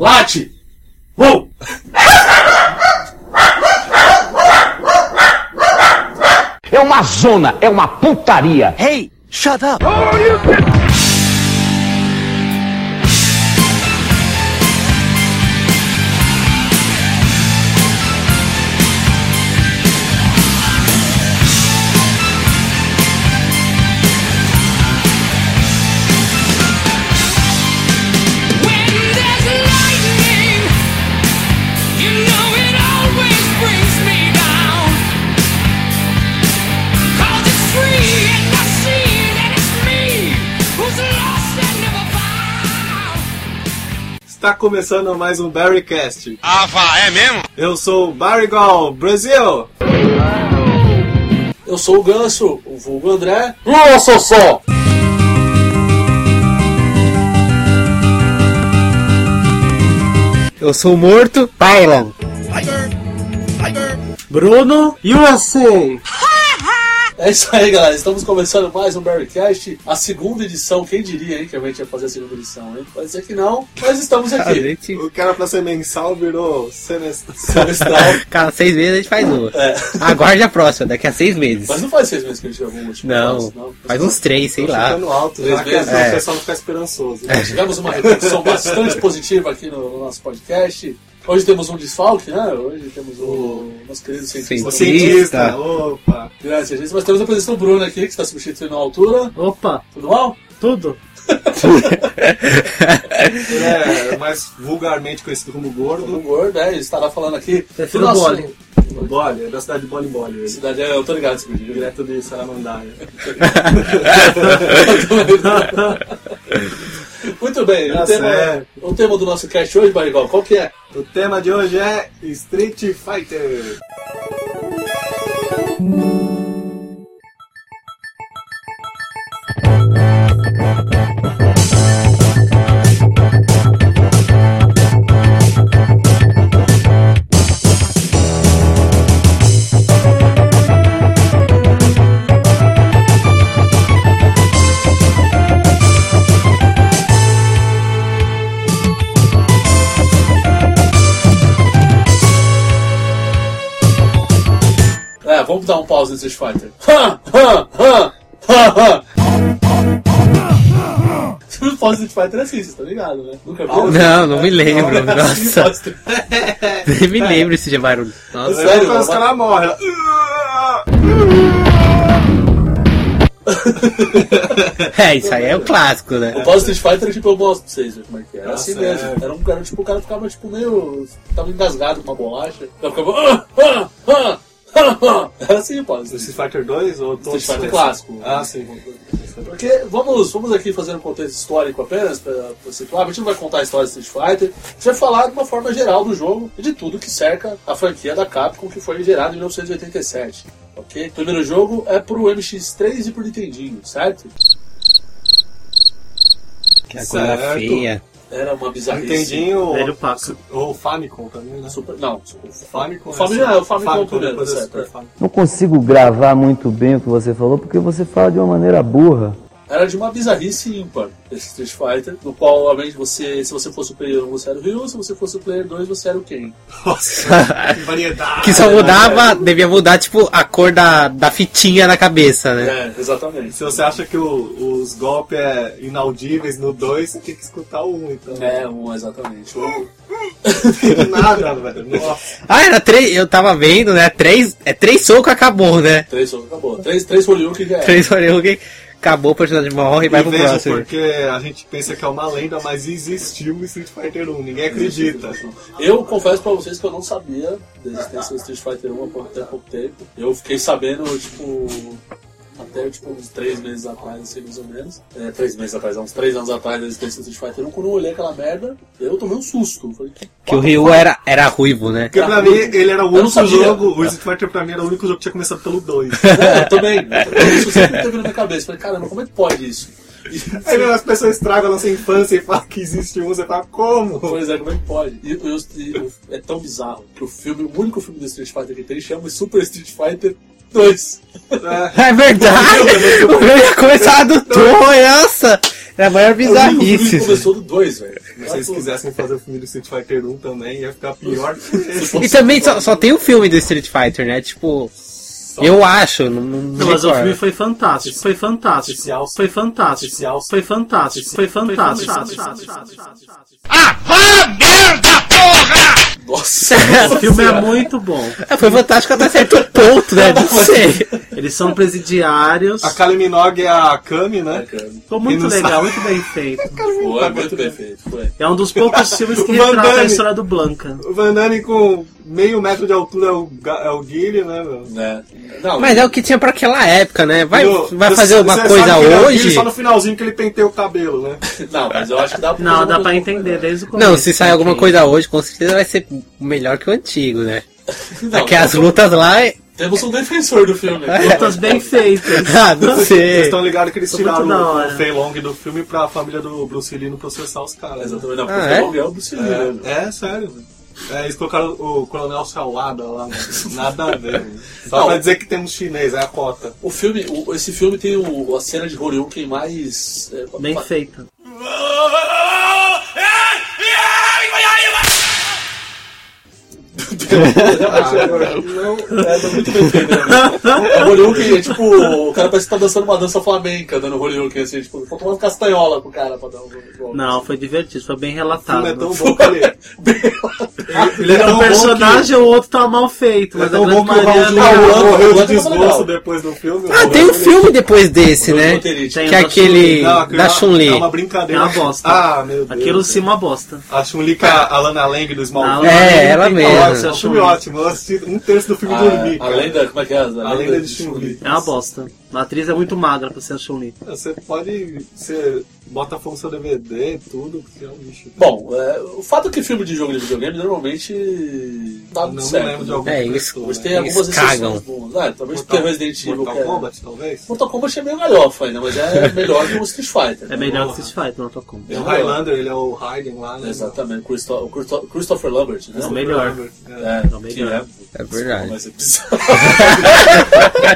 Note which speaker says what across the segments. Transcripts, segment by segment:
Speaker 1: Late! Uou!
Speaker 2: É uma zona, é uma putaria.
Speaker 3: Hey, shut up!
Speaker 4: When there's lightning, you know it always brings me down. 'Cause it's free and I see it, and it's me who's lost and never found.
Speaker 5: Está começando mais um Barrycast.
Speaker 6: Ah, vá, é mesmo?
Speaker 5: Eu sou o Barrygol, Brasil!
Speaker 1: Eu sou o Ganso, o vulgo André. Eu sou só!
Speaker 3: Eu sou morto, Thailand.
Speaker 1: Bruno USA! É isso aí, galera. Estamos começando mais um Barrycast, a segunda edição. Quem diria, hein, que a gente ia fazer a segunda edição, hein? Pode ser que não, mas estamos
Speaker 3: A
Speaker 1: aqui.
Speaker 3: gente.
Speaker 5: O cara pra ser mensal virou semestral.
Speaker 1: Semestral.
Speaker 3: Cada seis meses a gente faz uma.
Speaker 1: É.
Speaker 3: Aguarde a próxima, daqui a seis meses.
Speaker 1: Mas não faz seis meses que a gente gravou o último.
Speaker 3: Não, faz uns três, sei lá.
Speaker 1: tá
Speaker 5: Ficando alto, já que
Speaker 1: Três vezes,
Speaker 5: é.
Speaker 3: é.
Speaker 5: o pessoal não fica esperançoso.
Speaker 1: Tivemos uma repercussão bastante positiva aqui no, no nosso podcast. Hoje temos um desfalque, né? Hoje temos o nosso querido cientista.
Speaker 5: O
Speaker 3: Sim.
Speaker 1: Sim.
Speaker 5: cientista, opa!
Speaker 1: Grande cientista. Mas temos a presença do Bruno aqui, que está substituindo a altura.
Speaker 7: Opa,
Speaker 1: Tudo bom?
Speaker 7: tudo?
Speaker 3: tá
Speaker 5: Ele é mais vulgarmente conhecido como
Speaker 1: Tudo Tá
Speaker 5: Gordo.
Speaker 1: gordo, né? Ele estará falando aqui
Speaker 7: Prefiro Boli.
Speaker 5: Bole, é da cidade de Bole em Bole. ele.
Speaker 1: Cidade, eu tô ligado, esse vídeo.
Speaker 5: Direto de Saramandaia.
Speaker 1: Muito bem,
Speaker 5: Tá
Speaker 1: o, tema, é-
Speaker 5: certo.
Speaker 1: o tema do nosso cast hoje, Barigol, qual que é?
Speaker 5: O tema de hoje é Street Fighter.
Speaker 1: É, vamos dar um pause no Street Fighter. Ha, ha, ha, ha, ha. Pause no Street Fighter é assim, vocês estão ligados, né? Nunca viu?
Speaker 3: Não, não É. me lembro.
Speaker 1: Não, é assim,
Speaker 3: Nossa,
Speaker 1: pause.
Speaker 3: nem me lembro esse de barulho. Nossa.
Speaker 1: Sério,
Speaker 5: Quando os
Speaker 1: mas-
Speaker 5: caras morrem.
Speaker 3: É, isso aí é o clássico, né?
Speaker 1: O pause do Street Fighter, tipo, eu mostro pra vocês né, como é que é. Era assim
Speaker 5: Nossa,
Speaker 1: mesmo.
Speaker 5: é.
Speaker 1: Era um cara, tipo, o cara ficava, tipo, meio... Tava engasgado com uma bolacha. O cara ficava... "Ah, ah, ah, ah, ah." Era assim o pause.
Speaker 5: Do Street Fighter 2 ou todos?
Speaker 1: Street Fighter
Speaker 5: os-
Speaker 1: clássico.
Speaker 5: Ah, sim.
Speaker 1: Porque vamos, vamos aqui fazer um contexto histórico apenas para situar. A gente não vai contar a história de Street Fighter, a gente vai falar de uma forma geral do jogo e de tudo que cerca a franquia da Capcom que foi gerada em 1987. Ok? O primeiro jogo é pro MX3 e pro Nintendinho, certo?
Speaker 3: Que coisa
Speaker 5: Certo.
Speaker 3: feia.
Speaker 1: Era uma bizarrice.
Speaker 5: Nintendinho
Speaker 7: Velho Paco.
Speaker 5: ou Famicom também, né?
Speaker 1: Super, não, super,
Speaker 5: Famicom.
Speaker 1: O Famicom,
Speaker 5: né?
Speaker 1: é, o Famicom primeiro,
Speaker 5: depois é
Speaker 1: certo,
Speaker 5: Super
Speaker 1: é.
Speaker 5: Famicom.
Speaker 8: Não consigo gravar muito bem o que você falou porque você fala de uma maneira burra.
Speaker 1: era de uma bizarrice ímpar esse Street Fighter, no qual, obviamente, você, se você fosse o player 1, você era o Ryu, se você fosse o player 2, você era o Ken.
Speaker 5: Que variedade!
Speaker 3: Que só mudava, devia mudar, tipo, a cor da, da fitinha na cabeça, né?
Speaker 1: É, exatamente.
Speaker 5: Se você acha que o- os golpes é inaudíveis no 2, você tem que escutar o 1, então.
Speaker 1: É, um, exatamente. O-
Speaker 5: De nada, velho. Nossa.
Speaker 3: Ah, era três. Eu tava vendo, né? Três. É três socos, acabou, né?
Speaker 1: Três socos, acabou. Três, três Horyuken já era.
Speaker 3: Três Horyuken, acabou o personagem morre e vai
Speaker 5: E
Speaker 3: pro
Speaker 5: mesmo
Speaker 3: próximo.
Speaker 5: porque a gente pensa que é uma lenda, mas existiu o Street Fighter 1, ninguém acredita.
Speaker 1: Eu confesso pra vocês que eu não sabia da existência do Street Fighter 1 há pouco, até pouco tempo. Eu fiquei sabendo, tipo, até tipo, uns três meses atrás, assim, mais ou menos. É, três meses atrás, há uns três anos atrás da existência do Street Fighter 1. Quando eu olhei aquela merda, eu tomei um susto. Eu Falei, que
Speaker 3: Que o Ryu era, era ruivo, né?
Speaker 5: Porque pra mim, ele era o
Speaker 1: Eu não
Speaker 5: único
Speaker 1: sabia.
Speaker 5: jogo, o Street Fighter pra mim era o único jogo que tinha começado pelo 2.
Speaker 1: É, eu também. Eu também. Isso sempre teve na minha cabeça. Eu Falei, caramba, como é que pode isso? E-
Speaker 5: Aí as pessoas estragam a nossa infância e falam que existe um, você fala, como?
Speaker 1: Pois é, como é que pode? E, eu- e- é tão bizarro que o filme, o único filme do Street Fighter que tem chama Super Street Fighter 2.
Speaker 3: É verdade! O Ryu ia começar do Tom, nossa! É a maior
Speaker 1: Eu lembro que o filme
Speaker 3: bizarrice.
Speaker 1: começou do 2, velho.
Speaker 5: Mas se eles quisessem fazer o filme do Street Fighter 1 também, ia ficar pior que esse.
Speaker 3: E também só, só tem o filme do Street Fighter, né? Tipo. Eu acho, não, não, não
Speaker 6: Mas o
Speaker 3: recordo.
Speaker 6: filme foi fantástico, foi fantástico,
Speaker 5: Oficial.
Speaker 6: foi fantástico,
Speaker 5: Oficial.
Speaker 6: foi fantástico, foi fantástico.
Speaker 1: Nossa,
Speaker 6: O filme é muito bom.
Speaker 3: É, foi fantástico até certo ponto, né? Não sei.
Speaker 6: Eles são presidiários.
Speaker 5: A Kylie Minogue é a Kami, né?
Speaker 1: cara.
Speaker 6: Ficou
Speaker 5: Quem
Speaker 6: muito
Speaker 5: não
Speaker 6: legal, muito bem feito.
Speaker 1: Foi muito perfeito. Foi.
Speaker 6: É um dos poucos filmes que
Speaker 5: O Van
Speaker 6: retrata a
Speaker 5: Damme.
Speaker 6: história do Blanca.
Speaker 5: O Van Damme com meio metro de altura é o, Ga- é o Guile, né, meu?
Speaker 1: Né? Não,
Speaker 3: Mas é o que tinha pra aquela época, né? Vai,
Speaker 5: Eu-
Speaker 3: vai
Speaker 5: você- você
Speaker 3: fazer alguma
Speaker 5: sabe
Speaker 3: coisa
Speaker 5: que ele é o Guile
Speaker 3: hoje?
Speaker 5: Só no finalzinho que ele penteia o cabelo, né?
Speaker 1: não, mas eu acho que dá pra
Speaker 6: Não,
Speaker 1: fazer
Speaker 6: dá
Speaker 1: uma
Speaker 6: pra
Speaker 1: coisa-
Speaker 6: entender desde o começo.
Speaker 3: Não, se sair
Speaker 6: né,
Speaker 3: alguma
Speaker 6: que-
Speaker 3: coisa hoje, com certeza vai ser melhor que o antigo, né?
Speaker 1: Não,
Speaker 3: Porque as lutas lá. é-
Speaker 1: Temos um defensor do filme.
Speaker 6: Lutas bem feitas.
Speaker 3: Ah, não
Speaker 5: Vocês
Speaker 3: sei.
Speaker 5: estão ligados que eles
Speaker 6: Tô muito
Speaker 5: tiraram
Speaker 6: da
Speaker 5: o,
Speaker 6: hora.
Speaker 5: o Fei Long do filme pra família do Bruce Lee não processar os caras. né?
Speaker 1: Exatamente, não,
Speaker 3: Ah,
Speaker 1: porque
Speaker 3: é?
Speaker 1: o aluguel do cinema. né?
Speaker 5: É, é sério, velho. É, eles colocaram o Coronel Salada lá, né? nada a ver. né? Só
Speaker 1: Não.
Speaker 5: pra dizer que temos chinês, é a cota.
Speaker 1: O filme, o- esse filme tem o- a cena de Horyuken mais. é,
Speaker 6: Bem
Speaker 1: pa-
Speaker 6: feita.
Speaker 1: É, tá muito bem feito, né? O Horyuken é tipo. O cara parece que tá dançando uma dança flamenca dando Horyuken, assim, tipo, faltou uma castanhola pro cara pra dar um. um-
Speaker 6: Não, foi divertido, foi bem
Speaker 5: O filme é
Speaker 6: relatado.
Speaker 5: tão bom que ele, ele é
Speaker 6: Ah, É
Speaker 5: tão
Speaker 6: um
Speaker 5: bom que-
Speaker 6: personagem, o outro tá mal feito,
Speaker 5: ele é
Speaker 6: mas a
Speaker 5: tão bom que
Speaker 6: grande
Speaker 5: o
Speaker 6: maioria tá é
Speaker 5: Raul
Speaker 1: Ah,
Speaker 6: não.
Speaker 5: Julia
Speaker 1: o Lando-
Speaker 5: morreu
Speaker 1: o
Speaker 5: de
Speaker 1: Lando tava
Speaker 5: desgosto
Speaker 1: legal.
Speaker 5: depois do filme.
Speaker 3: Ah, tem um filme depois desse,
Speaker 1: um
Speaker 3: né?
Speaker 1: roteirista.
Speaker 6: Tem
Speaker 3: Que é
Speaker 6: o da
Speaker 3: aquele.
Speaker 6: Chun-Li.
Speaker 5: Não, aquilo
Speaker 3: Da
Speaker 5: é uma- É uma
Speaker 3: Chun-Li.
Speaker 5: brincadeira.
Speaker 6: É uma bosta.
Speaker 5: Ah, meu Deus.
Speaker 6: Aquilo sim é uma bosta.
Speaker 5: A Chun-Li com a Alana Lang do
Speaker 6: Não,
Speaker 5: Smallville.
Speaker 6: não
Speaker 3: É,
Speaker 6: tem
Speaker 3: ela
Speaker 6: como
Speaker 3: mesma.
Speaker 6: falar
Speaker 5: Nossa, é
Speaker 6: que você
Speaker 5: um
Speaker 6: achou
Speaker 5: filme ótimo. Eu assisti um terço do filme e dormi.
Speaker 1: A, a
Speaker 5: cara.
Speaker 1: lenda. Ah, Como é que é? A lenda,
Speaker 5: A lenda de
Speaker 1: Chun-Li.
Speaker 5: Chun-Li.
Speaker 6: É uma bosta. A atriz é muito magra pra ser a Chun-Li.
Speaker 5: Você pode. Você bota a função DVD e tudo, porque é um lixo.
Speaker 1: Bom, é, o fato é que filme de jogo de videogame normalmente dá
Speaker 5: Eu
Speaker 1: muito
Speaker 5: não
Speaker 1: certo.
Speaker 5: lembro de
Speaker 1: né?
Speaker 5: algum
Speaker 3: É,
Speaker 5: que
Speaker 3: isso.
Speaker 5: prestou,
Speaker 1: Mas
Speaker 5: né?
Speaker 1: tem algumas
Speaker 3: Eles cagam.
Speaker 1: exceções boas. Ah, talvez
Speaker 5: Mortal-
Speaker 1: porque Resident Evil.
Speaker 5: Mortal
Speaker 1: que é-
Speaker 5: Kombat, talvez?
Speaker 1: Mortal Kombat é meio galhofa ainda, mas é melhor que o Street Fighter.
Speaker 6: É
Speaker 1: né?
Speaker 6: melhor que Street Fighter, não tô como.
Speaker 5: É o Highlander, ele é o Raiden lá, né?
Speaker 1: Exatamente, Christo o Christo- Christopher Lambert, né?
Speaker 6: É o melhor.
Speaker 5: É.
Speaker 1: É,
Speaker 6: É o melhor.
Speaker 1: que é,
Speaker 3: É
Speaker 6: Tá.
Speaker 3: verdade.
Speaker 1: Mas, é bizarro.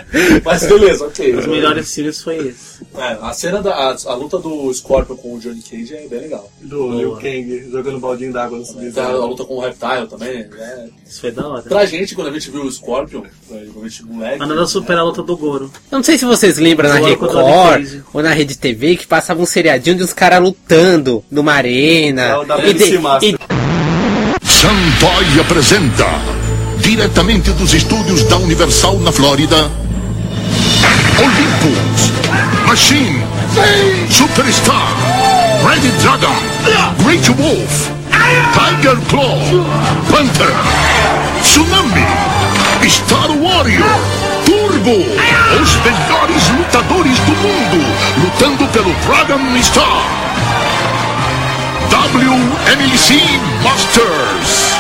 Speaker 1: mas beleza, ok.
Speaker 6: Os melhores filmes foi esse.
Speaker 1: É, a cena da a, a luta do Scorpion com o Johnny Cage é bem legal.
Speaker 5: Do Liu Kang jogando baldinho d'água no
Speaker 1: Tem A, a
Speaker 5: subterrâneo.
Speaker 1: luta com o Reptile também. Né?
Speaker 6: Isso foi da hora.
Speaker 1: Pra gente, quando a gente viu o Scorpion, quando a gente moleque.
Speaker 6: Mas nada supera a luta do Goro.
Speaker 3: Eu não sei se vocês lembram na
Speaker 6: Zoando com o Johnny
Speaker 3: Record
Speaker 6: Cage.
Speaker 3: ou na Rede TV que passava um seriadinho de uns caras lutando numa arena.
Speaker 5: É o da
Speaker 3: e,
Speaker 5: BBC Master.
Speaker 3: e
Speaker 7: Santoy apresenta, diretamente dos estúdios da Universal na Flórida, Olympus, Machine, Superstar, Red Dragon, Great Wolf, Tiger Claw, Panther, Tsunami, Star Warrior, Turbo, os melhores lutadores do mundo, lutando pelo Dragon Star. WMC Masters.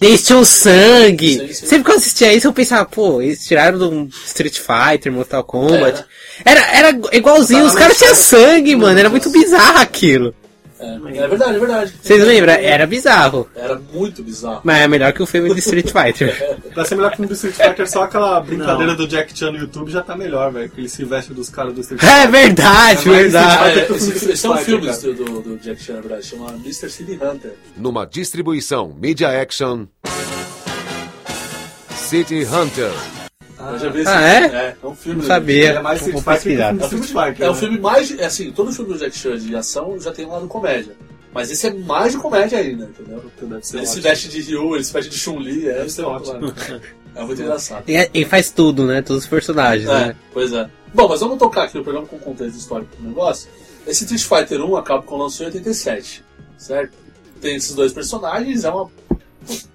Speaker 3: Deixa o sangue.
Speaker 1: Sim, sim.
Speaker 3: Sempre que eu assistia isso, eu pensava, pô, eles tiraram do Street Fighter, Mortal Kombat.
Speaker 5: É.
Speaker 3: Era, era igualzinho, os caras tinham sangue, mano. Era muito bizarro aquilo.
Speaker 1: É, é verdade, é verdade.
Speaker 3: Vocês lembram? É. Era bizarro.
Speaker 1: Era muito bizarro.
Speaker 3: Mas é melhor que o filme de Street Fighter.
Speaker 5: Pra ser melhor que um do Street Fighter, só aquela brincadeira
Speaker 6: Não.
Speaker 5: do Jack Chan no YouTube já tá melhor, velho. Que ele se veste dos caras do Street
Speaker 3: é
Speaker 5: Fighter.
Speaker 3: verdade,
Speaker 5: É mais
Speaker 1: Ah,
Speaker 3: verdade.
Speaker 1: é,
Speaker 5: tô
Speaker 1: esse,
Speaker 5: falando
Speaker 1: esse é um
Speaker 5: Street
Speaker 1: filme
Speaker 5: Fighter,
Speaker 1: do, do, do Jack Chan, na verdade, chama Mr. City Hunter.
Speaker 9: numa distribuição Media Action City Hunter.
Speaker 1: Eu já vi esse
Speaker 3: Ah, é?
Speaker 1: filme. É, é um filme.
Speaker 3: Não
Speaker 5: Ele é
Speaker 3: sabia.
Speaker 5: mais
Speaker 3: Vou
Speaker 5: Street Fighter que
Speaker 3: pesquisar.
Speaker 5: um do Street Fighter.
Speaker 1: É o
Speaker 5: né?
Speaker 1: filme mais. é Assim, todo filme do Jack Chan de ação já tem um lado comédia. Mas esse é mais de comédia ainda, entendeu?
Speaker 5: Puta, Então Deve ser
Speaker 1: Ele se
Speaker 5: é ótimo.
Speaker 1: veste de Ryu, ele se veste de Chun-Li, é,
Speaker 5: Deve ser ótimo.
Speaker 1: é muito engraçado.
Speaker 3: E, e faz tudo, né? Todos os personagens,
Speaker 1: É,
Speaker 3: né?
Speaker 1: pois é. Bom, mas vamos tocar aqui o programa com contexto histórico do negócio. Esse Street Fighter 1 a Capcom lançou em 87, certo? Tem esses dois personagens, é uma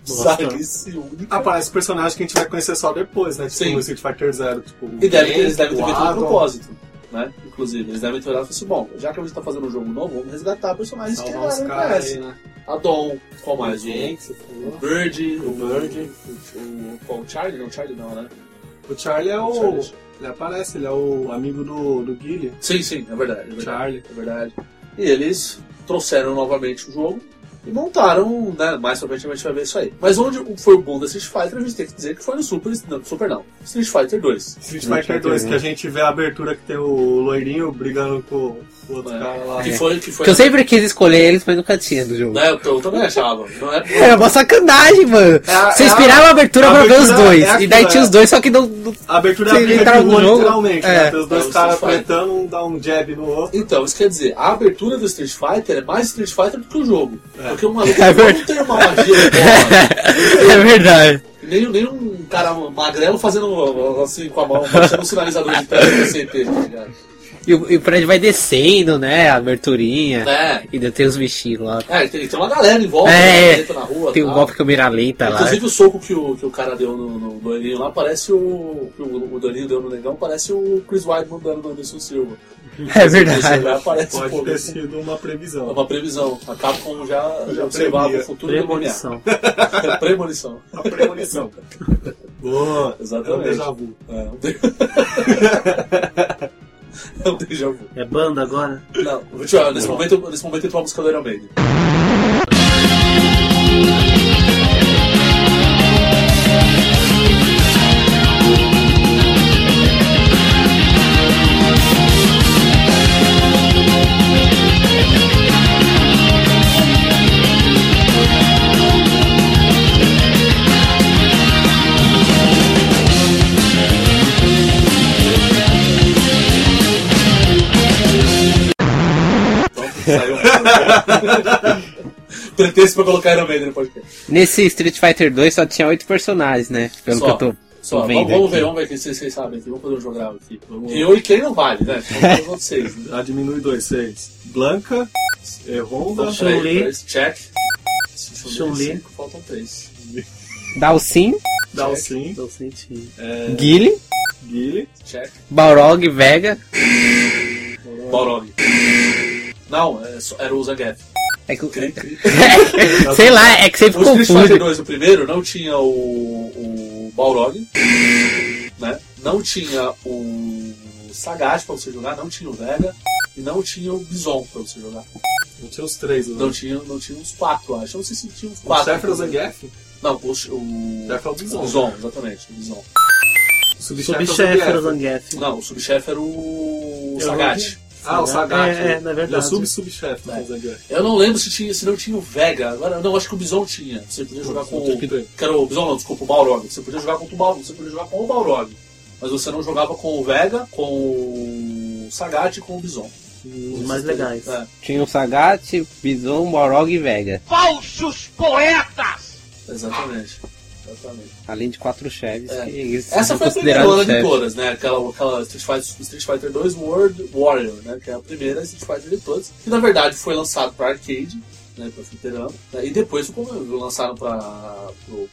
Speaker 1: bizarrice única.
Speaker 5: Aparece personagem que a gente vai conhecer só depois, né? Tipo
Speaker 1: Sim.
Speaker 5: no Street Fighter Zero. Tipo,
Speaker 1: E deve,
Speaker 5: Ken,
Speaker 1: eles devem ter
Speaker 5: o
Speaker 1: feito um
Speaker 5: Adam.
Speaker 1: propósito, né? Inclusive, eles devem ter olhado e falado assim, bom, já que a gente tá fazendo um jogo novo, vamos resgatar personagens que a
Speaker 5: Salvar os
Speaker 1: galera
Speaker 5: caras
Speaker 1: conhece.
Speaker 5: aí, né?
Speaker 1: A Dom, qual
Speaker 5: O
Speaker 1: mais? O
Speaker 5: Ken, que você
Speaker 1: tá
Speaker 5: falou.
Speaker 1: Bird, o
Speaker 5: Bird.
Speaker 1: o, o, o Charlie? Não, Charlie não, né?
Speaker 5: O Charlie é o...
Speaker 1: Charlie.
Speaker 5: Ele aparece, ele é o amigo do, do Guile.
Speaker 1: Sim, sim, é verdade. É verdade,
Speaker 5: Charlie.
Speaker 1: É verdade. E eles trouxeram novamente o jogo, E montaram, né? Mais pra frente a gente vai ver isso aí. Mas onde foi o boom da Street Fighter, a gente tem que dizer que foi no Super. Não, Super não. Street Fighter 2.
Speaker 5: Street Fighter 2, que a gente vê a abertura que tem o loirinho brigando com o outro cara lá.
Speaker 1: Que foi, que foi.
Speaker 3: Ah, é. Que eu sempre quis escolher eles, mas nunca tinha do jogo.
Speaker 1: Né, eu, eu também achava. Não é
Speaker 3: Era uma sacanagem, mano.
Speaker 5: É a-
Speaker 3: Você
Speaker 5: é a-
Speaker 3: inspirava a abertura
Speaker 5: a
Speaker 3: pra ver os
Speaker 5: abertura
Speaker 3: dois.
Speaker 5: é
Speaker 3: e
Speaker 5: aquilo,
Speaker 3: daí tinha
Speaker 5: é.
Speaker 3: os dois, só que não. não-
Speaker 5: A abertura
Speaker 3: Sim,
Speaker 5: é a briga de
Speaker 3: entraram no
Speaker 5: rua,
Speaker 3: jogo.
Speaker 5: literalmente,
Speaker 3: É.
Speaker 5: né? Tem os dois
Speaker 1: É, o
Speaker 5: caras
Speaker 1: Street Fighter.
Speaker 5: apertando, um dá um jab no outro.
Speaker 1: Então, isso quer dizer, a abertura do Street Fighter é mais Street Fighter do que o jogo. Porque o maluco
Speaker 3: É verdade.
Speaker 1: não tem uma magia boa,
Speaker 3: é verdade.
Speaker 1: nem, nem um cara magrelo fazendo assim com a mão, baixando um sinalizador de pedra no CP, tá ligado?
Speaker 3: E o, e o prédio vai descendo, né? A aberturinha.
Speaker 1: É.
Speaker 3: E daí tem os bichinhos lá.
Speaker 1: É, tem, tem uma galera em volta,
Speaker 3: É,
Speaker 1: né, na rua.
Speaker 3: Tem um
Speaker 1: tal.
Speaker 3: golpe que o mira lenta lá.
Speaker 1: Inclusive o soco que o, que o cara deu no, no Dorinho lá parece o. que o, o Dorinho deu no Negão, parece o Chris Weidman dando no Anderson Silva.
Speaker 3: É verdade.
Speaker 1: Lá parece um
Speaker 5: Pode
Speaker 1: pouco.
Speaker 5: ter sido uma
Speaker 1: É
Speaker 5: previsão.
Speaker 1: uma previsão. A Capcom já, já observava
Speaker 5: previa.
Speaker 1: o futuro demoniado.
Speaker 6: Premonição.
Speaker 1: É premonição.
Speaker 5: Uma premonição. Boa,
Speaker 1: Exatamente.
Speaker 5: É um déjà vu.
Speaker 1: É, um de- é um déjà vu.
Speaker 6: É banda agora?
Speaker 1: Não, vou te falar, nesse momento, nesse momento entrou a música do Iron Maiden. Então, Saiu. um Pretexto pra colocar Iron Maiden no podcast.
Speaker 3: Nesse Street Fighter 2 só tinha oito personagens, né? Pelo
Speaker 1: Só.
Speaker 3: que eu tô, tô
Speaker 1: Só,
Speaker 3: vendo.
Speaker 1: vamos, vamos ver,
Speaker 3: aqui.
Speaker 1: vamos ver quem vocês, vocês sabem aqui. Vamos fazer um jogral aqui. Eu e quem não vale, né? Vamos fazer vocês. né?
Speaker 5: Já Ah, diminui dois, seis. Blanca, é, Honda,
Speaker 1: Vamos um três,
Speaker 6: Chun-Li.
Speaker 1: três, Check.
Speaker 6: Chun-Li.
Speaker 1: cinco, Faltam três.
Speaker 3: Dalsin,
Speaker 5: Dalsin,
Speaker 6: Tô sentindo.
Speaker 3: Guile,
Speaker 5: Guile,
Speaker 1: Check.
Speaker 3: Balrog, Vega.
Speaker 1: Balrog. Não, é só- era o Zangief.
Speaker 3: É que,
Speaker 1: Cri, cri.
Speaker 3: sei lá, é que sempre
Speaker 1: O Street Fighter
Speaker 3: confuso.
Speaker 1: 2, o primeiro, não tinha o, o Balrog, né? Não tinha o Sagat pra você jogar, não tinha o Vega e não tinha o Bison pra você jogar.
Speaker 5: não tinha os três. né?
Speaker 1: Não tinha, não tinha uns quatro, acho. Eu Não sei se tinha uns
Speaker 5: O
Speaker 1: um quatro.
Speaker 5: chefe era o Zangief,
Speaker 1: Não, o... o...
Speaker 5: o chefe é o Bison.
Speaker 1: O Zon, exatamente, o Bison.
Speaker 5: O subchefe é o
Speaker 6: Subchefe era o
Speaker 5: Zangief.
Speaker 6: Zangief.
Speaker 1: Não, o subchefe era o
Speaker 5: Eu
Speaker 1: Sagat.
Speaker 5: Ah, o Sagat.
Speaker 6: É, é, na verdade.
Speaker 5: Ele é o sub-subchefe do Zangief.
Speaker 1: Eu não lembro se, tinha, se não tinha o Vega. Agora, não, acho que o Bison tinha. Você podia jogar com o.
Speaker 5: Tranquilo.
Speaker 1: Que era o Bison, não, desculpa, o Balrog. Você podia jogar contra o Balrog, você podia jogar com o Balrog. Mas você não jogava com o Vega, com o Sagat e com o Bison.
Speaker 6: Os mais legais.
Speaker 1: É,
Speaker 3: Tinha o Sagat, Bison, Balrog e Vega.
Speaker 4: Falsos poetas!
Speaker 1: exatamente. Exatamente.
Speaker 3: Além de quatro chefes.
Speaker 1: É.
Speaker 3: que eles
Speaker 1: Essa
Speaker 3: são
Speaker 1: foi a
Speaker 3: considerados
Speaker 1: primeira de
Speaker 3: chefes.
Speaker 1: todas, né? Aquela, aquela Street, Fighter, Street Fighter 2 World Warrior, né? Que é a primeira Street Fighter de todas. Que na verdade foi lançado para arcade, né? Para fliperama. Né? E depois como eu, lançaram para o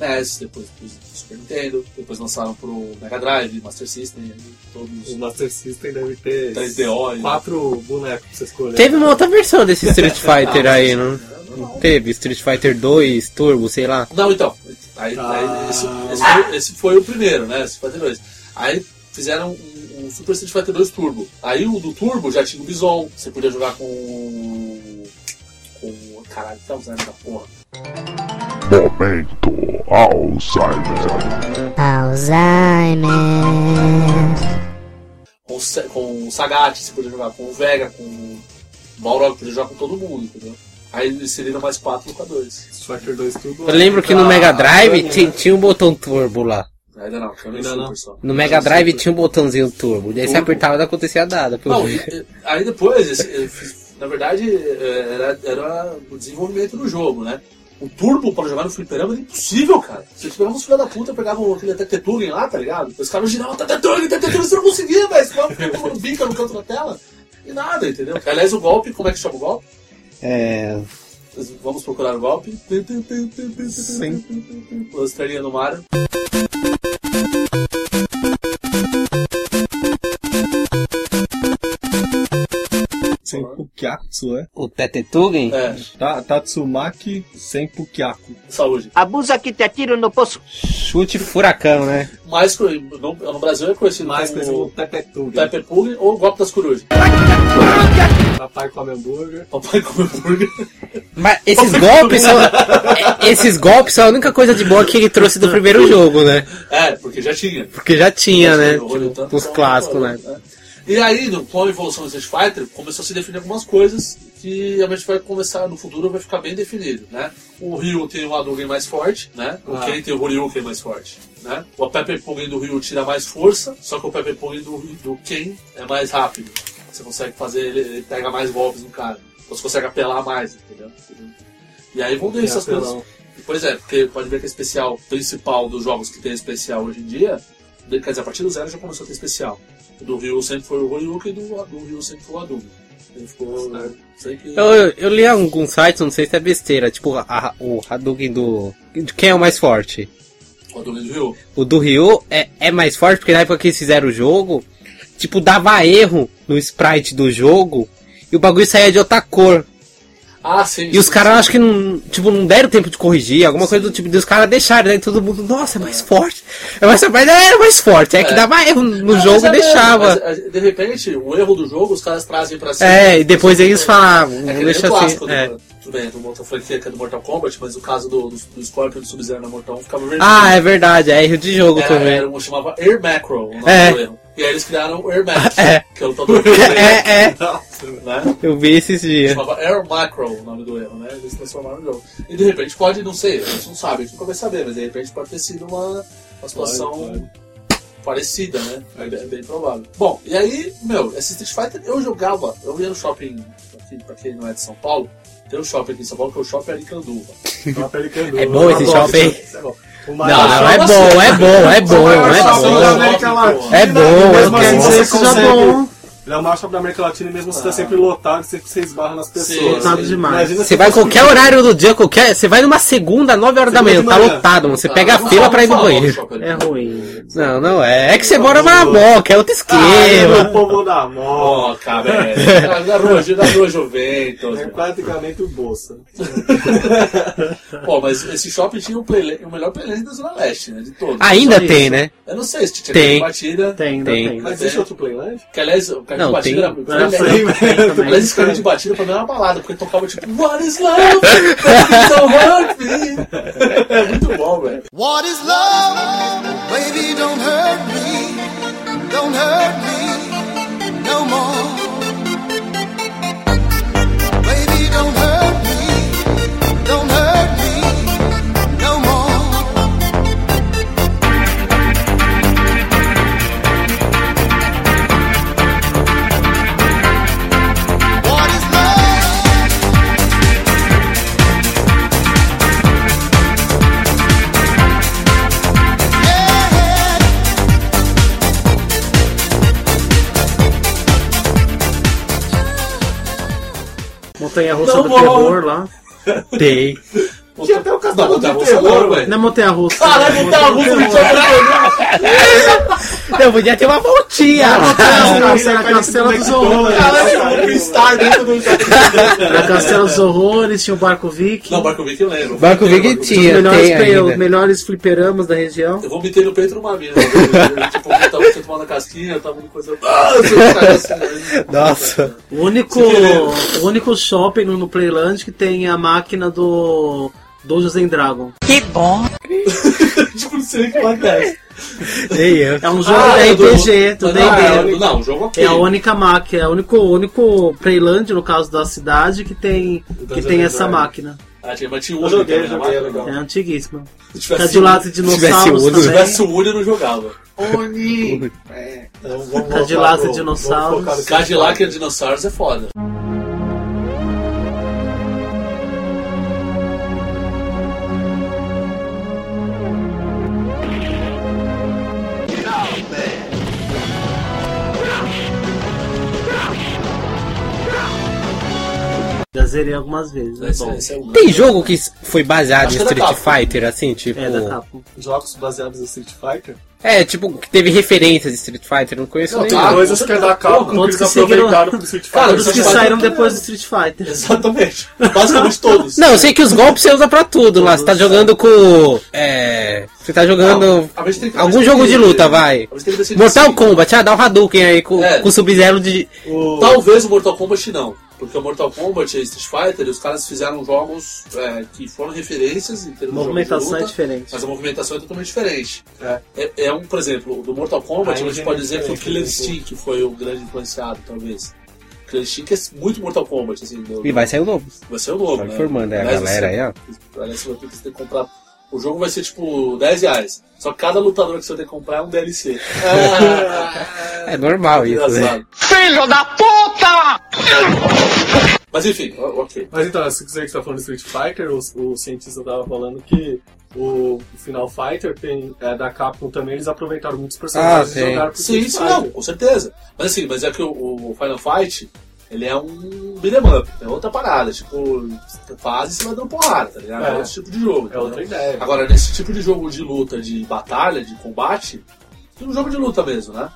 Speaker 1: NES, depois pro Super Nintendo, depois lançaram para o Mega Drive, Master System, né, todos.
Speaker 5: O Master System deve ter
Speaker 1: 3DO, né?
Speaker 5: quatro bonecos pra você escolher.
Speaker 3: Teve um- uma outra versão desse Street Fighter
Speaker 1: Ah,
Speaker 3: aí,
Speaker 1: mas-
Speaker 3: não? Não Teve Street Fighter 2, Turbo, sei lá.
Speaker 1: Não, então. Aí,
Speaker 5: Ah.
Speaker 1: aí esse, esse foi, esse foi o primeiro, né? Street Fighter 2. Aí fizeram um, um Super Street Fighter 2 Turbo. Aí o do Turbo já tinha o Bison. Você podia jogar com. o- Com. o- Caralho, tá usando essa porra.
Speaker 7: Momento Alzheimer.
Speaker 10: Alzheimer.
Speaker 1: Com, o Sa- com o Sagat, você podia jogar com o Vega, com o Balrog, podia jogar com todo mundo, entendeu? Aí inseriram mais 4 locadores.
Speaker 5: Street Fighter 2 Turbo.
Speaker 3: Eu lembro que no
Speaker 5: Ah,
Speaker 3: Mega Drive
Speaker 5: Dani,
Speaker 3: ti-
Speaker 5: né?
Speaker 3: tinha um botão turbo lá.
Speaker 1: Ainda não, tinha no
Speaker 5: Ainda
Speaker 1: Super
Speaker 5: não.
Speaker 1: só.
Speaker 3: No Mega Drive tinha um botãozinho turbo. Daí você
Speaker 1: Turbo.
Speaker 3: apertava e acontecia nada. Pelo
Speaker 1: Não, e-
Speaker 3: jeito.
Speaker 1: e- aí depois, esse- eh, f- na verdade, eh, era, era o desenvolvimento do jogo, né? O turbo para jogar no fliperama era impossível, cara. Você pegava uns filhos da puta, pegavam aquele Tetetugin lá, tá ligado? Os caras giravam Tetetugin, Tetetugin, tá, você não conseguia, velho. Você ficava com bica no canto da tela e nada, entendeu? Aliás, o golpe, como é que chama o golpe?
Speaker 3: É.
Speaker 1: Vamos procurar o golpe. Sim. Estrelinha no Mario.
Speaker 5: Senpukyatsu, é?
Speaker 3: O Tetetugen?
Speaker 1: É,
Speaker 5: Ta- Tatsumaki Senpukyaku.
Speaker 1: saúde.
Speaker 2: Abusa que te tiro no poço.
Speaker 3: Chute furacão, né?
Speaker 1: Mas co- no, no Brasil é conhecido
Speaker 5: Mais
Speaker 1: como
Speaker 5: conhecido como Tepetuga.
Speaker 1: Pepper Pug ou Golpe das Corujas.
Speaker 5: Papai come hambúrguer.
Speaker 1: Papai come hambúrguer.
Speaker 3: Mas esses golpes são. Esses golpes são a única coisa de boa que ele trouxe do primeiro jogo, né?
Speaker 1: É, porque já tinha.
Speaker 3: Porque já tinha, né?
Speaker 1: Olho,
Speaker 3: Tipo,
Speaker 1: tanto
Speaker 3: os
Speaker 1: que
Speaker 3: clássicos,
Speaker 1: olho,
Speaker 3: né?
Speaker 1: E aí, no plano de evolução do Street Fighter, começou a se definir algumas coisas que a gente vai começar no futuro, vai ficar bem definido, né? O Ryu tem o Hadouken mais forte, né? O
Speaker 5: Ah.
Speaker 1: Ken tem o Horyuken mais forte, né? O Pepper Pug do Ryu tira mais força, só que o Pepper Pug do, do Ken é mais rápido. Você consegue fazer, ele, ele pega mais golpes no cara. Você consegue apelar mais, entendeu? E aí vão ter essas
Speaker 5: apelão.
Speaker 1: coisas. Pois é, porque pode ver que é especial principal dos jogos que tem especial hoje em dia, de- quer dizer, a partir do zero já começou a ter especial. O do Ryu sempre foi o Horyuken e do, do Ryu sempre foi o Hadouken. Ele ficou. né, Sei que.
Speaker 3: Eu, eu li alguns sites, não sei se é besteira, tipo, a- o Hadouken do. de Quem é o mais forte?
Speaker 1: O Hadouken do Ryu.
Speaker 3: O do Ryu é, é mais forte, porque na época que eles fizeram o jogo, tipo, dava erro no sprite do jogo e o bagulho saía de outra cor.
Speaker 1: Ah, sim.
Speaker 3: E os caras acho que não, tipo, não deram tempo de corrigir, alguma coisa do tipo, e os caras deixaram, né? E todo mundo, nossa, é mais forte. É mais, mas era mais forte, é que
Speaker 1: É.
Speaker 3: dava erro no
Speaker 1: Não, mas
Speaker 3: jogo e
Speaker 1: é mesmo,
Speaker 3: deixava.
Speaker 1: mas, é, de repente, o erro do jogo os caras trazem pra cima.
Speaker 3: é, e depois eles falavam,
Speaker 1: É
Speaker 3: não
Speaker 1: que nem o
Speaker 3: deixa assim.
Speaker 1: clássico
Speaker 3: é.
Speaker 1: do, tudo bem, do Mortal franquia que é do Mortal Kombat, mas o caso do, do, do Scorpion e do Sub-Zero no Mortal 1 ficava vermelho.
Speaker 3: Ah, é verdade, é erro de jogo
Speaker 1: Era,
Speaker 3: também.
Speaker 1: era um chamava Air Macro, o nome
Speaker 3: É.
Speaker 1: do erro. E aí eles criaram o Air Max,
Speaker 3: É.
Speaker 1: que é o lutador do
Speaker 3: É, é,
Speaker 5: Nossa, velho.
Speaker 1: né?
Speaker 3: eu vi esses dias.
Speaker 1: Chamava Air Macro o nome do erro, né? Eles transformaram no jogo. E de repente pode, não sei, a gente não sabe, a gente nunca vai saber, mas de repente pode ter sido uma, uma situação
Speaker 5: claro.
Speaker 1: parecida, né? É bem, bem provável. Bom, e aí, meu, esse Street Fighter eu jogava, eu ia no shopping, aqui, pra quem não é de São Paulo, tem um shopping aqui em São Paulo que é o Shopping Aricanduva.
Speaker 5: Papai ele candou.
Speaker 3: É bom esse
Speaker 5: Uma
Speaker 3: shopping, hein?
Speaker 5: bosta. O
Speaker 3: Não,
Speaker 5: maior
Speaker 3: não, é
Speaker 1: só
Speaker 3: bom, é bom, é bom,
Speaker 5: maior
Speaker 3: é
Speaker 5: shopping da
Speaker 3: bom.
Speaker 5: América Latina.
Speaker 3: É bom,
Speaker 5: mesmo
Speaker 3: eu
Speaker 5: assim
Speaker 3: quero
Speaker 5: você
Speaker 3: dizer
Speaker 6: que isso é
Speaker 5: consegue-
Speaker 6: bom.
Speaker 5: Ele é o maior shopping da América Latina e mesmo
Speaker 3: Ah.
Speaker 5: você tá sempre lotado, você, você esbarra nas pessoas.
Speaker 1: Sim, lotado
Speaker 6: demais.
Speaker 5: Imagina
Speaker 3: Você vai
Speaker 5: fosse-
Speaker 3: qualquer horário do dia, qualquer. Você vai numa segunda, 9 horas da
Speaker 5: Segunda
Speaker 3: manhã,
Speaker 5: de
Speaker 3: tá
Speaker 5: manhã.
Speaker 3: lotado, mano. Você pega
Speaker 1: Ah,
Speaker 3: a
Speaker 1: não
Speaker 3: fila
Speaker 1: fala-
Speaker 3: pra ir
Speaker 1: não
Speaker 3: no
Speaker 1: fala do
Speaker 3: banheiro.
Speaker 1: Shopping
Speaker 6: É
Speaker 1: Aricanduva.
Speaker 6: ruim.
Speaker 3: Não, não é. É que você mora na moca, é outro
Speaker 5: Ah, meu
Speaker 3: esquema.
Speaker 5: povo da mó.
Speaker 1: Ó, cara, é. Da rua, da rua Juventus.
Speaker 5: É praticamente o Bolsa.
Speaker 1: Pô, mas esse shopping tinha o, playlist- o melhor playlist da Zona Leste, né? De todos.
Speaker 3: Ainda
Speaker 1: Só isso.
Speaker 3: tem, né?
Speaker 1: Eu não sei se tinha Cacete
Speaker 3: Tem.
Speaker 1: Batida.
Speaker 6: Tem, ainda
Speaker 3: Tem.
Speaker 6: tem.
Speaker 5: Mas existe outro né? Playland?
Speaker 1: Que aliás, o Cacete
Speaker 3: Não,
Speaker 1: Batida
Speaker 3: tem.
Speaker 1: era.
Speaker 6: Não,
Speaker 5: Ah,
Speaker 1: era-
Speaker 6: sei, velho, também.
Speaker 1: Aliás, esse Cacete Batida pra mim era uma balada, porque tocava tipo What is love? Baby, don't hurt me. É muito bom, velho.
Speaker 10: What is love? Baby, don't hurt me. Don't hurt me no more. Baby, don't hurt me. Don't hurt me no more. What is love? Yeah.
Speaker 6: Montanha Russa
Speaker 1: Não,
Speaker 6: do
Speaker 1: bom.
Speaker 6: Terror lá.
Speaker 3: Tem.
Speaker 5: Tinha até o Castelo
Speaker 1: Não,
Speaker 5: do
Speaker 1: tá
Speaker 5: Terror,
Speaker 1: terror,
Speaker 5: velho.
Speaker 1: velho.
Speaker 6: Não é Montanha Russa.
Speaker 3: Ah,
Speaker 1: Caralho,
Speaker 3: um
Speaker 1: não tá ruim, não
Speaker 3: Não, podia ter uma voltinha.
Speaker 6: Era é a Castela
Speaker 5: tipo
Speaker 6: dos Horrores.
Speaker 5: Caralho, o Star dentro do
Speaker 6: Era a Castela dos Horrores, tinha o Barco Viking.
Speaker 1: Não, Barco Vic eu lembro.
Speaker 3: Barco
Speaker 1: Tem,
Speaker 3: Vic
Speaker 1: Vic.
Speaker 6: Os
Speaker 3: tinha,
Speaker 6: melhores, né?
Speaker 3: tem
Speaker 6: pe- os
Speaker 3: ainda.
Speaker 6: melhores fliperamas da região.
Speaker 1: Eu vou meter no peito numa mina. velho. Tipo, eu tava eu tomando casquinha, eu tava coisa. Ah, eu sou um cara assim, velho.
Speaker 3: Nossa.
Speaker 6: O único,
Speaker 1: né?
Speaker 6: o único shopping no no Playland que tem a máquina do Dungeons and Dragon.
Speaker 1: Tipo, não sei o que acontece.
Speaker 3: Nem eu.
Speaker 6: É um jogo
Speaker 1: Ah,
Speaker 6: da
Speaker 1: é do-
Speaker 6: RPG, do
Speaker 1: Mas não, é,
Speaker 6: D&D.
Speaker 1: Não, o jogo ok.
Speaker 6: É a única máquina, é o único, o único Playland, no caso da cidade, que tem, que
Speaker 5: Dungeons
Speaker 6: tem
Speaker 5: and
Speaker 6: essa
Speaker 5: Dragons.
Speaker 6: máquina.
Speaker 1: Ah, tinha, mas tinha
Speaker 5: Eu
Speaker 1: Uno
Speaker 5: joguei,
Speaker 1: também,
Speaker 5: joguei,
Speaker 1: né?
Speaker 5: é legal.
Speaker 6: É antiguíssima.
Speaker 1: Se
Speaker 6: Tá
Speaker 1: tivesse
Speaker 6: de lado de
Speaker 3: tivesse
Speaker 6: dinossauros
Speaker 3: olho,
Speaker 1: Se
Speaker 6: também.
Speaker 1: tivesse o Uno, eu não jogava. Oni!
Speaker 5: Então, vamos
Speaker 6: Cadillac
Speaker 5: voltar pro-
Speaker 6: dinossauros.
Speaker 5: vamos focar no
Speaker 1: Cadillac e dinossauros é foda.
Speaker 6: Já zerei algumas vezes, é
Speaker 1: Esse,
Speaker 6: bom.
Speaker 1: esse é o
Speaker 3: Tem jogo que foi baseado
Speaker 1: Acho que
Speaker 3: em
Speaker 1: é da
Speaker 3: Street
Speaker 1: Capcom.
Speaker 3: Fighter, assim, tipo.
Speaker 6: É da Capcom.
Speaker 5: Jogos baseados em Street Fighter.
Speaker 3: É, tipo, que teve referências de Street Fighter, não conheço nenhum.
Speaker 1: tá.
Speaker 5: Coisas que é da Capcom que
Speaker 6: Todos
Speaker 5: eles
Speaker 6: que seguiram-
Speaker 5: aproveitaram pro Street
Speaker 1: Cara,
Speaker 5: Fighter.
Speaker 6: Todos que
Speaker 1: Street Fighter
Speaker 6: saíram
Speaker 1: também.
Speaker 6: depois do Street Fighter.
Speaker 1: Exatamente. Basicamente todos.
Speaker 3: Não, eu sei que os golpes você usa pra tudo lá. Você tá jogando com. É. Você tá jogando.
Speaker 1: a gente tem que- a gente
Speaker 3: algum
Speaker 1: tem
Speaker 3: jogo
Speaker 1: que-
Speaker 3: de luta, vai.
Speaker 1: a gente tem que decidir
Speaker 3: Mortal
Speaker 1: assim.
Speaker 3: Kombat, ah, dá o Hadouken aí com,
Speaker 1: É.
Speaker 3: com o Sub-Zero de.
Speaker 5: O-
Speaker 1: Talvez o Mortal Kombat não. Porque o Mortal Kombat e Street Fighter, os caras fizeram jogos é, que foram referências em termos de,
Speaker 6: Movimentação é
Speaker 1: jogos de luta,
Speaker 6: diferente.
Speaker 1: mas a movimentação é totalmente diferente. É, é um, por exemplo, do Mortal Kombat,
Speaker 5: Aí
Speaker 1: a gente
Speaker 5: já
Speaker 1: pode
Speaker 5: é
Speaker 1: dizer que o
Speaker 5: diferente,
Speaker 1: Killer
Speaker 5: né?
Speaker 1: Instinct foi o grande influenciado, talvez. Killer Instinct é muito Mortal Kombat, assim. do-
Speaker 3: E vai sair o novo.
Speaker 1: Vai ser o novo,
Speaker 3: Tá
Speaker 1: né?
Speaker 3: informando aí a
Speaker 1: Aliás,
Speaker 3: galera
Speaker 1: você-
Speaker 3: aí, ó.
Speaker 1: Aliás, você vai ter que você tem que comprar. O jogo vai ser tipo 10 reais. Só que cada lutador que você vai ter que comprar é um DLC. Ah,
Speaker 3: É normal isso, né?
Speaker 1: engraçado. Mas enfim, o- ok.
Speaker 5: Mas então, se quiser que você tá falando de Street Fighter, o, o cientista tava falando que o, o Final Fighter tem, é, da Capcom também, eles aproveitaram muitos personagens
Speaker 3: Ah,
Speaker 5: e
Speaker 3: tem.
Speaker 5: jogaram pro
Speaker 1: Sim,
Speaker 5: Street
Speaker 1: isso
Speaker 5: Fighter.
Speaker 1: não, com certeza. Mas assim, mas é que o, o Final Fight, ele é um beat'em up, é outra parada. Tipo, fase você vai dando porrada, tá ligado? É,
Speaker 5: É.
Speaker 1: outro tipo de jogo.
Speaker 5: É outra
Speaker 1: entendeu?
Speaker 5: ideia.
Speaker 1: Agora, nesse tipo de jogo de luta, de batalha, de combate, é um jogo de luta mesmo, né?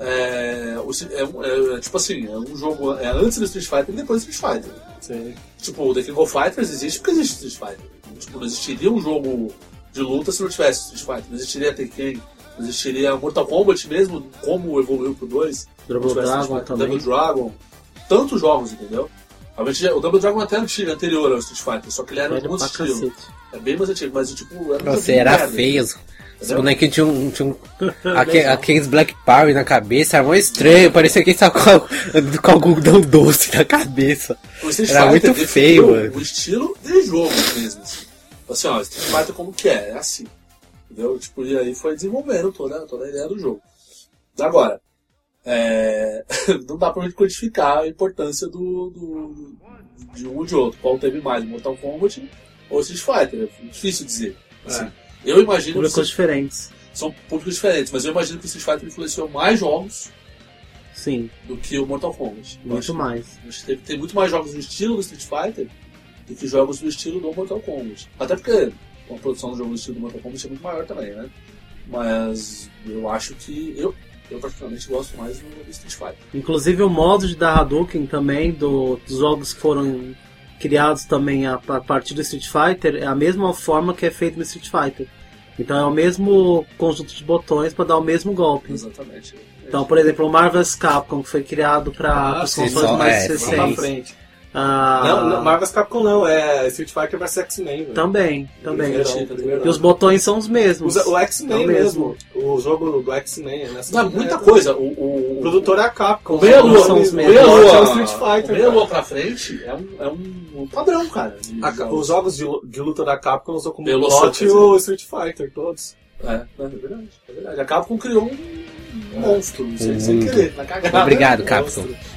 Speaker 1: É, o se- é um- é- é tipo assim, é um jogo é antes do Street Fighter e depois do Street Fighter.
Speaker 5: Sim.
Speaker 1: Tipo, o The King of Fighters existe porque existe Street Fighter. Tipo, não existiria um jogo de luta se não tivesse Street Fighter. Não existiria Tekken, não existiria Mortal Kombat mesmo, como evoluiu pro 2.
Speaker 6: Double
Speaker 1: se não tivesse
Speaker 6: Dragon
Speaker 1: Street Fighter.
Speaker 6: também.
Speaker 1: Double Dragon. Tantos jogos, entendeu? Realmente, o Double Dragon até antigo, anterior ao Street Fighter, só que ele era
Speaker 6: Velho
Speaker 1: um outro
Speaker 6: pra
Speaker 1: estilo.
Speaker 6: cacete.
Speaker 1: É bem mais antigo, mas tipo... Era um
Speaker 3: Nossa,
Speaker 1: jogo de
Speaker 3: era
Speaker 1: merda,
Speaker 3: feio. Os
Speaker 1: entendeu?
Speaker 3: bonequinhos tinham um, tinha um aque- aqueles Black Power na cabeça, era mó estranho, parecia que estava com, al- com algodão doce na cabeça.
Speaker 1: O Street Fighter
Speaker 3: Era muito
Speaker 1: definiu
Speaker 3: feio, mano.
Speaker 1: O estilo de jogo mesmo. Assim, Assim, ó, Street Fighter como que é, é assim. Entendeu? Tipo, e aí foi desenvolvendo toda, toda a ideia do jogo. Agora, é, não dá pra gente quantificar a importância do, do- de um ou de outro. Qual teve mais, Mortal Kombat ou Street Fighter? É difícil dizer. Assim, Eu imagino que
Speaker 6: É. Públicos
Speaker 1: são,
Speaker 6: diferentes.
Speaker 1: são públicos diferentes, mas eu imagino que o Street Fighter influenciou mais jogos
Speaker 6: Sim,
Speaker 1: do que o Mortal Kombat. Eu acho que-
Speaker 6: muito mais.
Speaker 1: a gente Tem, tem muito mais jogos no estilo do Street Fighter do que jogos do estilo do Mortal Kombat. Até porque a produção do jogo do estilo do Mortal Kombat é muito maior também, né? Mas eu acho que. Eu, eu particularmente gosto mais do do Street Fighter.
Speaker 6: Inclusive o modo de dar Hadouken também, do, dos jogos que foram criados também a, a partir do Street Fighter, é a mesma forma que é feito no Street Fighter. Então é o mesmo conjunto de botões para dar o mesmo
Speaker 5: Hum.
Speaker 6: golpe.
Speaker 1: Exatamente.
Speaker 6: Então, por exemplo, o Marvel's Capcom, que foi criado para os
Speaker 3: sim,
Speaker 6: consoles
Speaker 3: só-
Speaker 6: mais
Speaker 3: é,
Speaker 5: Vamos pra
Speaker 3: Seis.
Speaker 6: recentes.
Speaker 5: frente.
Speaker 6: Ah,
Speaker 5: Não, não, Marvel's Capcom não, é Street Fighter vs X-Men. velho.
Speaker 6: também, também.
Speaker 5: Primeirão, primeirão.
Speaker 6: E os botões são os mesmos.
Speaker 5: Os- o X-Men
Speaker 6: É o
Speaker 5: mesmo.
Speaker 6: mesmo.
Speaker 5: O jogo do X-Men. é nessa
Speaker 1: Não, é
Speaker 5: linha,
Speaker 1: muita
Speaker 5: né?
Speaker 1: coisa. O, o,
Speaker 5: O produtor é a Capcom.
Speaker 1: o Meia
Speaker 5: Não
Speaker 1: Lua,
Speaker 5: são os
Speaker 1: o
Speaker 5: mesmos.
Speaker 1: Meia
Speaker 5: Não,
Speaker 1: Lua,
Speaker 5: é o Street Fighter.
Speaker 1: o Meia
Speaker 5: cara.
Speaker 1: Lua pra frente é um, é um, um padrão, cara. de
Speaker 5: A-
Speaker 1: jogos.
Speaker 5: os jogos de, lu- de luta da Capcom usam como
Speaker 1: Meia Lua
Speaker 5: plot
Speaker 1: só, quer
Speaker 5: o Street Fighter, todos.
Speaker 1: É, é verdade, é verdade. A Capcom criou um monstro, sem, sem querer, na cagada.
Speaker 3: Obrigado,
Speaker 1: Um
Speaker 5: É
Speaker 3: Capcom.
Speaker 1: monstro.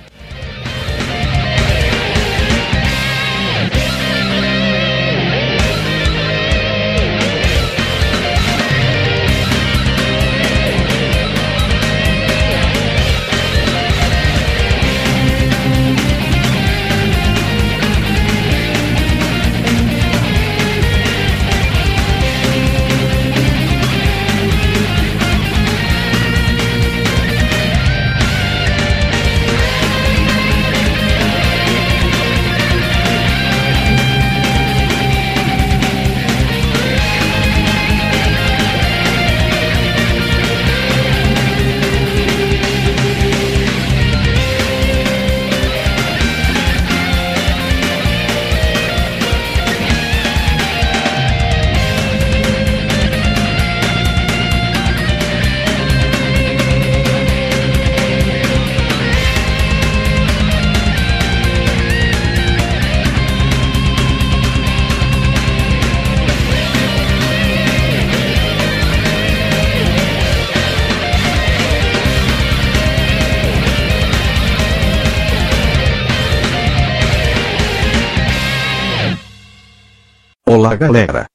Speaker 7: Olá galera.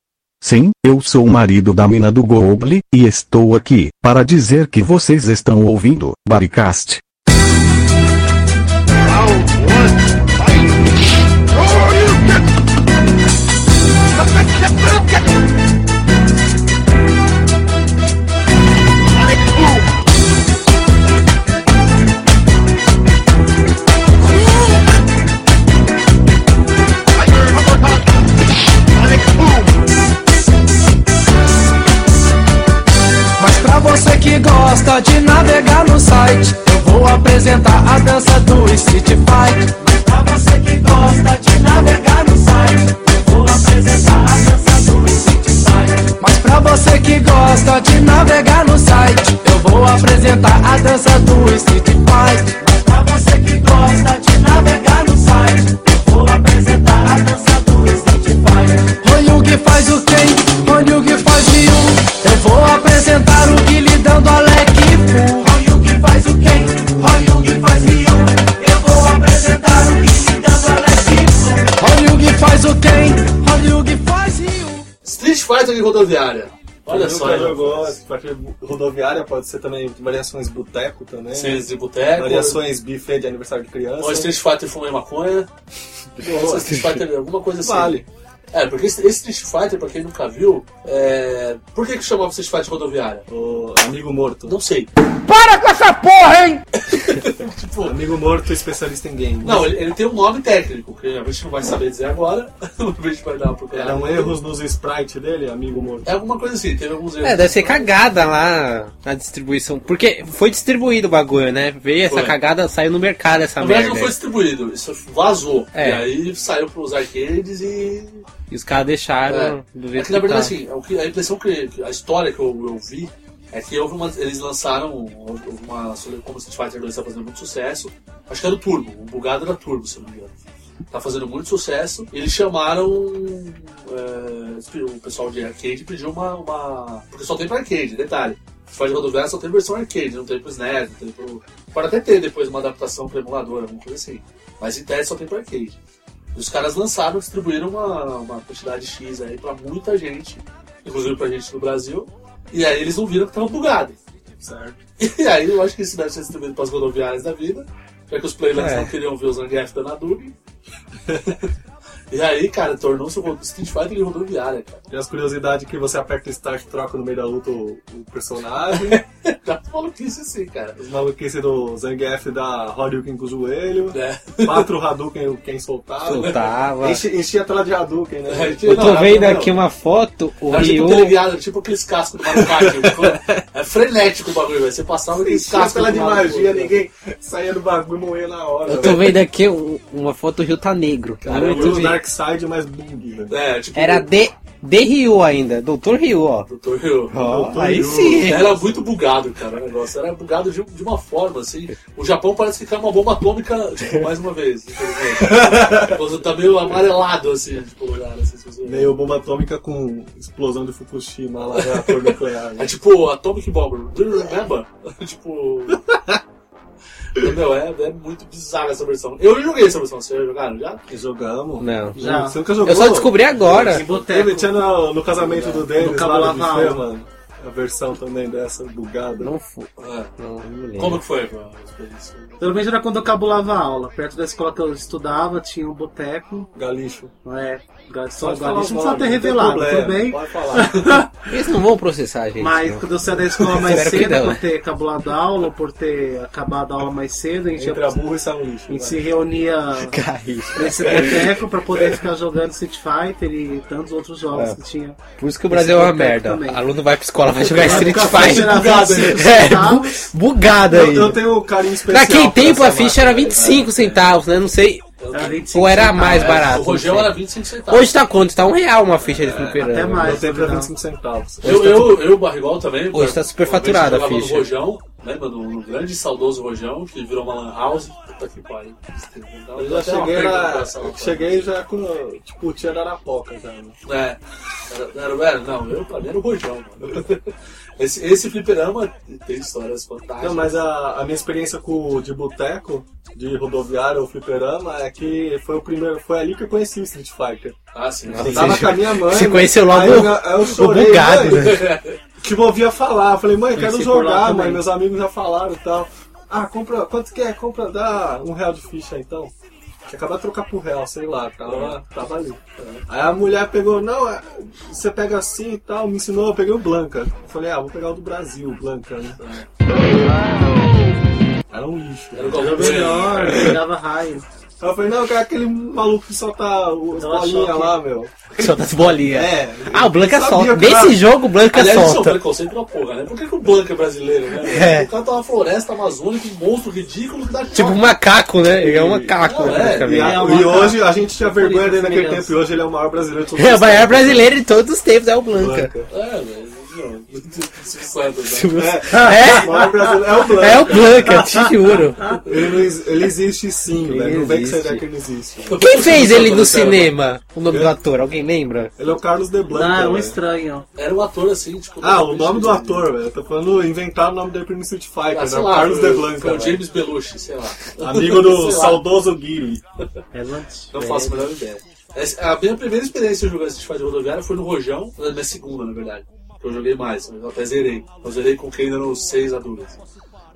Speaker 7: Sim, eu sou o marido da mina do Google e estou aqui para dizer que vocês estão ouvindo Baricast.
Speaker 2: Mas pra você que gosta de navegar no site, eu vou apresentar a dança do Street Fight. Mas pra você
Speaker 4: que gosta de navegar no site, vou apresentar a dança do Street Fighter. Mas pra você que gosta de navegar no site, eu vou apresentar a dança do Street Fighter. Mas pra você que gosta de navegar no site, eu vou apresentar a dança do Street Fighter. Oi, que faz o Ken, Oi, que faz o Ryu. Eu vou apresentar o Guile dando a leque full. Oi, que faz o Ken, Oi, que faz o Ryu. Eu vou apresentar o Guile dando a leque full. Oi, que faz o Ken, Oi, que faz o Ryu.
Speaker 1: Street Fighter de rodoviária. Olha só,
Speaker 5: Nunca
Speaker 1: hein,
Speaker 5: jogou
Speaker 1: rapaz.
Speaker 5: partida rodoviária, pode ser também variações boteco também.
Speaker 1: Cenas de
Speaker 5: É
Speaker 1: boteco.
Speaker 5: Variações buffet de aniversário de criança.
Speaker 1: Ou Street Fighter fumei maconha. Ou Street Fighter, alguma coisa assim.
Speaker 5: Vale.
Speaker 1: É, porque esse esse Street Fighter, pra quem nunca viu, é... por que, que chamava Street Fighter rodoviária?
Speaker 5: O amigo morto.
Speaker 1: Não sei.
Speaker 2: Para com essa porra, hein?
Speaker 1: Tipo,
Speaker 5: Amigo morto especialista em games.
Speaker 1: não, ele, ele tem um nome técnico, que a gente não vai saber dizer agora. a gente vai dar uma procurada.
Speaker 5: Eram erros nos sprites dele, amigo morto.
Speaker 1: É alguma coisa assim, teve alguns erros.
Speaker 3: É, deve ser cagada lá a distribuição. Porque foi distribuído o bagulho, né? Veio essa
Speaker 1: Foi.
Speaker 3: cagada, saiu no mercado essa
Speaker 1: Na verdade,
Speaker 3: merda.
Speaker 1: não foi distribuído, isso vazou.
Speaker 3: É.
Speaker 1: E aí saiu pros arcades e
Speaker 3: E os caras deixaram do
Speaker 1: É. É
Speaker 3: jeito
Speaker 1: que na
Speaker 3: que tá.
Speaker 1: verdade, assim, é o que- a impressão que. que A história que eu, eu vi é que houve uma- eles lançaram um, uma. Como Street Fighter 2 está fazendo muito sucesso. Acho que era o Turbo, o bugado era Turbo, se eu não me engano. Tá fazendo muito sucesso. Eles chamaram é, o pessoal de arcade e pediu uma, uma- Porque só tem pra arcade, detalhe. Street Fighter rodoviária só tem versão arcade, não tem pro SNES, não tem pro. Pode até ter depois uma adaptação pra emulador, alguma coisa assim. Mas em tese só tem pra arcade. E os caras lançaram, distribuíram uma, uma quantidade X aí pra muita gente, inclusive pra gente no Brasil, e aí eles não viram que tava bugado.
Speaker 5: Certo.
Speaker 1: E aí eu acho que isso deve ser distribuído pras rodoviárias da vida, já que os playlands
Speaker 3: É.
Speaker 1: não queriam ver os NGF dando a dub. e aí, cara, tornou-se o Street Fighter de rodoviária, cara.
Speaker 5: E as curiosidades que você aperta start e troca no meio da luta o, o personagem.
Speaker 1: Já maluquice assim, cara.
Speaker 5: os maluquice do Zangief da Horyuken com o joelho.
Speaker 1: Né?
Speaker 5: Quatro Hadouken quem soltava.
Speaker 3: Soltava.
Speaker 5: É. Enche- enchia a tela de Hadouken, né?
Speaker 3: Eu tô
Speaker 5: Não,
Speaker 3: vendo
Speaker 5: não, não.
Speaker 3: aqui uma foto, o
Speaker 1: Era tipo
Speaker 3: Ryu.
Speaker 1: televiado, tipo aqueles cascos do Mario Kart. tipo, é frenético o bagulho, velho. Você passava aqueles
Speaker 5: Enchia a
Speaker 1: cascos.
Speaker 5: tela de
Speaker 1: do Mario
Speaker 5: magia,
Speaker 1: Kart.
Speaker 5: ninguém saía do bagulho e morria na hora.
Speaker 3: Eu tô vendo aqui um- uma foto, o Ryu tá negro.
Speaker 5: Era
Speaker 3: Muito
Speaker 5: o tá
Speaker 3: bem.
Speaker 5: Dark Side mais bug, né?
Speaker 1: É, tipo,
Speaker 3: Era de, de Ryu ainda, Doutor Ryu, ó.
Speaker 1: Doutor Hill.
Speaker 3: Ó,
Speaker 5: Doutor
Speaker 3: aí
Speaker 5: Ryu.
Speaker 3: sim.
Speaker 1: Era muito bugado, cara, o negócio. Era bugado de, de uma forma, assim. O Japão parece que caiu uma bomba atômica, tipo, mais uma vez. infelizmente. Mas tá meio amarelado, assim, tipo, o lugar, assim, se você-
Speaker 5: Meio bomba atômica com explosão de Fukushima lá, reator nuclear.
Speaker 1: É
Speaker 5: Né?
Speaker 1: tipo Atomic Bomber. Do you remember? tipo. Entendeu? É, é muito bizarra essa versão. Eu joguei essa versão, vocês já jogaram já?
Speaker 5: Jogamos?
Speaker 3: Não.
Speaker 5: Já. Você nunca jogou?
Speaker 3: Eu só descobri agora.
Speaker 6: Em boteco.
Speaker 5: Ele tinha no, no casamento do Dennis
Speaker 6: Nunca
Speaker 5: lá no
Speaker 6: rolava
Speaker 5: buffet,
Speaker 6: aula.
Speaker 5: mano. A versão também dessa, bugada.
Speaker 3: Não fui.
Speaker 1: É.
Speaker 3: Não, não lembro.
Speaker 1: Como que foi a experiência?
Speaker 6: Pelo menos era quando eu cabulava a aula. Perto da escola que eu estudava, tinha um boteco.
Speaker 5: Galixo.
Speaker 6: É, só
Speaker 5: Pode falar
Speaker 6: agora. Isso
Speaker 5: o
Speaker 6: não
Speaker 5: nome,
Speaker 6: precisa ter
Speaker 5: não tem
Speaker 6: revelado,
Speaker 5: problema,
Speaker 6: tudo bem.
Speaker 5: Pode falar.
Speaker 3: Eles não vão processar a gente.
Speaker 6: Mas
Speaker 3: não.
Speaker 6: quando eu saí da escola mais
Speaker 3: Então, Espero que
Speaker 6: cedo,
Speaker 3: não.
Speaker 6: por ter cabulado a aula, por ter acabado a aula mais cedo, a gente,
Speaker 5: Entre a burra e sai um lixo.
Speaker 6: a gente
Speaker 5: vai.
Speaker 6: se reunia
Speaker 3: Cai.
Speaker 6: nesse boteco pra poder ficar jogando Street Fighter e tantos outros jogos
Speaker 3: É.
Speaker 6: que tinha.
Speaker 3: Por isso que o Brasil é
Speaker 6: Esse
Speaker 3: uma
Speaker 6: boteco
Speaker 3: merda.
Speaker 6: também.
Speaker 3: Aluno vai pra escola, vai jogar
Speaker 6: Na assim, tá?
Speaker 3: Street
Speaker 6: época, a ficha
Speaker 1: Bugado.
Speaker 3: Fighter.
Speaker 6: era 25 centavos.
Speaker 3: É, bugada
Speaker 5: Eu,
Speaker 3: aí.
Speaker 5: eu tenho um carinho especial.
Speaker 3: Naquele
Speaker 5: por
Speaker 3: tempo
Speaker 5: essa
Speaker 3: a
Speaker 5: marca,
Speaker 3: ficha era 25 centavos, né? Não sei.
Speaker 6: Era 25
Speaker 3: Ou era
Speaker 6: centavos.
Speaker 3: mais
Speaker 1: É, Ah, o é
Speaker 3: barato. não sei.
Speaker 1: Rogel era 25 centavos.
Speaker 3: Hoje tá quanto? Tá um real uma ficha de fliperama.
Speaker 6: até
Speaker 5: né?
Speaker 6: mais.
Speaker 5: Meu tempo era
Speaker 6: Não.
Speaker 5: 25 centavos.
Speaker 1: Eu, eu, eu, Barrigol também.
Speaker 3: tá Hoje tá super faturada a
Speaker 1: jogava
Speaker 3: ficha.
Speaker 1: No Rojão, lembra? No, no grande e saudoso Rojão, que virou uma lan house. Puta que pariu.
Speaker 5: Eu já cheguei, na, cheguei já com, tipo, o tia da Arapoca já. né?
Speaker 1: É. Era, era, era, não, eu pra mim era o Rojão, mano. Esse, esse fliperama tem histórias fantásticas.
Speaker 5: Não, mas a, a minha experiência com, o de boteco, de rodoviária ou fliperama, é que foi o primeiro, foi ali que eu conheci o Street Fighter.
Speaker 1: Ah, sim.
Speaker 5: Eu tava com a minha mãe. né?
Speaker 3: Você conheceu logo
Speaker 5: aí eu, eu
Speaker 3: o
Speaker 5: chorei,
Speaker 3: bugado,
Speaker 5: mãe,
Speaker 3: né?
Speaker 5: Tipo, eu ouvia falar. Eu falei, mãe, quero
Speaker 6: Conheci por lá
Speaker 5: jogar,
Speaker 6: também.
Speaker 5: mãe. Meus amigos já falaram e tal. Ah, compra, quanto que é? Compra, dá um real de ficha então. Que acaba de trocar por real, sei lá, tava,
Speaker 3: É.
Speaker 5: tava ali. Aí a mulher pegou, não, é, você pega assim e tal, me ensinou, eu peguei o Blanca. Eu falei, ah, vou pegar o do Brasil, o Blanca, né? Era um lixo.
Speaker 1: Era o Galvão
Speaker 6: Melhor, tirava raio.
Speaker 5: né? Aí eu falei, não, cara, aquele maluco que solta o- as
Speaker 6: Dá uma
Speaker 5: bolinhas
Speaker 6: choque.
Speaker 5: lá, meu.
Speaker 3: Solta as bolinhas.
Speaker 5: É.
Speaker 3: Ah, o Blanca
Speaker 5: Sabia
Speaker 3: solta.
Speaker 5: que
Speaker 3: Nesse
Speaker 5: era-
Speaker 3: jogo, o Blanca
Speaker 1: Aliás, isso é um
Speaker 3: solta.
Speaker 1: preconceito da porra, né? Por que, que o Blanca é brasileiro, né?
Speaker 3: É.
Speaker 1: O cara tá numa floresta amazônica, um monstro ridículo que dá
Speaker 3: Tipo um macaco, né? Ele é um macaco,
Speaker 1: Não, é,
Speaker 5: E,
Speaker 3: basicamente.
Speaker 5: a-
Speaker 6: É uma
Speaker 5: e
Speaker 6: cara-
Speaker 5: hoje a gente tinha vergonha dele naquele
Speaker 6: semelhança.
Speaker 5: tempo e hoje ele é o maior brasileiro de todos
Speaker 3: É, o
Speaker 5: os
Speaker 3: maior
Speaker 5: tempos.
Speaker 3: brasileiro de todos os tempos é o Blanca.
Speaker 5: Blanca.
Speaker 1: É, velho. não, Silvio Santos, né?
Speaker 3: Silvio Santos.
Speaker 5: O maior brasileiro é o
Speaker 3: É,
Speaker 5: Blanca.
Speaker 3: é o Blanca, te juro.
Speaker 5: Ele, não ex- ele existe sim, velho. Não vem que você
Speaker 3: existe.
Speaker 5: dá que ele existe.
Speaker 3: Quem fez ele no
Speaker 1: Era-
Speaker 3: cinema? O nome do
Speaker 5: Eu?
Speaker 3: ator, alguém lembra?
Speaker 5: Ele é o Carlos de Blanca.
Speaker 6: Ah, era um
Speaker 5: velho.
Speaker 6: estranho.
Speaker 1: Era um ator assim, tipo.
Speaker 5: Ah, o nome do ator, velho. Eu Tô falando inventar o nome dele pro Street Fighter,
Speaker 1: Ah,
Speaker 5: né?
Speaker 1: sei
Speaker 5: O
Speaker 1: lá,
Speaker 5: Carlos
Speaker 1: foi-
Speaker 5: de
Speaker 1: foi
Speaker 5: Blanca.
Speaker 1: o
Speaker 5: velho.
Speaker 1: James Belushi, sei lá.
Speaker 5: Amigo do
Speaker 1: Sei lá.
Speaker 5: saudoso Guile.
Speaker 6: É antes.
Speaker 1: Não faço a menor ideia. Essa- A minha primeira experiência jogando Street Fighter Rodoviária foi no Rojão, na minha segunda, na verdade. Que eu joguei mais, eu até zerei. Eu zerei com quem ainda não seis adultos.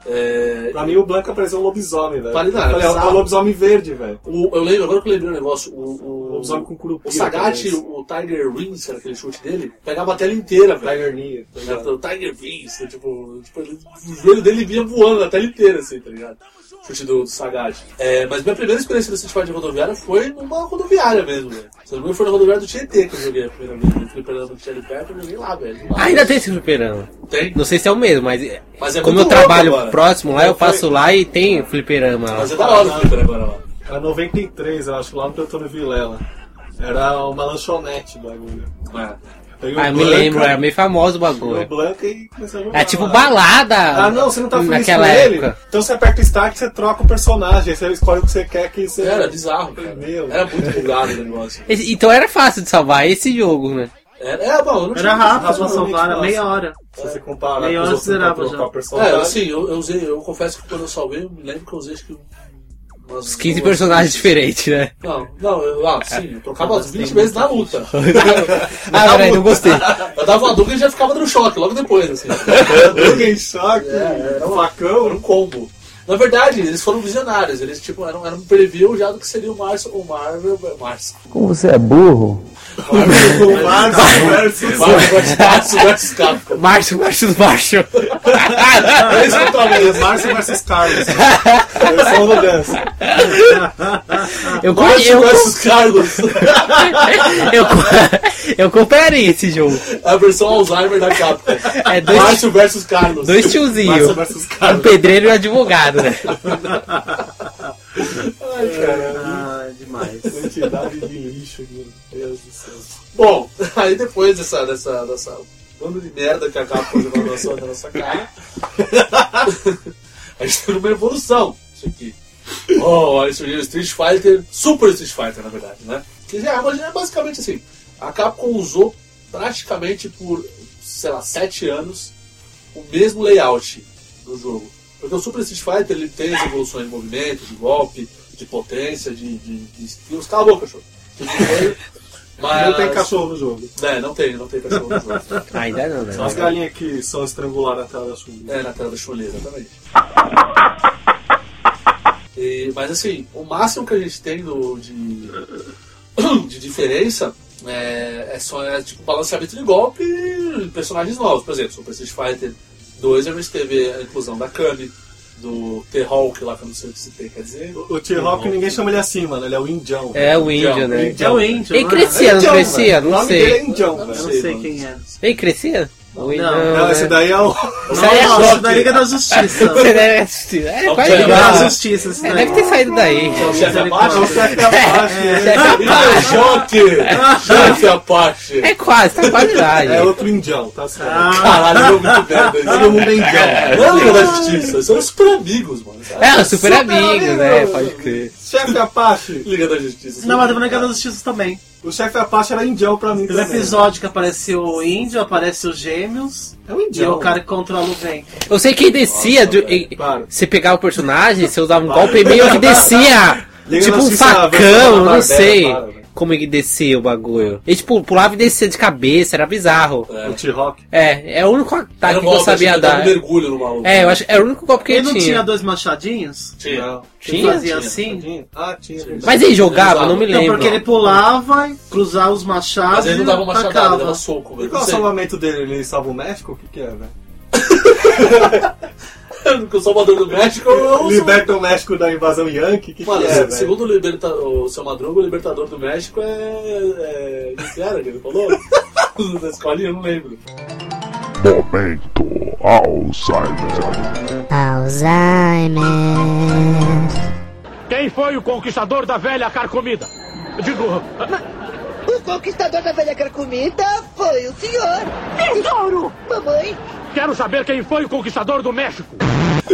Speaker 1: É,
Speaker 5: Pra mim o Blanca parecia um lobisomem, velho.
Speaker 1: Parei,
Speaker 5: Eu
Speaker 1: não,
Speaker 5: falei, é
Speaker 1: bizarro.
Speaker 5: um lobisomem verde, velho.
Speaker 1: o- eu lembro, agora que eu lembrei um negócio, o. o
Speaker 5: Lobisomem com curupira.
Speaker 1: o Sagat,
Speaker 5: talvez.
Speaker 1: o Tiger Rings, era aquele chute dele, pegava a tela inteira, velho.
Speaker 5: Tiger é. Knee.
Speaker 1: Tá ligado? O Tiger Vince, né? tipo, tipo, ele- o joelho dele vinha voando a tela inteira, assim, tá ligado? Chute do, do Sagat. É, mas minha primeira experiência no Street Fighter de rodoviária foi numa rodoviária mesmo, velho. Se eu não me engano, foi na rodoviária do Tietê que eu joguei a primeira vez. Eu fui pegando o Cherry Pepper e joguei lá, velho. Lá,
Speaker 3: Ah, ainda tem esse fliperama.
Speaker 1: tem.
Speaker 3: Não sei se é o mesmo, mas,
Speaker 1: Mas é
Speaker 3: como eu
Speaker 1: muito
Speaker 3: trabalho
Speaker 1: louco agora.
Speaker 3: próximo lá, eu
Speaker 1: Foi-
Speaker 3: passo lá e tem fliperama lá.
Speaker 1: Mas é da hora o Flipper agora lá.
Speaker 5: Era 93, eu acho, lá no Teotônio Vilela. Era uma lanchonete o bagulho.
Speaker 1: é?
Speaker 5: Peguei
Speaker 3: Ah,
Speaker 5: o
Speaker 3: eu me
Speaker 5: Blanca,
Speaker 3: lembro, era meio famoso o
Speaker 5: peguei o
Speaker 3: bagulho.
Speaker 5: Blanca e comecei a jogar.
Speaker 3: É tipo
Speaker 5: lá.
Speaker 3: balada.
Speaker 5: Ah, não, você não tá feliz
Speaker 3: naquela
Speaker 5: com
Speaker 3: época.
Speaker 5: ele? Então você aperta o start, você troca o personagem, aí você escolhe o que você quer que você...
Speaker 1: Era bizarro, cara.
Speaker 5: É. Meu.
Speaker 1: Era muito bugado o negócio.
Speaker 3: Esse- Então era fácil de salvar esse jogo, né?
Speaker 1: Era, é, bom, eu não tinha
Speaker 6: Era rápido pra
Speaker 5: Razoavelmente
Speaker 6: salvar, era
Speaker 5: fácil.
Speaker 6: meia hora.
Speaker 5: Se você comparar
Speaker 6: Meia
Speaker 5: com os
Speaker 6: hora
Speaker 5: outros
Speaker 6: você É, zerava
Speaker 5: pra trocar
Speaker 6: já.
Speaker 5: o
Speaker 1: É,
Speaker 5: personagem.
Speaker 1: assim, eu, eu usei, eu confesso que quando eu salvei, eu me lembro que eu usei acho que umas
Speaker 3: 15
Speaker 1: duas-
Speaker 3: personagens diferentes, né?
Speaker 1: Não, não, eu, ah, sim, eu trocava umas 20 vezes na luta.
Speaker 3: Ah, peraí, não gostei.
Speaker 1: Eu dava uma dupla e já ficava no choque logo depois, assim.
Speaker 5: Droga em choque,
Speaker 1: era um- Era
Speaker 5: facão.
Speaker 1: um combo. Na verdade, eles foram visionários, eles tipo, eram, eram um preview já do que seria o Marvel. O Marvel. Marvel.
Speaker 8: Como você é burro?
Speaker 5: O Marvel versus...
Speaker 1: Marvel versus Marvel versus Capcom.
Speaker 3: Márcio, Márcio, Márcio.
Speaker 5: É isso que eu tô vendo, Márcio versus Carlos. Versão mudança.
Speaker 3: Eu, co-
Speaker 1: Marvel
Speaker 3: eu,
Speaker 1: versus Carlos.
Speaker 3: eu, co- eu compraria esse jogo.
Speaker 1: A versão Alzheimer da Capcom.
Speaker 3: É dois-
Speaker 1: Márcio versus Carlos.
Speaker 3: Dois
Speaker 5: Márcio
Speaker 3: tiozinhos.
Speaker 5: versus
Speaker 3: Um
Speaker 5: Carlos.
Speaker 3: pedreiro e um advogado, né?
Speaker 5: Ai, cara.
Speaker 6: Ah, demais.
Speaker 5: Quantidade de lixo, meu Deus do céu.
Speaker 1: Bom, aí depois dessa, dessa, dessa bando de merda que acaba com a nossa, na nossa cara, a gente teve uma evolução, isso aqui. Oh, aí surgiu o Street Fighter, Super Street Fighter, na verdade, né? Que já, mas já é basicamente assim, a Capcom usou praticamente por, sei lá, sete anos, o mesmo layout do jogo. Porque o Super Street Fighter, ele tem as evoluções de movimento, de golpe, de potência, de, de, de skills. Cala a boca, cachorro. Tipo, foi- Mas...
Speaker 5: Não tem cachorro no jogo.
Speaker 1: É, não tem, não tem cachorro no jogo.
Speaker 3: Ainda não,
Speaker 5: Só as
Speaker 3: né?
Speaker 5: galinhas que são estranguladas na tela da chuva.
Speaker 1: É, na tela da chulê, exatamente. E, mas assim, o máximo que a gente tem do, de, de diferença é, é só é, tipo balanceamento de golpe e personagens novos. Por exemplo, Super Street Fighter 2 a gente teve a inclusão da Kami, do T-Hawk lá, que eu não sei o que se tem, quer dizer.
Speaker 5: O
Speaker 1: Uhum.
Speaker 5: T-Rock ninguém chama ele assim, mano. Ele é o Indião.
Speaker 3: É o índio, né?
Speaker 6: É o índio.
Speaker 3: Ele
Speaker 6: né?
Speaker 3: crescia, não
Speaker 5: Indião,
Speaker 3: crescia?
Speaker 5: velho. O
Speaker 3: Não
Speaker 5: nome dele é
Speaker 3: sei.
Speaker 5: Indião,
Speaker 1: Eu
Speaker 5: velho.
Speaker 6: Eu
Speaker 1: sei,
Speaker 6: não sei
Speaker 1: mano.
Speaker 6: quem é.
Speaker 3: Ele crescia? Ou
Speaker 6: Não,
Speaker 5: Não, esse daí é o.
Speaker 3: Isso aí é
Speaker 6: Nossa,
Speaker 3: choque.
Speaker 6: da Liga da Justiça.
Speaker 3: Você deve assistir. É,
Speaker 5: Tá
Speaker 3: quase
Speaker 1: Observa.
Speaker 6: Liga
Speaker 3: igual.
Speaker 6: da Justiça, isso
Speaker 3: É,
Speaker 6: daí.
Speaker 3: deve ter saído daí.
Speaker 1: É o chefe Apache?
Speaker 5: Não, chefe Apache.
Speaker 3: é.
Speaker 1: Chefe Apache! Chefe Apache!
Speaker 3: É quase, tá quase lá.
Speaker 5: É
Speaker 3: gente.
Speaker 5: outro Indião, tá certo.
Speaker 1: Caralho, eu muito merda. isso.
Speaker 5: Todo mundo é Indião.
Speaker 1: Não é Liga da Justiça, são super amigos, mano. sabe?
Speaker 3: É, os super amigos, né? Pode crer.
Speaker 5: Chefe Apache.
Speaker 1: Liga da Justiça. assim.
Speaker 6: Não, mas tava na Liga da Justiça também.
Speaker 5: É. O chefe Apache era Indião pra mim
Speaker 6: Teve um
Speaker 5: também.
Speaker 6: episódio que apareceu o índio, aparece os gêmeos.
Speaker 5: É o
Speaker 6: E é
Speaker 5: Indião.
Speaker 6: o cara que controla o vento.
Speaker 3: Eu sei que descia. do- e-
Speaker 5: Para.
Speaker 3: Você pegava o personagem, você usava um golpe e meio que descia.
Speaker 5: Liga
Speaker 3: tipo
Speaker 5: da
Speaker 3: um
Speaker 5: Justiça, versão
Speaker 3: facão,
Speaker 5: da
Speaker 3: não
Speaker 5: Barbera,
Speaker 3: sei.
Speaker 5: para, velho.
Speaker 3: Como é que descia o bagulho? Ele, tipo, pulava e descia de cabeça, era bizarro.
Speaker 5: O T-Rock.
Speaker 3: É, é o único ataque
Speaker 1: Era
Speaker 3: que eu
Speaker 1: golpe,
Speaker 3: sabia
Speaker 1: assim, dava
Speaker 3: dar.
Speaker 1: um mergulho no maluco.
Speaker 3: É, eu acho que era o único golpe que
Speaker 6: Ele
Speaker 3: ele
Speaker 6: não
Speaker 3: tinha.
Speaker 6: tinha. dois machadinhos?
Speaker 1: Tinha.
Speaker 5: Não.
Speaker 6: Ele
Speaker 3: Tinha?
Speaker 6: fazia
Speaker 1: Tinha.
Speaker 6: assim?
Speaker 5: Tinha? Ah, tinha. verdade.
Speaker 3: Mas ele jogava,
Speaker 1: Ele
Speaker 3: não me
Speaker 6: Não,
Speaker 3: lembro.
Speaker 6: porque ele pulava, cruzava os machados
Speaker 1: Mas ele não dava uma chadada,
Speaker 6: tacava.
Speaker 1: ele dava soco.
Speaker 5: tá E
Speaker 1: velho.
Speaker 5: qual
Speaker 1: Não
Speaker 5: é o
Speaker 1: sei.
Speaker 5: salvamento dele? Ele salva o México? O que que é, velho?
Speaker 1: o Salvador do México é o
Speaker 5: Liberta o México da invasão Yankee? Que
Speaker 1: Mano,
Speaker 5: que é,
Speaker 1: se-
Speaker 5: velho?
Speaker 1: segundo o, liberta... o seu Madruga, o Libertador do México é. é... O que era que ele falou? da escolinha, eu não lembro.
Speaker 11: Momento Alzheimer.
Speaker 12: Alzheimer.
Speaker 2: Quem foi o conquistador da velha carcomida? Digo,
Speaker 13: O conquistador da velha carcomida foi o senhor. Tesouro! Mamãe,
Speaker 2: quero saber quem foi o conquistador do México.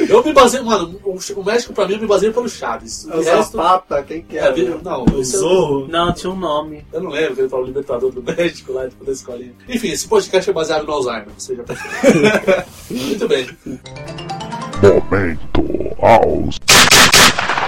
Speaker 1: Eu me baseio, mano, o Ch- o México pra mim eu me baseio pelo Chaves.
Speaker 5: É o Zapata, quem que é?
Speaker 1: É, vi- não,
Speaker 5: o
Speaker 1: isso é-
Speaker 5: Zorro.
Speaker 6: Não, tinha um nome.
Speaker 1: Eu não lembro que ele falou Libertador do México lá, tipo, da escolinha. Enfim, esse podcast é baseado no Alzheimer, você já percebeu. Muito bem.
Speaker 11: Momento Alzheimer.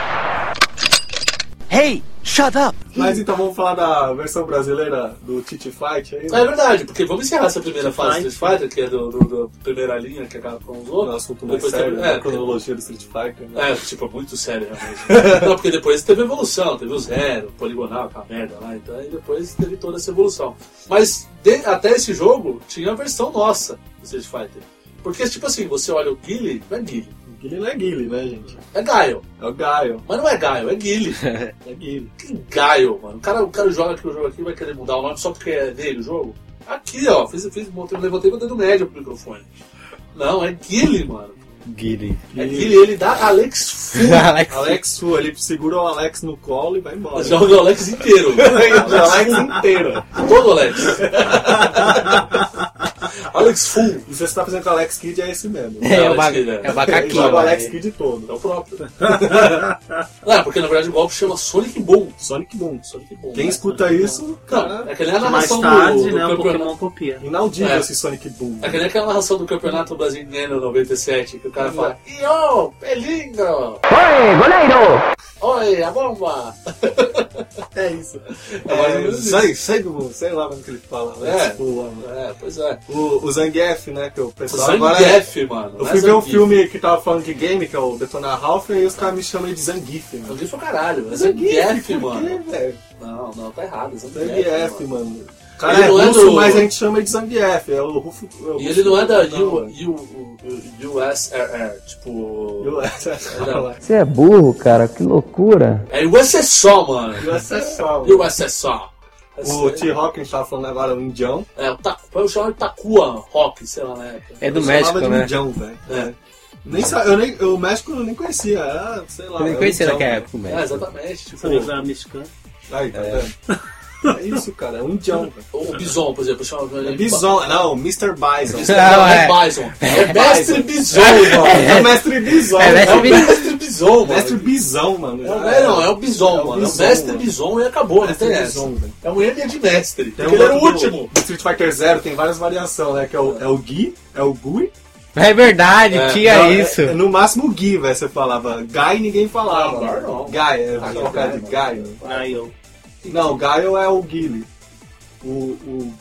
Speaker 5: Hey, shut up! Mas então vamos falar da versão brasileira do Titi Fight aí? né?
Speaker 1: É verdade, porque vamos encerrar essa primeira
Speaker 5: Street
Speaker 1: fase do
Speaker 5: Fighter.
Speaker 1: Street Fighter, que é do, do- do- da primeira linha que a Capcom usou.
Speaker 5: Um assunto mais
Speaker 1: teve-
Speaker 5: sério, né?
Speaker 1: é,
Speaker 5: A cronologia do Street Fighter. Né?
Speaker 1: É, tipo, é muito sério, realmente. Não, porque depois teve evolução, teve o zero, o poligonal, aquela merda lá, então aí depois teve toda essa evolução. Mas de- até esse jogo tinha a versão nossa do Street Fighter. Porque, tipo assim, você olha o Guile, não é Guile,
Speaker 5: Guile não é Guile, né, gente?
Speaker 1: é Gaio.
Speaker 5: É o Gaio.
Speaker 1: Mas não é Gaio, é Guile.
Speaker 5: É Guile.
Speaker 1: Que Gaio, mano. O cara, o cara joga aqui o jogo aqui vai querer mudar o nome só porque é dele o jogo? Aqui, ó, fiz, fiz, montei, levantei meu dedo médio pro microfone. Não, é Guile, mano.
Speaker 14: Guile.
Speaker 1: É Guile, ele dá Alex Fu.
Speaker 5: Alex, Alex Fu, ele segura o Alex no colo e vai embora.
Speaker 1: Joga o Alex inteiro.
Speaker 5: Joga o Alex inteiro.
Speaker 1: Todo Alex. Alex Full.
Speaker 5: E se você tá fazendo com o Alex Kid, é esse mesmo.
Speaker 1: É, é o ba- é o macaquinho,
Speaker 5: Ele joga o
Speaker 1: né?
Speaker 5: Alex Kid todo.
Speaker 1: É o próprio. Não, é porque na verdade o golpe chama Sonic Boom.
Speaker 5: Sonic Boom.
Speaker 1: Sonic Boom.
Speaker 5: Quem
Speaker 1: né?
Speaker 5: escuta isso,
Speaker 1: Não, é que ele é a
Speaker 6: Mais
Speaker 1: narração
Speaker 6: tarde,
Speaker 1: do, do
Speaker 6: né, o
Speaker 1: campeonato.
Speaker 6: Pokémon copia.
Speaker 5: inaudível
Speaker 1: É.
Speaker 5: esse Sonic Boom.
Speaker 1: um É que nem aquela narração do Campeonato Brasileiro 97, que o cara fala Yo, peligro!
Speaker 2: Oi, goleiro!
Speaker 1: Oi, a bomba!
Speaker 5: É isso.
Speaker 1: mais ou
Speaker 5: É,
Speaker 1: menos
Speaker 5: sai, sai do mundo, sei lá como que ele fala.
Speaker 1: É.
Speaker 5: Alex Fu lá, mano.
Speaker 1: É, pois é.
Speaker 5: Tipo, O, o Zangief, né? Que o pessoal agora.
Speaker 1: Zangief, mano.
Speaker 5: Eu
Speaker 1: não é
Speaker 5: fui ver um
Speaker 1: Zangief.
Speaker 5: filme que tava falando de game, que é o Detonar Ralph, e aí os caras me chamam de Zangief, mano.
Speaker 1: Zangief é o caralho. É
Speaker 5: Zangief,
Speaker 1: Zangief,
Speaker 5: por quê,
Speaker 1: mano.
Speaker 5: velho?
Speaker 1: Não, não, tá errado. Zangief,
Speaker 5: Zangief,
Speaker 1: mano.
Speaker 5: mano. O cara
Speaker 1: Ele
Speaker 5: é
Speaker 1: não é
Speaker 5: russo,
Speaker 1: do-
Speaker 5: mas a gente chama ele de Zangief. É o Rufo. é o
Speaker 1: E
Speaker 5: Rufo-
Speaker 1: ele não é da U,
Speaker 5: Não,
Speaker 1: U, U, USRR, tipo...
Speaker 5: mano. USSR.
Speaker 1: Não.
Speaker 8: Você é burro, cara, que loucura.
Speaker 1: É USSO, mano.
Speaker 5: USSR.
Speaker 1: USSO.
Speaker 5: O T-Rock, a gente tava falando agora, o Indião.
Speaker 1: É, o Ta- eu chamava de Takua Rock, sei lá, na época.
Speaker 3: É do
Speaker 5: Eu
Speaker 3: México,
Speaker 5: chamava de
Speaker 3: né?
Speaker 5: Indião, velho.
Speaker 1: É.
Speaker 5: Nem sa- eu nem, o México eu nem conhecia, era, sei lá.
Speaker 3: Eu nem
Speaker 5: era
Speaker 3: conhecia
Speaker 5: Indião,
Speaker 3: naquela
Speaker 5: velho.
Speaker 3: época né? o
Speaker 1: É,
Speaker 3: México.
Speaker 1: exatamente. Tipo,
Speaker 6: Televisão mexicana.
Speaker 5: Aí, tá vendo? É isso, cara, é um Indião, velho.
Speaker 1: o Bison, por exemplo, eu chamava
Speaker 5: É Bison, não, Mr. Bison.
Speaker 1: Não,
Speaker 3: Não,
Speaker 1: é
Speaker 3: é.
Speaker 1: Bison. É Mestre Bison, mano.
Speaker 5: É o mestre Bison.
Speaker 3: É,
Speaker 1: É
Speaker 3: mestre
Speaker 1: o Mestre Bison, mano.
Speaker 5: Mestre Bison, mano.
Speaker 1: É o- é, não, é o Bison,
Speaker 5: É o
Speaker 1: mano. É o
Speaker 5: Bison,
Speaker 1: Mestre
Speaker 5: mano.
Speaker 1: Bison e acabou, não
Speaker 5: Mestre
Speaker 1: tem essa.
Speaker 5: Bison, velho.
Speaker 1: É um M de mestre.
Speaker 5: Tem um
Speaker 1: Porque ele era o
Speaker 5: outro do-
Speaker 1: último.
Speaker 5: Do Street Fighter Zero tem várias variações, né? Que é o, é o Gui, é o Gui.
Speaker 3: É verdade,
Speaker 1: É,
Speaker 3: tinha
Speaker 5: Não, é-
Speaker 3: isso.
Speaker 5: é no máximo o Gui, velho. Você falava. Guy ninguém falava.
Speaker 1: Não, não.
Speaker 5: Guy, é
Speaker 1: Ah,
Speaker 5: o cara de Guy. né?
Speaker 6: Gaio.
Speaker 5: Não, Gaio é o Guile. O, o,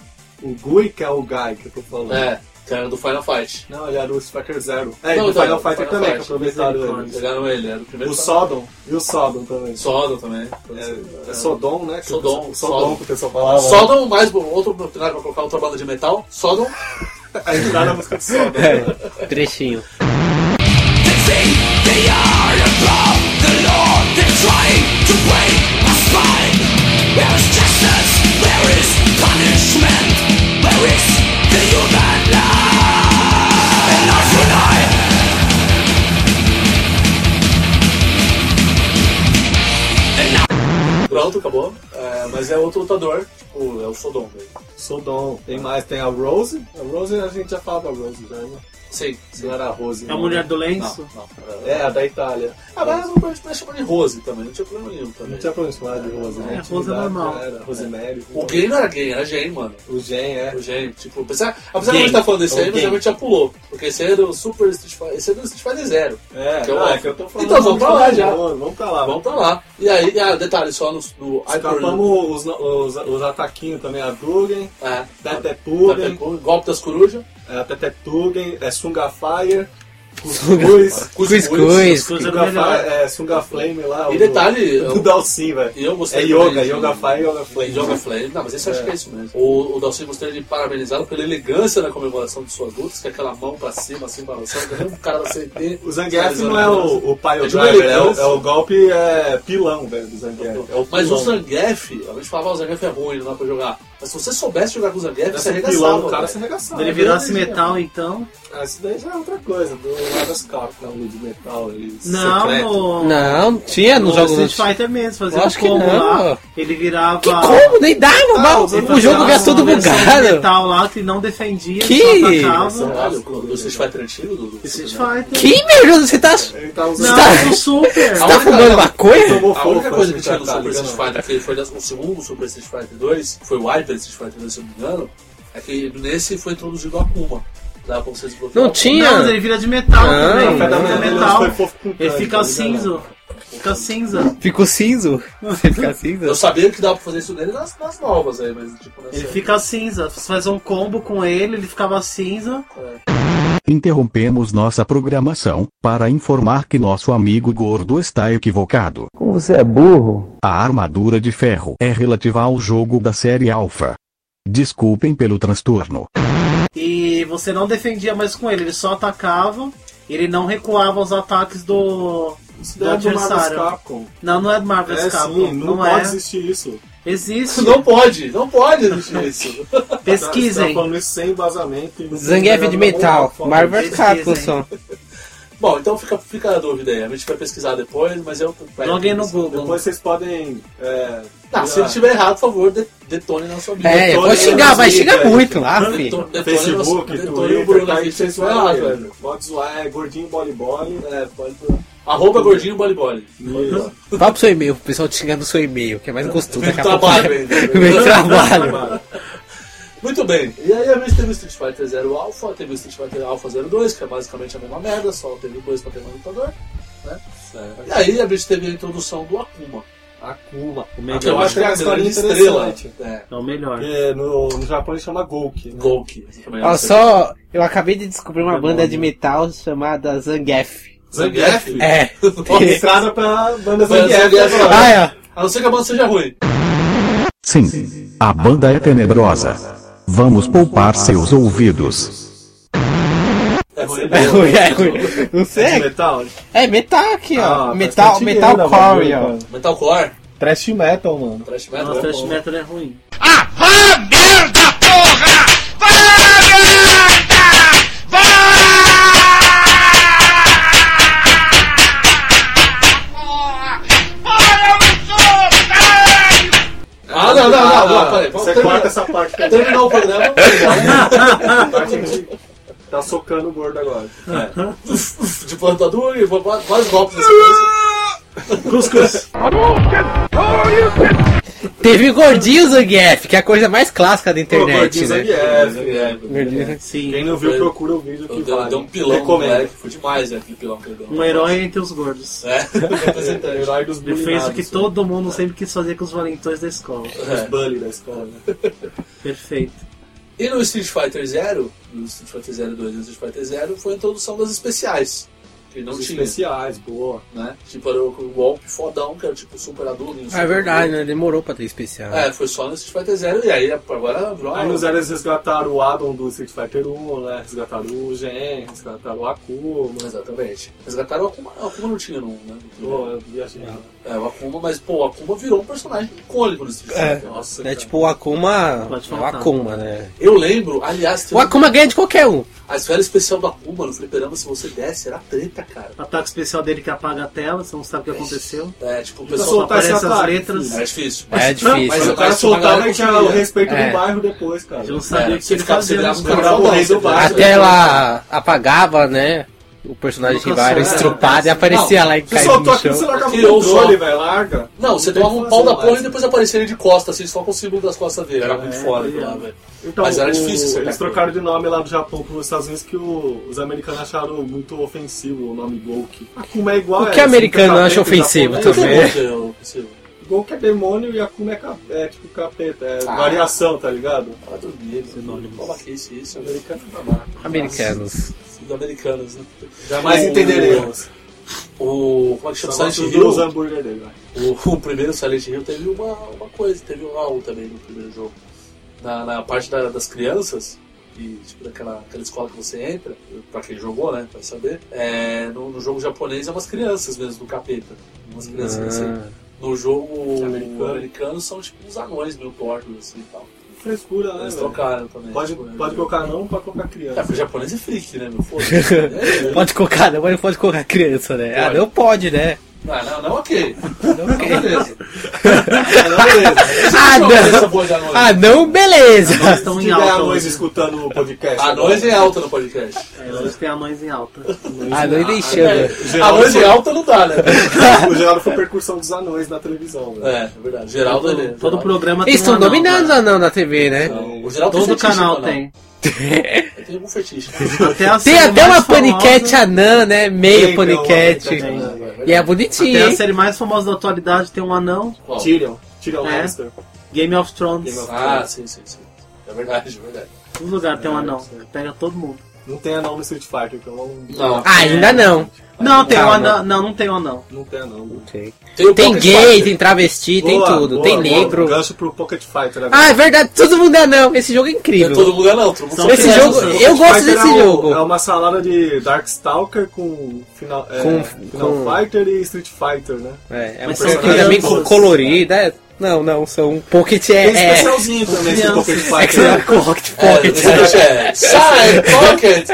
Speaker 5: o Gui que é o Guy que eu tô falando.
Speaker 1: É, que era do Final Fight.
Speaker 5: Não, ele era do Street Fighter Zero. É,
Speaker 1: Não,
Speaker 5: do
Speaker 1: então,
Speaker 5: Final Fighter
Speaker 1: Final
Speaker 5: também,
Speaker 1: Fight.
Speaker 5: que aproveitaram ele.
Speaker 1: Pegaram ele, é era o primeiro.
Speaker 5: O Sodom. E o Sodom também.
Speaker 1: Sodom também. Então, assim,
Speaker 5: É, é Sodom, né? que o
Speaker 1: Sodom,
Speaker 5: pessoal- Sodom
Speaker 1: Sodom.
Speaker 5: que o pessoal falava. né?
Speaker 1: Sodom, mais bom, outro pra colocar outra banda de metal. Sodom.
Speaker 5: A gente dá na música de Sodom. né?
Speaker 3: É, trechinho.
Speaker 1: Pronto, acabou. É, mas é outro lutador, tipo, é o Sodom. velho.
Speaker 5: Sodom. Tem mais, tem a Rose. A Rose a gente já falava Rose, já, né?
Speaker 1: Sim,
Speaker 5: Se
Speaker 1: sim.
Speaker 5: não era a Rose.
Speaker 6: A
Speaker 5: não.
Speaker 6: mulher do
Speaker 1: Não,
Speaker 6: lenço.
Speaker 1: não.
Speaker 5: É, a da Itália.
Speaker 1: Ah, mas eu não podia chamar de Rose também, não tinha problema nenhum
Speaker 5: Não
Speaker 1: também.
Speaker 5: tinha problema de falar de Rose, né?
Speaker 6: É, Rose é normal.
Speaker 5: Era Rosemary.
Speaker 1: O gay não era gay, era gay, mano.
Speaker 5: O Gen, é.
Speaker 1: O gay, tipo, apesar, apesar que a
Speaker 6: Gay.
Speaker 1: gente tá falando desse
Speaker 5: É o
Speaker 1: aí, mas
Speaker 5: gay.
Speaker 1: a gente já pulou. Porque esse aí é do Super Street Fighter, esse é do Street Fighter Zero.
Speaker 5: É,
Speaker 1: Que é o
Speaker 5: ah,
Speaker 1: Alpha.
Speaker 5: é que eu tô falando.
Speaker 1: Então, vamos pra lá
Speaker 5: de
Speaker 1: já.
Speaker 5: Rose, Vamos pra lá.
Speaker 1: Vamos pra lá. E aí, ah, detalhe, só no, no Hyper...
Speaker 5: Tá. Escapamos os, os, os ataquinhos também, a Dugan,
Speaker 1: É,
Speaker 5: Tetepugen,
Speaker 1: golpe das corujas.
Speaker 5: a Tetepugen, é Sunga é Fire, Cuscuz.
Speaker 1: Cuscuz. Cuscuz era
Speaker 5: Sunga
Speaker 1: melhor.
Speaker 5: Fi- é, Sunga Flame lá.
Speaker 1: E
Speaker 5: o-
Speaker 1: detalhe,
Speaker 5: Do
Speaker 1: eu-
Speaker 5: Dalsim, velho.
Speaker 1: E eu gostei
Speaker 5: É
Speaker 1: também
Speaker 5: yoga,
Speaker 1: de-
Speaker 5: yoga fire, yoga flame.
Speaker 1: Yoga Flame. Não, mas esse eu acho que é isso mesmo. O, o Dalcin gostaria de parabenizá-lo pela elegância na comemoração de suas lutas, que é aquela mão pra cima, assim, balançando, que nem um cara da CT.
Speaker 5: O Zangief não é o, o pai
Speaker 1: É
Speaker 5: do
Speaker 1: de uma
Speaker 5: driver, é o,
Speaker 1: elegância.
Speaker 5: é o golpe é, pilão, velho, do Zangief. É o
Speaker 1: Mas o
Speaker 5: pilão.
Speaker 1: Zangief, a gente falava, ah, o Zangief é ruim, não dá pra jogar. Mas se você soubesse jogar com o Zangief,
Speaker 5: Desse
Speaker 1: você né? arregaçava.
Speaker 5: pilão, o cara
Speaker 1: velho.
Speaker 5: se arregaçava.
Speaker 6: Ele virasse metal, então.
Speaker 5: Ah, isso daí já é outra coisa, do Ladas Carp, né? O de metal ali.
Speaker 6: Não, no-
Speaker 3: Não, tinha nos
Speaker 6: no
Speaker 3: jogos
Speaker 6: Street
Speaker 3: antigos.
Speaker 6: Fighter mesmo, fazia
Speaker 3: Eu acho
Speaker 6: um
Speaker 3: que
Speaker 6: combo
Speaker 3: não.
Speaker 6: lá. Ele virava.
Speaker 3: Que como? Nem dava, mal.
Speaker 6: Ele
Speaker 3: O
Speaker 6: fazia
Speaker 3: jogo
Speaker 6: uma
Speaker 3: gás todo
Speaker 6: versão de
Speaker 3: bugado.
Speaker 6: metal lá que não defendia,
Speaker 3: Que?
Speaker 6: só
Speaker 1: Nossa,
Speaker 6: atacava.
Speaker 1: olha, o- do Street Fighter antigo? Do, do
Speaker 6: Street
Speaker 1: Super
Speaker 6: Fighter.
Speaker 3: Que, meu Deus, você tá,
Speaker 5: Ele tá
Speaker 6: Não,
Speaker 5: usando.
Speaker 3: Tá.
Speaker 6: do Super.
Speaker 1: A
Speaker 3: tá
Speaker 1: única-
Speaker 3: fumando maconha?
Speaker 5: Tomou
Speaker 1: A única
Speaker 5: fogo,
Speaker 1: coisa que
Speaker 5: acho
Speaker 1: tinha no
Speaker 5: tá
Speaker 1: Super
Speaker 5: ligando.
Speaker 1: Street Fighter, que foi das- o segundo Super Street Fighter 2, foi o Hyper Street Fighter 2, se eu não me engano, é que nesse foi introduzido o Akuma. Dá pra você desbloquear
Speaker 3: Não
Speaker 1: o Akuma.
Speaker 3: tinha.
Speaker 5: é.
Speaker 6: Não, mas ele vira de
Speaker 3: Não,
Speaker 6: metal também.
Speaker 5: Cada um
Speaker 6: Ele vira
Speaker 5: deles
Speaker 6: é metal.
Speaker 5: foi fofo com
Speaker 6: Ele
Speaker 5: tanque,
Speaker 6: fica
Speaker 5: tá ligado?
Speaker 6: cinza. Fica cinza.
Speaker 3: Ficou cinza. Você fica cinza?
Speaker 1: Eu sabia que dava pra fazer isso nele nas, nas novas aí, mas tipo nessa.
Speaker 6: Ele fica cinza. Você faz um combo com ele, ele ficava cinza.
Speaker 7: Interrompemos nossa programação para informar que nosso amigo gordo está equivocado.
Speaker 8: Como você é burro?
Speaker 7: A armadura de ferro é relativa ao jogo da série Alpha. Desculpem pelo transtorno.
Speaker 6: E você não defendia mais com ele, ele só atacava. Ele não recuava os ataques do.
Speaker 5: Isso
Speaker 6: do
Speaker 5: daí é do Marvel's
Speaker 6: adversário.
Speaker 5: Capcom.
Speaker 6: Não, não é do Marvel
Speaker 5: É
Speaker 6: Capcom.
Speaker 5: sim, não,
Speaker 6: não,
Speaker 5: pode
Speaker 6: é.
Speaker 5: existir isso.
Speaker 6: Existe.
Speaker 1: Não pode, não pode existir isso.
Speaker 5: Você tá
Speaker 6: Pesquisem.
Speaker 5: falando isso sem embasamento. e não
Speaker 3: Zangief
Speaker 5: tem nada
Speaker 3: de metal.
Speaker 5: bom,
Speaker 3: Marvel
Speaker 6: Eles
Speaker 3: Capcom
Speaker 6: dizem.
Speaker 3: só.
Speaker 1: Bom, então fica, fica a dúvida aí. A gente vai pesquisar depois, mas eu. vai-
Speaker 6: Loguem no Google.
Speaker 5: Depois vocês podem. É,
Speaker 1: Não, Tá, se ele estiver errado, por favor, de- detone nosso amigo.
Speaker 3: É,
Speaker 1: Detone
Speaker 3: pode xingar,
Speaker 1: nosso
Speaker 3: vai
Speaker 1: amigo,
Speaker 3: xingar
Speaker 1: velho.
Speaker 3: muito lá, fi.
Speaker 1: Detone- detone nosso-
Speaker 5: Facebook,
Speaker 1: detone o
Speaker 5: Twitter,
Speaker 1: Bruno
Speaker 5: tá aí
Speaker 1: aqui,
Speaker 5: que vocês
Speaker 1: vocês
Speaker 5: vão
Speaker 1: vão
Speaker 5: lá,
Speaker 1: errar,
Speaker 5: velho.
Speaker 1: velho.
Speaker 5: Pode zoar, é gordinho, bole, bole. É, pode
Speaker 1: Arroba gordinho boli boli. Uhum.
Speaker 3: Fala pro seu e-mail, pro pessoal te xingar no seu e-mail, que é mais gostoso.
Speaker 1: Muito
Speaker 3: daqui a pouco-
Speaker 1: trabalho ainda.
Speaker 3: Meu trabalho.
Speaker 1: Muito bem. E aí a gente teve o Street Fighter 0 Alpha, teve o Street Fighter Alpha 02, que é basicamente a mesma merda, só teve dois pra ter mais lutador. Né? E aí a gente teve a introdução do Akuma.
Speaker 5: Akuma.
Speaker 6: O
Speaker 1: Que eu
Speaker 6: melhor.
Speaker 1: acho que é a história de estrela.
Speaker 5: interessante.
Speaker 1: É.
Speaker 6: É o melhor.
Speaker 5: Porque no, no Japão ele chama Gouki. né?
Speaker 1: Golki.
Speaker 3: Ó, só. Eu acabei de descobrir uma banda de metal chamada Zangief.
Speaker 1: Zangief?
Speaker 3: É.
Speaker 5: Estrada pra banda
Speaker 1: Banda
Speaker 5: Zangief.
Speaker 1: Zangief.
Speaker 5: agora.
Speaker 3: Ah, é.
Speaker 1: A não ser que a banda seja ruim.
Speaker 7: Sim, a banda é tenebrosa. Vamos poupar seus ouvidos.
Speaker 1: É ruim.
Speaker 3: É ruim, é ruim. Não sei.
Speaker 5: Metal.
Speaker 3: É metal aqui, ó.
Speaker 5: Ah,
Speaker 3: metal,
Speaker 5: bastante
Speaker 3: metal
Speaker 5: guerra,
Speaker 3: core,
Speaker 5: bagulho,
Speaker 3: ó.
Speaker 5: cara.
Speaker 1: Metalcore.
Speaker 5: Trash metal, mano.
Speaker 1: Trash metal.
Speaker 6: Nossa,
Speaker 1: é
Speaker 6: Trash
Speaker 1: bom.
Speaker 6: Metal é ruim.
Speaker 1: Ah, não, não, não, não, peraí. Vamos
Speaker 5: Você
Speaker 1: terminar,
Speaker 5: corta essa parte que
Speaker 1: terminar o programa.
Speaker 5: a gente tá socando o gordo agora.
Speaker 1: de plantadura e vários golpes na sequência.
Speaker 5: Cuscuz.
Speaker 3: Teve gordinho Zangief, que é a coisa mais clássica da internet,
Speaker 1: é,
Speaker 3: né?
Speaker 5: Zangief.
Speaker 3: Gordinho
Speaker 5: Quem
Speaker 6: Sim.
Speaker 5: não viu, procura o vídeo que
Speaker 1: Deu,
Speaker 5: vale.
Speaker 1: deu um pilão no
Speaker 5: Recomendo.
Speaker 1: moleque, foi demais né, aquele pilão que ele deu.
Speaker 6: Um herói entre os gordos.
Speaker 1: É, representante.
Speaker 5: É, herói dos
Speaker 6: Ele fez o que
Speaker 5: bulinados,
Speaker 6: todo mundo sempre quis fazer com os valentões da escola.
Speaker 5: né?
Speaker 1: É.
Speaker 5: Os bully da escola, né?
Speaker 6: Perfeito.
Speaker 1: E no Street Fighter Zero, no Street Fighter Zero 2 e no Street Fighter Zero, foi a introdução das especiais. Que não
Speaker 5: Os
Speaker 1: tinha,
Speaker 5: especiais, boa.
Speaker 1: né? Tipo, era o o golpe fodão, que era tipo super adulto. não sei
Speaker 3: É
Speaker 1: o que.
Speaker 3: verdade, né? Demorou pra ter especial.
Speaker 1: É, foi só no Street Fighter Zero, e aí agora... virou
Speaker 5: Aí
Speaker 1: uma-
Speaker 5: no Zero eles resgataram o Adam do Street Fighter 1, né? Resgataram o Gen, resgataram o Akuma.
Speaker 1: Exatamente. Resgataram o Akuma. O Akuma não tinha, não, né? No primeiro.
Speaker 5: Pô, eu viajei.
Speaker 1: É, o Akuma, mas, pô, o Akuma virou um personagem icônico no Street Fighter. Nossa,
Speaker 3: É tipo o Akuma.
Speaker 6: Pode
Speaker 3: O
Speaker 6: faltar.
Speaker 3: Akuma, né?
Speaker 1: Eu lembro, aliás, tem
Speaker 3: O
Speaker 1: um-
Speaker 3: Akuma ganha de qualquer um.
Speaker 1: a esfera especial do Akuma no fliperama, se você desse, era treta, cara.
Speaker 6: O ataque especial dele que apaga a tela, você não sabe o que aconteceu.
Speaker 1: É, tipo, o
Speaker 6: Só
Speaker 1: pessoal...
Speaker 5: soltar esse
Speaker 6: aparece as
Speaker 5: ataque, né?
Speaker 6: letras.
Speaker 1: Era difícil.
Speaker 3: É
Speaker 1: Mas
Speaker 3: difícil.
Speaker 5: Mas o cara
Speaker 1: o cara
Speaker 5: soltava
Speaker 1: tinha
Speaker 5: e tinha
Speaker 1: uma
Speaker 5: o
Speaker 1: galera
Speaker 5: respeito
Speaker 3: É.
Speaker 5: do bairro depois, cara.
Speaker 6: Eu não sabia
Speaker 1: É,
Speaker 6: o que ele
Speaker 1: ficava- você
Speaker 6: fazia.
Speaker 1: virava
Speaker 6: né?
Speaker 1: um cara
Speaker 6: Não,
Speaker 1: fodão,
Speaker 6: não,
Speaker 1: você virava-
Speaker 3: A tela apagava, né? O personagem
Speaker 6: Nunca
Speaker 3: rival era
Speaker 6: soube.
Speaker 3: estrupado e aparecia
Speaker 1: Não,
Speaker 3: lá e
Speaker 5: Você
Speaker 3: caía
Speaker 5: soltou
Speaker 3: no
Speaker 5: aquilo, você
Speaker 3: chão.
Speaker 5: largava o
Speaker 1: Tirou o
Speaker 5: controle,
Speaker 1: som.
Speaker 5: velho, larga.
Speaker 1: Não, você
Speaker 5: tem
Speaker 1: tomava
Speaker 5: o
Speaker 1: um
Speaker 5: que
Speaker 1: pau da
Speaker 5: fazer
Speaker 1: porra
Speaker 5: mais.
Speaker 1: e depois aparecia ele de costas, assim, só com o símbolo das costas dele. Era muito
Speaker 6: É,
Speaker 1: foda aquilo
Speaker 6: é.
Speaker 1: lá, velho.
Speaker 5: Então,
Speaker 1: Mas era
Speaker 5: o-
Speaker 1: difícil você
Speaker 5: Eles
Speaker 1: sacar.
Speaker 5: trocaram de nome lá do Japão para os Estados Unidos que o- os americanos acharam muito ofensivo o nome Gouki. Akuma é igual
Speaker 3: O
Speaker 5: é,
Speaker 3: que americano
Speaker 5: assim,
Speaker 3: acha
Speaker 5: capeta,
Speaker 3: ofensivo
Speaker 5: japonês.
Speaker 3: também?
Speaker 1: Não tem como ter o-
Speaker 5: Gouki é demônio e Akuma é, cap- é tipo capeta, é
Speaker 1: Ah.
Speaker 5: variação, tá ligado?
Speaker 1: Vai dormir, mano. Coloquei isso, isso.
Speaker 5: Americano é babaca.
Speaker 3: Americanos.
Speaker 1: dos americanos, né?
Speaker 5: Jamais
Speaker 1: O-
Speaker 5: entenderemos.
Speaker 1: O. Como é que chama?
Speaker 5: Só
Speaker 1: Silent
Speaker 5: gosto
Speaker 1: Hill.
Speaker 5: dos hambúrguer dele, vai.
Speaker 1: O, o primeiro Silent Hill teve uma, uma coisa, teve um AU também no primeiro jogo. Na, na parte da- das crianças, e tipo daquela aquela escola que você entra, pra quem jogou, né, vai saber, é, no, no jogo japonês é umas crianças mesmo, do capeta. Umas crianças que você-
Speaker 3: Ah.
Speaker 1: No jogo americano.
Speaker 5: Americano.
Speaker 1: são tipo uns anões meio tortos assim e tal.
Speaker 5: Frescura, né?
Speaker 1: Eles
Speaker 5: velho?
Speaker 1: trocaram também.
Speaker 5: Pode,
Speaker 1: tipo, né,
Speaker 5: pode
Speaker 1: de-
Speaker 5: colocar não, pode colocar criança.
Speaker 1: É, foi japonês e freak, né, meu? Foda-se. É,
Speaker 3: Pode colocar, não, mas não pode colocar criança, né? Ah, não pode, né?
Speaker 1: Ah, não, não, ok.
Speaker 3: Não, ok.
Speaker 1: beleza. não, beleza. é Deixa eu
Speaker 3: Ah,
Speaker 1: jogar essa boa de
Speaker 3: não!
Speaker 1: anões.
Speaker 3: Ah, não, beleza!
Speaker 6: Anões estão
Speaker 5: Se
Speaker 6: em
Speaker 5: tiver
Speaker 6: alta
Speaker 5: anões
Speaker 6: hoje.
Speaker 5: escutando o podcast.
Speaker 1: Anões em alta no podcast.
Speaker 5: né?"
Speaker 6: Eles têm anões em alta.
Speaker 3: Ah, não, nem
Speaker 1: É,
Speaker 3: chama.
Speaker 5: Geraldo
Speaker 1: anões em
Speaker 5: foi-
Speaker 1: alta não dá, né?
Speaker 5: O Geraldo foi percussão dos anões na televisão, velho.
Speaker 1: É, é verdade. Geraldo, ele.
Speaker 6: Todo, todo
Speaker 1: Geraldo.
Speaker 6: programa
Speaker 3: Eles
Speaker 6: tem um
Speaker 3: estão
Speaker 6: anão,
Speaker 3: dominando
Speaker 6: velho.
Speaker 3: a não na TV, né?
Speaker 1: Não, O Geraldo tem
Speaker 6: Todo
Speaker 1: fetiche,
Speaker 6: canal
Speaker 1: mano.
Speaker 6: tem.
Speaker 1: Ele Tem algum fetiche.
Speaker 6: Até a
Speaker 3: Tem
Speaker 6: série
Speaker 3: até uma
Speaker 6: é mais famosa-
Speaker 3: paniquete anã, né? Meio
Speaker 5: Tem,
Speaker 3: paniquete.
Speaker 5: tem uma paniquete anã,
Speaker 3: E é
Speaker 6: Até
Speaker 3: bonitinho,
Speaker 6: a
Speaker 3: hein?
Speaker 6: série mais famosa da atualidade tem um anão.
Speaker 1: Qual?
Speaker 5: Tyrion. Tyrion
Speaker 6: É.
Speaker 5: Lannister.
Speaker 6: Game of Thrones.
Speaker 5: Game of-
Speaker 1: Ah, sim, sim, sim. É verdade, é verdade.
Speaker 6: Todo lugar
Speaker 5: É,
Speaker 6: tem um anão. Pega todo mundo.
Speaker 5: Não tem anão no Street Fighter, então não,
Speaker 1: Não.
Speaker 3: Ah, ainda não.
Speaker 6: Não, tem um
Speaker 3: Calma.
Speaker 6: anão. Não, não tem um anão.
Speaker 5: não tem anão.
Speaker 1: Tem, o
Speaker 3: Tem
Speaker 1: Pocket
Speaker 3: gay,
Speaker 1: Fighter.
Speaker 3: tem travesti,
Speaker 5: Boa,
Speaker 3: tem tudo.
Speaker 5: boa,
Speaker 3: tem
Speaker 5: boa.
Speaker 3: negro.
Speaker 5: Gancho pro Pocket Fighter agora.
Speaker 3: Ah, é verdade, todo mundo é não. Esse jogo é
Speaker 1: Tem
Speaker 3: incrível.
Speaker 1: todo lugar não, todo mundo
Speaker 6: São
Speaker 1: sabe que
Speaker 3: Esse
Speaker 1: é
Speaker 3: jogo-
Speaker 1: essa.
Speaker 3: eu gosto
Speaker 5: Fighter
Speaker 3: desse
Speaker 5: é um-
Speaker 3: jogo.
Speaker 5: É uma salada de Darkstalker com Final, é,
Speaker 3: Com-
Speaker 5: Final
Speaker 3: com-
Speaker 5: Fighter e Street Fighter, né?
Speaker 3: É, é um
Speaker 6: Mas são
Speaker 3: personagem também com
Speaker 6: crianças.
Speaker 3: colorido. é- Não, não, são Pocket
Speaker 5: Tem
Speaker 3: é. é...
Speaker 5: especialzinho também esse Pocket
Speaker 3: É que
Speaker 5: Fighter.
Speaker 3: você é com Rocket
Speaker 1: É,
Speaker 3: Pocket.
Speaker 1: esse jogo é. Sai, Pocket!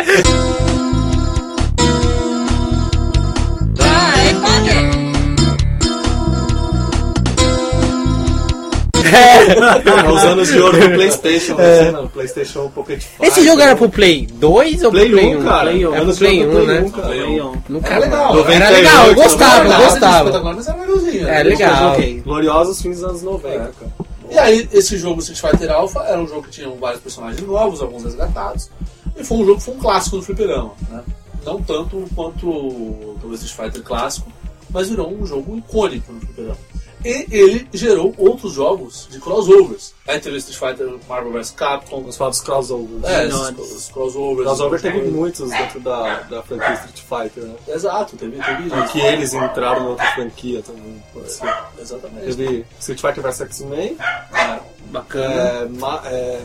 Speaker 5: É os anos de ouro do Playstation, né? Não, Playstation Pocket Fighter.
Speaker 3: Esse jogo era pro Play 2 ou
Speaker 5: Play
Speaker 3: pro Play
Speaker 5: 1,
Speaker 3: 1?
Speaker 5: cara.
Speaker 3: Play 1,
Speaker 5: Era
Speaker 3: era pro
Speaker 5: no
Speaker 3: Play
Speaker 5: jogo
Speaker 3: 1,
Speaker 5: do
Speaker 3: né?
Speaker 5: Play 1, cara.
Speaker 6: Play on.
Speaker 3: Nunca
Speaker 1: Era É legal. então.
Speaker 3: mais. Era legal, eu
Speaker 5: 98,
Speaker 3: gostava, eu
Speaker 1: Não era nada
Speaker 3: gostava.
Speaker 1: espetacular, Mas era legalzinho.
Speaker 3: É
Speaker 1: né?
Speaker 3: legal.
Speaker 5: um. Gloriosos fins dos anos 90, cara.
Speaker 1: E aí, esse jogo Street Fighter Alpha era um jogo que tinha vários personagens novos, alguns resgatados, e foi um jogo que foi um clássico do fliperama, né? Não tanto quanto o Street Fighter clássico, mas virou um jogo icônico no fliperama. E ele gerou outros jogos de crossovers. Aí teve o Street Fighter Marvel vs Capcom,
Speaker 5: Vamos falar dos crossovers.
Speaker 1: é, esses-
Speaker 6: Melhores.
Speaker 1: os, crossovers.
Speaker 5: Crossover teve muitos dentro da, da franquia Street Fighter, né?
Speaker 1: Exato, teve, teve isso.
Speaker 5: Que eles entraram em outra franquia também. pode ser.
Speaker 1: Exatamente.
Speaker 5: Teve Street Fighter vs X-Men,
Speaker 1: Ah,
Speaker 6: Bacana.
Speaker 5: é, Ma- é,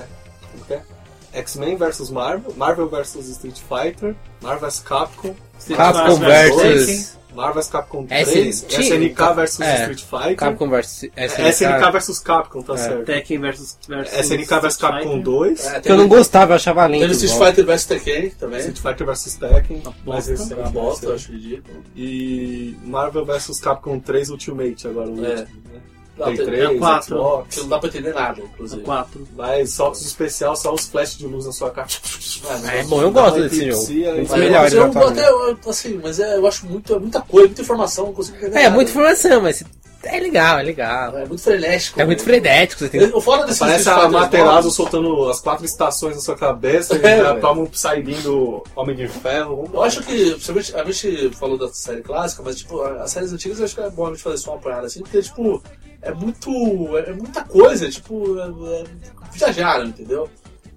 Speaker 5: como que é? X-Men vs Marvel, Marvel vs Street Fighter, Marvel vs Capcom,
Speaker 3: Capcom
Speaker 6: né?
Speaker 3: versus.
Speaker 5: Marvel vs Capcom
Speaker 3: S-
Speaker 5: 3,
Speaker 3: Team.
Speaker 5: SNK vs
Speaker 3: É.
Speaker 5: Street Fighter,
Speaker 3: Capcom versus.
Speaker 5: é, SNK vs Capcom,
Speaker 3: É.
Speaker 5: tá certo. É,
Speaker 6: Tekken versus, versus
Speaker 5: SNK vs Capcom 2,
Speaker 1: É,
Speaker 3: Que eu não
Speaker 1: teve,
Speaker 3: gostava, eu achava lento.
Speaker 1: teve Street
Speaker 3: igual.
Speaker 1: Fighter vs Tekken também.
Speaker 5: Street Fighter vs Tekken, mais
Speaker 1: Isso
Speaker 5: recente,
Speaker 1: era uma bosta, eu acho é ridículo.
Speaker 5: e Marvel vs Capcom 3 Ultimate agora, o
Speaker 1: É.
Speaker 5: último, né?
Speaker 1: Não,
Speaker 5: Play
Speaker 1: tem-
Speaker 5: 3,
Speaker 6: quatro.
Speaker 5: Xbox,
Speaker 1: Que não dá pra entender nada, inclusive.
Speaker 6: 4.
Speaker 5: Mas só os especial, só os flash de luz na sua cara.
Speaker 3: É bom, eu gosto desse jogo.
Speaker 5: Epilepsia,
Speaker 3: Um dos
Speaker 5: mas-
Speaker 3: melhores
Speaker 1: eu,
Speaker 3: jogos
Speaker 1: até, eu- assim, mas é, eu acho muito, é muita coisa, muita informação, não consigo entender.
Speaker 3: É,
Speaker 1: nada.
Speaker 3: muita informação, mas é legal, é legal.
Speaker 1: É muito frenético.
Speaker 3: É muito
Speaker 1: né?
Speaker 3: frenético, você tem
Speaker 1: Eu- Fora desse
Speaker 5: Parece
Speaker 1: Street
Speaker 5: a
Speaker 1: Fighter
Speaker 5: Materazzo
Speaker 1: novos,
Speaker 5: soltando as quatro estações na sua cabeça
Speaker 1: É,
Speaker 5: e já
Speaker 1: velho.
Speaker 5: toma um Psybeam do Homem de Ferro.
Speaker 1: Eu acho que, principalmente, a gente falou da série clássica, mas tipo, a- as séries antigas eu acho que é bom a gente fazer só uma parada assim, porque tipo, é muito. é é muita coisa, tipo, é, é, viajaram, entendeu?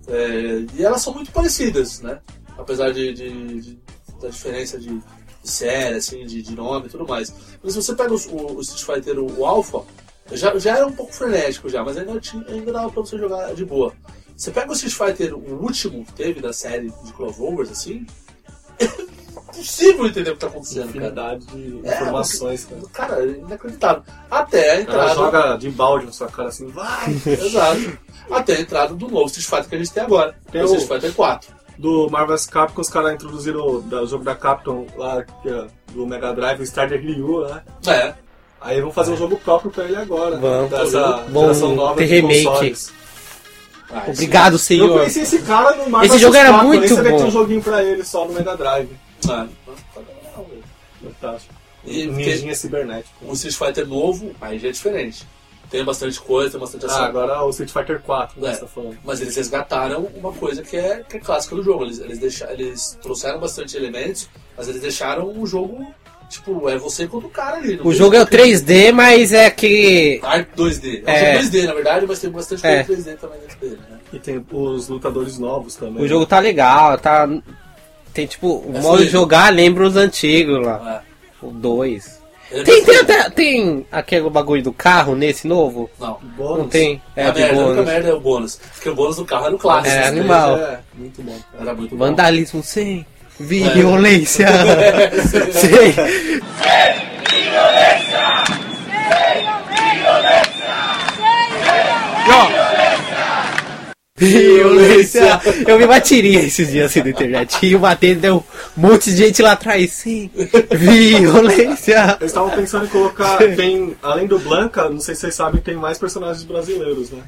Speaker 1: É, e elas são muito parecidas, né? Apesar de, de- de- da diferença de, de série, assim, de, de nome e tudo mais. Mas se você pega os- o, o Street Fighter, o, o Alpha, já, já era um pouco frenético já, mas ainda, tinha- ainda dava pra você jogar de boa. Você pega o Street Fighter, o último que teve da série de crossovers, assim, impossível entender o que tá acontecendo, cara.
Speaker 5: Infinidade de
Speaker 1: É,
Speaker 5: informações, cara.
Speaker 1: Cara, é inacreditável. Até a
Speaker 5: O cara
Speaker 1: entrada.
Speaker 3: tá,
Speaker 5: joga de balde na sua cara assim, vai!
Speaker 1: Exato. Até a entrada do novo Street Fighter que a gente tem agora.
Speaker 5: Tem
Speaker 1: o
Speaker 5: o-
Speaker 1: Street Fighter 4.
Speaker 5: Do Marvel's Capcom, os caras introduziram o da- o jogo da Capcom lá, que é do Mega Drive, o Starter Ryu, né?
Speaker 1: É.
Speaker 5: Aí vão fazer um jogo próprio pra ele agora.
Speaker 3: Vamos.
Speaker 5: Dessa
Speaker 3: Vão
Speaker 5: geração nova
Speaker 3: ter
Speaker 5: de
Speaker 3: remake.
Speaker 5: consoles.
Speaker 1: Ah, esse-
Speaker 3: Obrigado,
Speaker 5: Eu
Speaker 3: senhor.
Speaker 5: conheci esse cara no Marvel
Speaker 3: Esse jogo era
Speaker 5: Capcom,
Speaker 3: muito
Speaker 5: nem sabia que
Speaker 3: bom.
Speaker 5: tinha um joguinho pra ele só no Mega Drive.
Speaker 1: Ah, não, tá legal, velho.
Speaker 5: Fantástico.
Speaker 1: E
Speaker 5: E
Speaker 1: porque
Speaker 5: Ninjinha cibernético.
Speaker 1: o Street Fighter novo, aí já é diferente. Tem bastante coisa, tem bastante ação.
Speaker 5: Ah, agora o Street Fighter 4, né,
Speaker 1: É.
Speaker 5: você tá falando.
Speaker 1: Mas eles resgataram uma coisa que é, que é clássica do jogo. Eles, eles, deixa- eles trouxeram bastante elementos, mas eles deixaram o jogo, tipo, é você contra o cara ali. não
Speaker 3: O
Speaker 1: tem
Speaker 3: jogo é o
Speaker 1: aquele
Speaker 3: 3D, mas é que.
Speaker 1: Arte 2D.
Speaker 3: É.
Speaker 1: É um jogo 2D, na verdade, mas tem bastante coisa
Speaker 3: É.
Speaker 1: 3D também dentro dele, né?
Speaker 5: E tem os lutadores novos também.
Speaker 3: O jogo tá legal, tá. Tem tipo, o
Speaker 1: Essa
Speaker 3: modo
Speaker 1: aí.
Speaker 3: de jogar lembra os antigos
Speaker 1: Ah,
Speaker 3: lá. O 2. Tem, tem até. Tem aquele bagulho do carro nesse novo?
Speaker 1: Não.
Speaker 3: Não tem?
Speaker 1: É,
Speaker 3: É,
Speaker 1: a
Speaker 3: de
Speaker 1: merda, a única
Speaker 3: bônus.
Speaker 1: merda é o bônus. Porque o bônus do carro era o clássico.
Speaker 3: É,
Speaker 1: Esse
Speaker 3: animal.
Speaker 1: daí já é muito bom. Era muito bom.
Speaker 3: Vandalismo sem. Violência. sem. Violência! Eu vi uma tirinha esses dias assim na internet e eu matei deu um monte de gente lá atrás. Sim! Violência!
Speaker 5: Eu estava pensando em colocar. Tem, além do Blanca, não sei se vocês sabem, tem mais personagens brasileiros, né?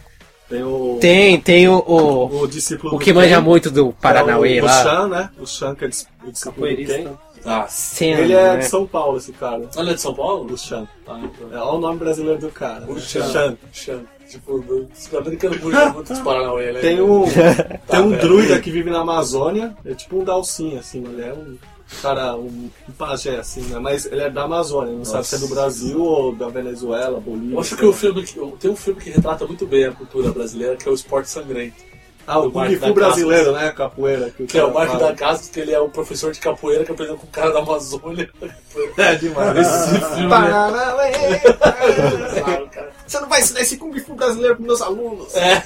Speaker 5: Tem o.
Speaker 3: Tem, tem o. O,
Speaker 5: o discípulo.
Speaker 3: o
Speaker 5: do
Speaker 3: que manja
Speaker 5: Ken,
Speaker 3: muito do Paranauê
Speaker 5: é o,
Speaker 3: lá.
Speaker 5: O Chan, né? O Chan, que é dis- o discípulo do Ken.
Speaker 1: Ah,
Speaker 3: Senna,
Speaker 5: Ele é
Speaker 3: né?
Speaker 5: de São Paulo, esse cara.
Speaker 1: Olha de São Paulo? Ah, então.
Speaker 5: O Chan. É olha o nome brasileiro do cara.
Speaker 1: O
Speaker 5: né?
Speaker 1: Chan. Chan. Tipo, o americano puxa muito dos Paranauê, né?
Speaker 5: Tem um,
Speaker 1: Tá,
Speaker 5: tem um
Speaker 1: pera.
Speaker 5: druida que vive na Amazônia, é tipo um dalcinho, assim, ele é um cara, um, um pajé, assim, né? Mas ele é da Amazônia, não sabe se é do Brasil ou da Venezuela, Bolívia.
Speaker 1: Eu acho
Speaker 5: sei
Speaker 1: que
Speaker 5: lá.
Speaker 1: o filme que, tem um filme que retrata muito bem a cultura brasileira, que é o Esporte Sangrento.
Speaker 5: Ah, o
Speaker 1: do
Speaker 5: Kung
Speaker 1: Mark
Speaker 5: Fu
Speaker 1: da
Speaker 5: brasileiro,
Speaker 1: Casas.
Speaker 5: né? Capoeira. o
Speaker 1: Que é o
Speaker 5: cara
Speaker 1: Marco
Speaker 5: fala.
Speaker 1: da Casa, que ele é um professor de capoeira que aprendeu com o cara da Amazônia.
Speaker 5: É demais.
Speaker 1: Esse filme.
Speaker 5: Pararauê. Você não vai ensinar esse Kung Fu brasileiro pros meus alunos.
Speaker 1: É.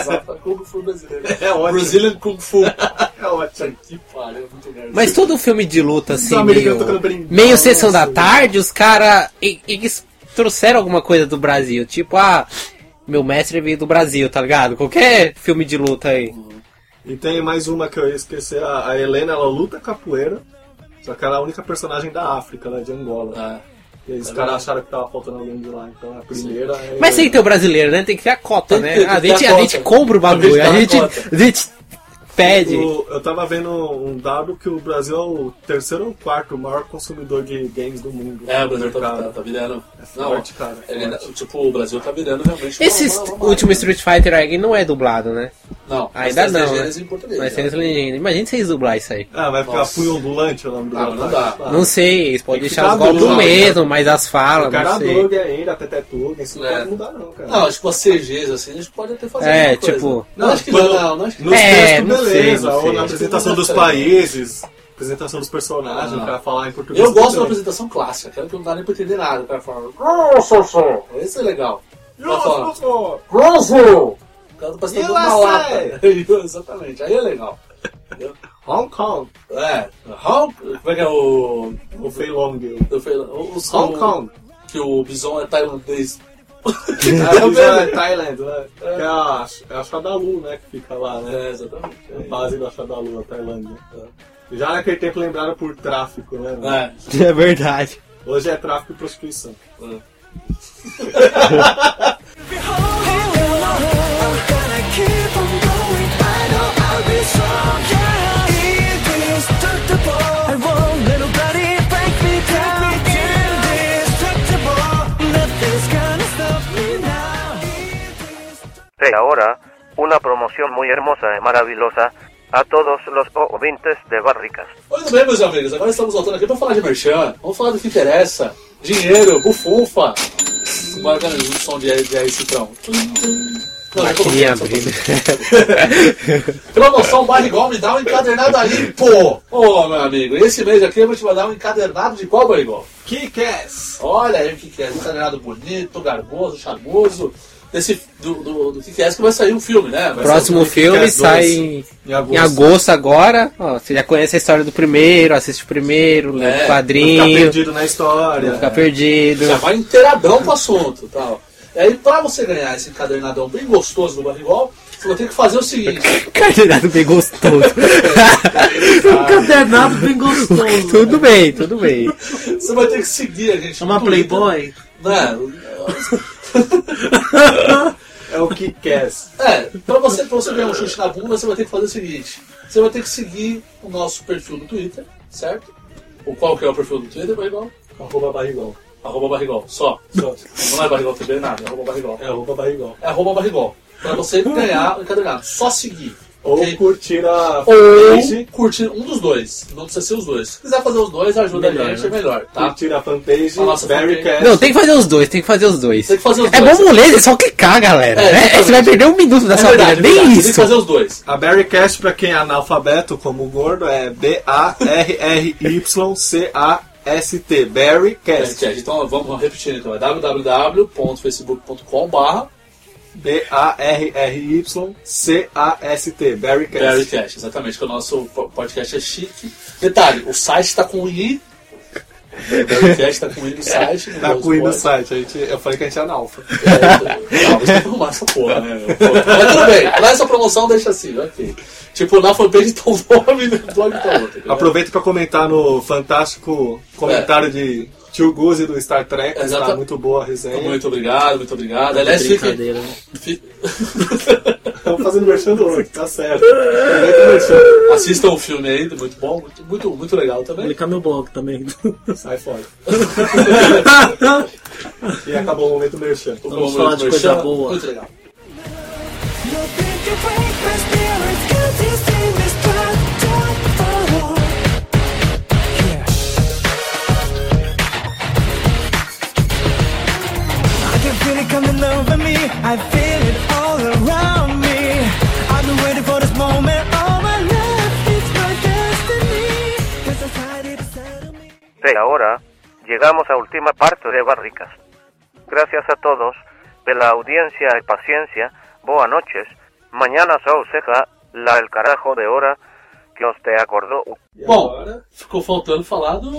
Speaker 1: Exato, Kung Fu brasileiro.
Speaker 5: É ótimo.
Speaker 1: Brazilian Kung Fu.
Speaker 5: É ótimo.
Speaker 1: que pariu, é muito merda.
Speaker 3: Mas todo filme de luta, assim,
Speaker 5: americanos tocando
Speaker 3: meio,
Speaker 5: brincando,
Speaker 3: meio sessão da
Speaker 5: assim.
Speaker 3: tarde, os caras eles trouxeram alguma coisa do Brasil. Tipo, ah, meu mestre veio do Brasil, tá ligado? Qualquer filme de luta aí.
Speaker 5: E tem mais uma que eu ia esquecer, a, a Helena, ela luta capoeira, só que ela é a única personagem da África, né, de Angola.
Speaker 1: Ah,
Speaker 5: E aí os
Speaker 1: É
Speaker 5: caras
Speaker 1: verdade.
Speaker 5: acharam que tava faltando alguém de lá, então a primeira é...
Speaker 3: Mas tem que ter o brasileiro, né? Tem que ter a cota,
Speaker 1: Tem que
Speaker 3: né?
Speaker 1: ter, tem
Speaker 3: a,
Speaker 1: que
Speaker 3: gente,
Speaker 1: ter a
Speaker 3: a,
Speaker 1: cota.
Speaker 3: gente compra o bagulho,
Speaker 1: A
Speaker 3: a
Speaker 1: gente
Speaker 3: gente,
Speaker 1: dá a
Speaker 3: a gente pede.
Speaker 5: O- eu tava vendo um dado que o Brasil é o terceiro ou quarto maior consumidor de games do mundo.
Speaker 1: É, o Brasil tá,
Speaker 5: Mercado.
Speaker 1: tá, tá virando.
Speaker 5: É forte, cara, é
Speaker 1: ele-
Speaker 5: forte.
Speaker 1: tipo, o Brasil tá virando realmente. uma-
Speaker 3: Esse
Speaker 1: uma- uma-
Speaker 3: último Street Fighter aí não é dublado, né?
Speaker 1: Não, mas
Speaker 3: Ainda
Speaker 1: tem as
Speaker 3: não.
Speaker 1: legendas
Speaker 3: né?
Speaker 1: em português.
Speaker 3: Mas
Speaker 1: né?
Speaker 3: tem as legendas. Imagina se eles dublar isso aí.
Speaker 5: Ah, vai ficar
Speaker 1: Nossa.
Speaker 5: punho ondulante o nome do
Speaker 1: Ah,
Speaker 5: rapaz.
Speaker 1: não dá.
Speaker 5: Ah,
Speaker 3: Não sei, eles podem
Speaker 5: Tem que
Speaker 3: deixar os
Speaker 5: ficar
Speaker 3: golpes
Speaker 5: dublado,
Speaker 3: mesmo, mas as falas,
Speaker 5: O cara
Speaker 3: não
Speaker 5: é
Speaker 3: sei.
Speaker 5: Doug ainda, Petetuga, isso não
Speaker 1: É.
Speaker 5: pode mudar não, cara.
Speaker 1: Não, tipo, as CGs, assim, a gente pode até fazer.
Speaker 3: É,
Speaker 1: alguma coisa.
Speaker 3: tipo-
Speaker 1: Não, acho que não,
Speaker 5: quando-
Speaker 1: não, não acho que
Speaker 5: Nos
Speaker 3: É,
Speaker 5: textos,
Speaker 3: não sei,
Speaker 5: beleza.
Speaker 3: não
Speaker 5: ou
Speaker 3: sei.
Speaker 5: na apresentação dos países, apresentação dos personagens, o cara falar em português.
Speaker 1: Ah. Eu gosto da
Speaker 5: também. tá
Speaker 1: apresentação clássica, aquela que não dá nem pra entender nada. O cara fala, "Grosso, só." esse é legal. Ela fala,
Speaker 5: Nossa, pô.
Speaker 1: Grosso! O cara parece que tá
Speaker 5: E
Speaker 1: dando uma
Speaker 5: lá
Speaker 1: lata.
Speaker 5: sai.
Speaker 1: Exatamente, aí é legal. Entendeu?
Speaker 5: Hong Kong.
Speaker 1: É, Hong, como é que é o.
Speaker 5: O Fei Long.
Speaker 1: Eu falei, o, o,
Speaker 5: Hong Kong.
Speaker 1: Que o Bison é tailandês.
Speaker 5: Ah, isso é Thailand, né? Que É a, é a Shadalu, né? Que fica lá, né?
Speaker 1: É, exatamente.
Speaker 5: A base da Shadalu, a Tailândia. Já naquele tempo lembraram por tráfico, né?
Speaker 1: É,
Speaker 3: É verdade.
Speaker 5: Hoje é tráfico e prostituição.
Speaker 12: ahora una promoción muy hermosa y maravillosa a todos los ouvintes de Barricas.
Speaker 1: Muito bem, meus amigos, agora estamos voltando aqui pra falar de merchan. Vamos falar do que interessa. Dinheiro, bufunfa. Bora, cara, um som de, de aí, Citrão. Não, já coloquei,
Speaker 3: Maquininha
Speaker 1: só tô-
Speaker 3: abrindo.
Speaker 1: Promoção Bar Igual, me dá um encadernado aí, pô! Ô, meu amigo, esse mês aqui eu vou te mandar um encadernado de qual, Bar Igual?
Speaker 5: Kick-Ass!
Speaker 1: Olha aí o que, que é, um encadernado bonito, garboso, charmoso. Desse, do, do, do que, que é que vai sair um filme, né? Vai
Speaker 3: Próximo
Speaker 1: sair um
Speaker 3: filme
Speaker 1: Kick-Ass
Speaker 3: sai
Speaker 1: 2.
Speaker 3: em,
Speaker 5: Em agosto.
Speaker 3: em agosto agora. Ó, você já conhece a história do primeiro, assiste o primeiro, lê
Speaker 1: É, né?
Speaker 3: o
Speaker 5: Ficar
Speaker 3: quadrinho,
Speaker 5: perdido na história.
Speaker 3: fica perdido.
Speaker 1: Já vai inteiradão pro assunto tal. E aí, pra você ganhar esse encadernadão bem gostoso do Barrigol, você vai ter que fazer o seguinte:
Speaker 3: Encadernado bem gostoso.
Speaker 6: Um cadernado bem gostoso.
Speaker 3: tudo bem, tudo bem.
Speaker 1: você vai ter que seguir a gente.
Speaker 6: É
Speaker 1: no
Speaker 6: uma
Speaker 1: Twitter,
Speaker 6: Playboy?
Speaker 1: Né?
Speaker 5: É o Kick-Ass.
Speaker 1: É, pra você, pra você ganhar um chute na bunda, você vai ter que fazer o seguinte: você vai ter que seguir o nosso perfil no Twitter, certo? O qual que é o perfil do Twitter, Barrigol?
Speaker 5: Arroba barrigol.
Speaker 1: Arroba Barrigol, só. só. Não é Barrigol TV, nada, é arroba Barrigol.
Speaker 5: É arroba barrigol.
Speaker 1: É arroba Barrigol. Pra você ganhar o encadernado, só seguir.
Speaker 5: Ou curtir a
Speaker 1: Ou curtir um dos dois. Não precisa ser os dois. Se quiser fazer os dois, ajuda
Speaker 5: Melhor,
Speaker 1: a gente,
Speaker 5: né?
Speaker 1: é melhor. Tá?
Speaker 5: Curtir a fanpage,
Speaker 1: A nossa
Speaker 5: Barrycast.
Speaker 1: fanpage.
Speaker 3: Não, tem que fazer os dois, tem que fazer os dois.
Speaker 1: Tem que fazer os
Speaker 3: é
Speaker 1: dois.
Speaker 3: bom ler, é só clicar, galera.
Speaker 1: É,
Speaker 3: né?
Speaker 1: exatamente.
Speaker 3: Você vai perder um minuto da
Speaker 1: É
Speaker 3: sua
Speaker 1: verdade,
Speaker 3: vida.
Speaker 1: é
Speaker 3: Nem
Speaker 1: verdade.
Speaker 3: isso.
Speaker 1: Tem que fazer os dois.
Speaker 5: A Barrycast, pra quem é analfabeto, como o gordo, é B-A-R-R-Y-C-A-S-T. Barrycast.
Speaker 1: Barrycast. Então vamos repetir então. É www.facebook.com barra
Speaker 5: B-A-R-R-Y-C-A-S-T. Barrycast.
Speaker 1: Barrycast, exatamente, que o nosso po- podcast é chique. Detalhe, o site está com I. O Barrycast tá com I no site. no
Speaker 5: Tá com o i no
Speaker 1: Blogspot.
Speaker 5: site. A gente, eu falei que a gente é analfa.
Speaker 1: Não, você tem que arrumar essa porra, né? meu? Pô, Mas tudo bem, lá essa promoção deixa assim, ok. Tipo, na fanpage tá um nome, no blog tá outro. entendeu?
Speaker 5: Aproveita pra comentar no fantástico
Speaker 1: É.
Speaker 5: comentário de Tio Guzzi do Star Trek. que
Speaker 1: Exata-
Speaker 5: Tá muito boa a resenha.
Speaker 1: Então, Muito obrigado, muito obrigado. Aliás, fique.
Speaker 6: Brincadeira, né?
Speaker 5: Estamos fazendo merchan do outro, tá certo. Aproveita e merchan.
Speaker 1: Assistam o filme aí, muito bom, muito, muito, muito legal também.
Speaker 6: Publicar meu blog também.
Speaker 5: Sai fora. e acabou o momento merchan.
Speaker 1: Muito
Speaker 6: Vamos
Speaker 1: bom,
Speaker 6: falar
Speaker 1: muito
Speaker 6: de coisa
Speaker 1: merchan,
Speaker 6: boa.
Speaker 1: Muito legal.
Speaker 4: I can feel it coming over me. I feel it all around me. I've been waiting for this moment all my life. It's my destiny. 'Cause I tried it, settled me.
Speaker 12: Y ahora llegamos a última parte de Barricas. Gracias a todos pela audiencia y paciencia. Boas noches. Mañana só seca la el carajo de hora que os te acordó.
Speaker 1: Bom, ficou faltando falar do.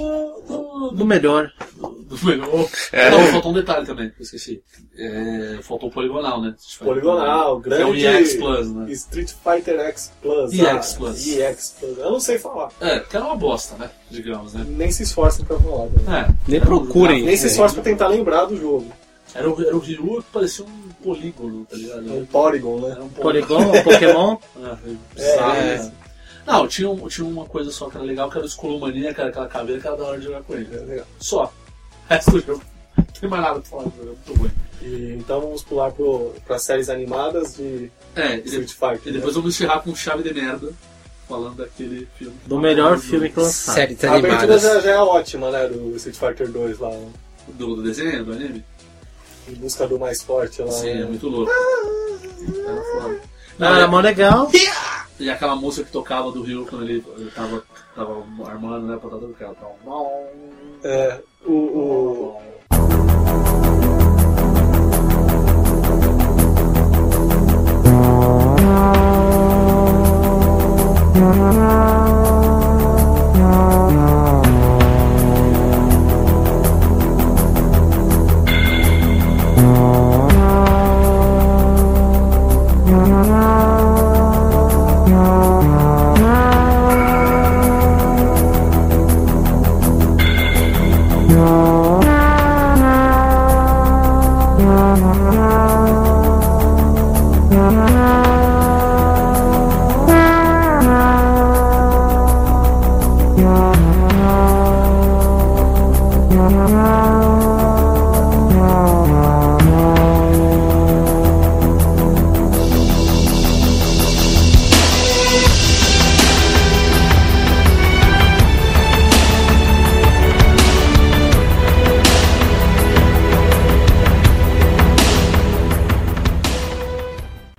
Speaker 1: do,
Speaker 6: Do melhor.
Speaker 1: do melhor.
Speaker 3: É.
Speaker 1: Não, faltou um detalhe também, que eu esqueci. É, faltou o poligonal, né?
Speaker 5: Poligonal,
Speaker 1: Que É o
Speaker 5: grande-
Speaker 1: EX Plus, né?
Speaker 5: Street Fighter X Plus.
Speaker 1: EX
Speaker 5: ah,
Speaker 1: Plus.
Speaker 5: EX Plus. Eu não sei falar.
Speaker 1: É, que era uma bosta, né? Digamos, né?
Speaker 5: Nem se esforcem pra falar. né?
Speaker 1: É.
Speaker 3: Nem
Speaker 1: Era um-
Speaker 3: procurem.
Speaker 5: Nem se esforcem pra tentar lembrar do jogo.
Speaker 1: Era o, era o Ryu que parecia um polígono, tá ligado?
Speaker 5: Um Porygon, né?
Speaker 1: Era um
Speaker 6: Polygon, Pokémon.
Speaker 1: É, bizarro, né? Não, tinha, um- tinha uma coisa só que era legal, que era o Escolomania, que era aquela caveira que era da hora de jogar com ele. Era É legal. Só. O resto do jogo. Não tem mais nada pra falar do jogo, é muito ruim.
Speaker 5: E, então vamos pular pro, pra séries animadas de
Speaker 1: É, e, de-
Speaker 5: Street Fighter. né?
Speaker 1: e depois vamos encerrar com chave de merda, falando daquele filme.
Speaker 6: Do melhor filme que lançaram.
Speaker 3: Séries
Speaker 5: né? A abertura
Speaker 3: animadas.
Speaker 5: já, já é ótima, né? Do Street Fighter 2 lá. né?
Speaker 1: Do, do desenho, do anime?
Speaker 5: Em busca do mais forte lá.
Speaker 1: Sim, é
Speaker 5: né?
Speaker 1: muito louco. Era foda.
Speaker 6: Ah, era mó legal.
Speaker 1: E aquela música que tocava do Rio quando ele, ele tava, tava armando, né? Pra do cara. Tava... um
Speaker 5: É, o, o-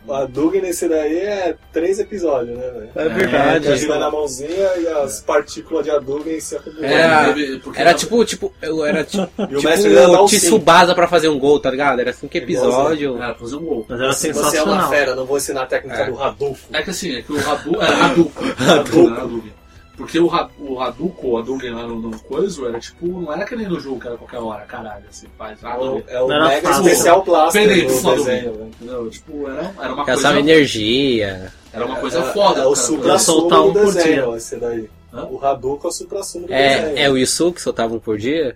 Speaker 5: a Dug nesse daí é três episódios, né, velho?
Speaker 6: É verdade.
Speaker 5: A gente vai na mãozinha e as partículas de Hadouken se acumulando.
Speaker 6: É,
Speaker 3: Era,
Speaker 1: Porque
Speaker 3: era
Speaker 1: na-
Speaker 3: tipo, tipo, eu era ti-
Speaker 5: o mestre ia dar
Speaker 3: tipo
Speaker 5: o
Speaker 3: o
Speaker 5: sim.
Speaker 3: Tsubasa pra fazer um gol, tá ligado? Era assim que episódio.
Speaker 1: Era fazer um gol.
Speaker 6: Mas era
Speaker 5: Você é uma
Speaker 6: sensacional.
Speaker 5: fera, não vou ensinar a técnica do Hadouken.
Speaker 1: É que assim, é né, que o Hadouken. Era Hadouken. Hadouken, era Hadouken. Porque o, Had- o Hadouken, o Hadouken lá no, no coisa, era tipo, não era que nem no jogo que era qualquer hora, caralho, assim, faz
Speaker 5: É o-
Speaker 1: Hadouken.
Speaker 5: É o
Speaker 6: Não era
Speaker 5: mega
Speaker 6: fácil.
Speaker 5: especial plástico
Speaker 1: Peraí,
Speaker 5: do
Speaker 1: Hadouken.
Speaker 5: desenho, né? velho.
Speaker 1: Entendeu? Tipo, era, era uma
Speaker 3: Caçava
Speaker 1: coisa.
Speaker 3: energia.
Speaker 1: Era uma coisa assim,
Speaker 5: É
Speaker 1: foda.
Speaker 5: o
Speaker 1: cara.
Speaker 5: supra
Speaker 6: soltar um
Speaker 5: do
Speaker 6: por
Speaker 5: desenho,
Speaker 6: dia.
Speaker 5: ó, esse daí.
Speaker 1: Hã?
Speaker 5: O Hadouken é o supra do desenho.
Speaker 3: É, é o Isu que soltava um por dia?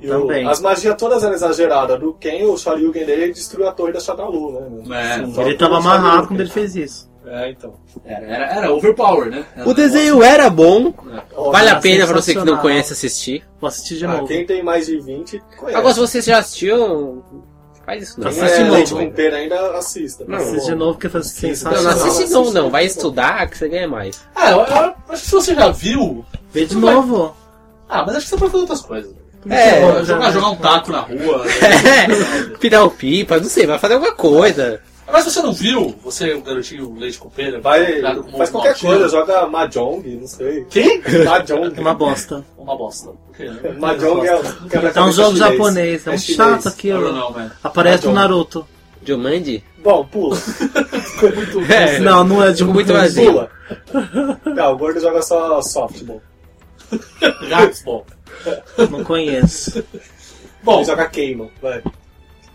Speaker 5: E o-
Speaker 6: Também.
Speaker 5: As magias todas eram exageradas. Do Ken, o Shoryuken dele destruiu a torre da Shadaloo, né? meu?
Speaker 1: É,
Speaker 5: Sim,
Speaker 6: Ele
Speaker 5: só o
Speaker 6: tava
Speaker 5: Shoryuken.
Speaker 6: amarrado quando ele fez isso.
Speaker 5: É, então.
Speaker 1: Era, era, era overpower, né? Era
Speaker 3: O desenho era bom,
Speaker 5: Ó,
Speaker 3: vale
Speaker 6: era
Speaker 3: a pena pra você que não
Speaker 6: sensacional.
Speaker 3: conhece assistir.
Speaker 6: Vou assistir de
Speaker 5: ah,
Speaker 6: novo.
Speaker 5: quem tem mais de 20, conhece.
Speaker 3: Agora, se você já assistiu, Faz isso
Speaker 1: Não,
Speaker 3: não.
Speaker 1: se é, leite
Speaker 5: um
Speaker 1: com pera ainda, assista.
Speaker 3: Não,
Speaker 1: Tá
Speaker 3: assiste
Speaker 1: bom.
Speaker 3: de
Speaker 6: novo, que faz
Speaker 3: Não, não assiste de novo, não. Vai estudar que você ganha mais.
Speaker 1: Ah, eu, eu acho que se você já viu.
Speaker 6: Vê
Speaker 1: de
Speaker 6: novo.
Speaker 1: Ah, mas acho que você pode fazer outras coisas.
Speaker 3: É,
Speaker 1: Jogar-
Speaker 3: eu
Speaker 1: jogar,
Speaker 3: já-
Speaker 1: jogar um taco na rua.
Speaker 3: Pirar o pipa, não sei, vai fazer alguma coisa.
Speaker 1: Mas se você não viu, você, o garotinho leite com pera,
Speaker 5: Vai,
Speaker 1: virado com
Speaker 5: faz
Speaker 1: um
Speaker 5: qualquer
Speaker 1: maltinho.
Speaker 3: né?
Speaker 5: coisa, joga Mahjong, não sei.
Speaker 1: Quem?
Speaker 5: Mahjong.
Speaker 6: É uma bosta.
Speaker 1: Uma bosta.
Speaker 5: Mahjong é um
Speaker 6: É um jogo japonês, é um chato aquilo. Aparece o Naruto.
Speaker 3: Jumanji?
Speaker 5: Bom, pula. Ficou muito.
Speaker 3: É,
Speaker 6: Não, não é de
Speaker 3: ficou muito
Speaker 6: Jumanji.
Speaker 3: vazio.
Speaker 5: Pula. Não, o gordo joga só softball.
Speaker 1: Jacksball.
Speaker 6: Não conheço.
Speaker 1: Bom,
Speaker 5: Ele joga queima, vai.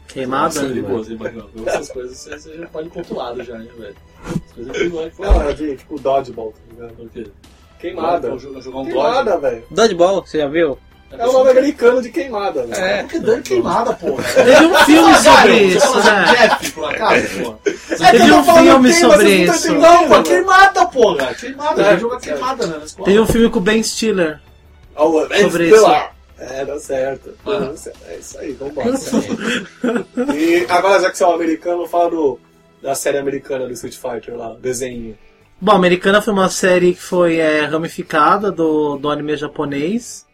Speaker 6: Queimada?
Speaker 1: Nossa, perigoso, hein, Bagão? Essas coisas você- você já pode ir compilado já, hein, velho? Essas coisas
Speaker 5: Não, era de tipo dodgeball, tá ligado?
Speaker 1: O quê?
Speaker 5: Queimada.
Speaker 1: Vamos jogar- jogar um
Speaker 5: queimada, velho.
Speaker 3: Dodgeball, você já viu?
Speaker 5: É o nome americano de queimada, velho.
Speaker 3: É.
Speaker 1: Que dano queimada, porra.
Speaker 6: Teve um filme
Speaker 1: Você fala
Speaker 6: sobre
Speaker 1: Zion,
Speaker 6: isso,
Speaker 1: Você fala de
Speaker 6: né?
Speaker 1: Jeff, por acaso, porra?
Speaker 6: Teve um filme sobre isso.
Speaker 1: Não, pô, queimada, porra. Queimada, é, joga queimada, né? na escola.
Speaker 6: Tem um filme com o Ben Stiller.
Speaker 5: Oh, é
Speaker 6: Sobre
Speaker 5: isso.
Speaker 6: isso.
Speaker 5: É, dá certo.
Speaker 1: Ah.
Speaker 5: Dá certo. É isso aí, vambora. e agora, já que você é um americano, fala do, da série americana do Street Fighter lá, desenho.
Speaker 6: Bom, Americana foi uma série que foi é, ramificada do, do anime japonês.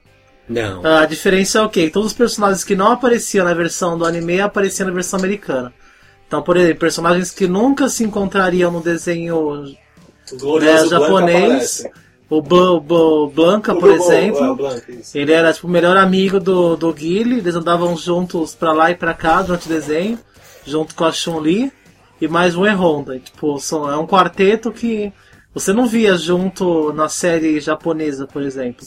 Speaker 3: Não.
Speaker 6: A diferença é o quê? Todos os personagens que não apareciam na versão do anime apareciam na versão americana. Então, por exemplo, personagens que nunca se encontrariam no desenho
Speaker 5: O
Speaker 1: É,
Speaker 6: né,
Speaker 5: glorioso
Speaker 6: japonês. O, Bla- o Bla- o Blanca,
Speaker 5: O
Speaker 6: por
Speaker 5: Blanca, é, o
Speaker 6: exemplo.
Speaker 5: Blanca, isso.
Speaker 6: ele era tipo, o melhor amigo do, do Guile. Eles andavam juntos pra lá e pra cá durante o desenho. Junto com a Chun-Li. E mais um E-Honda. E, Tipo, são, é um quarteto que você não via junto na série japonesa, por exemplo.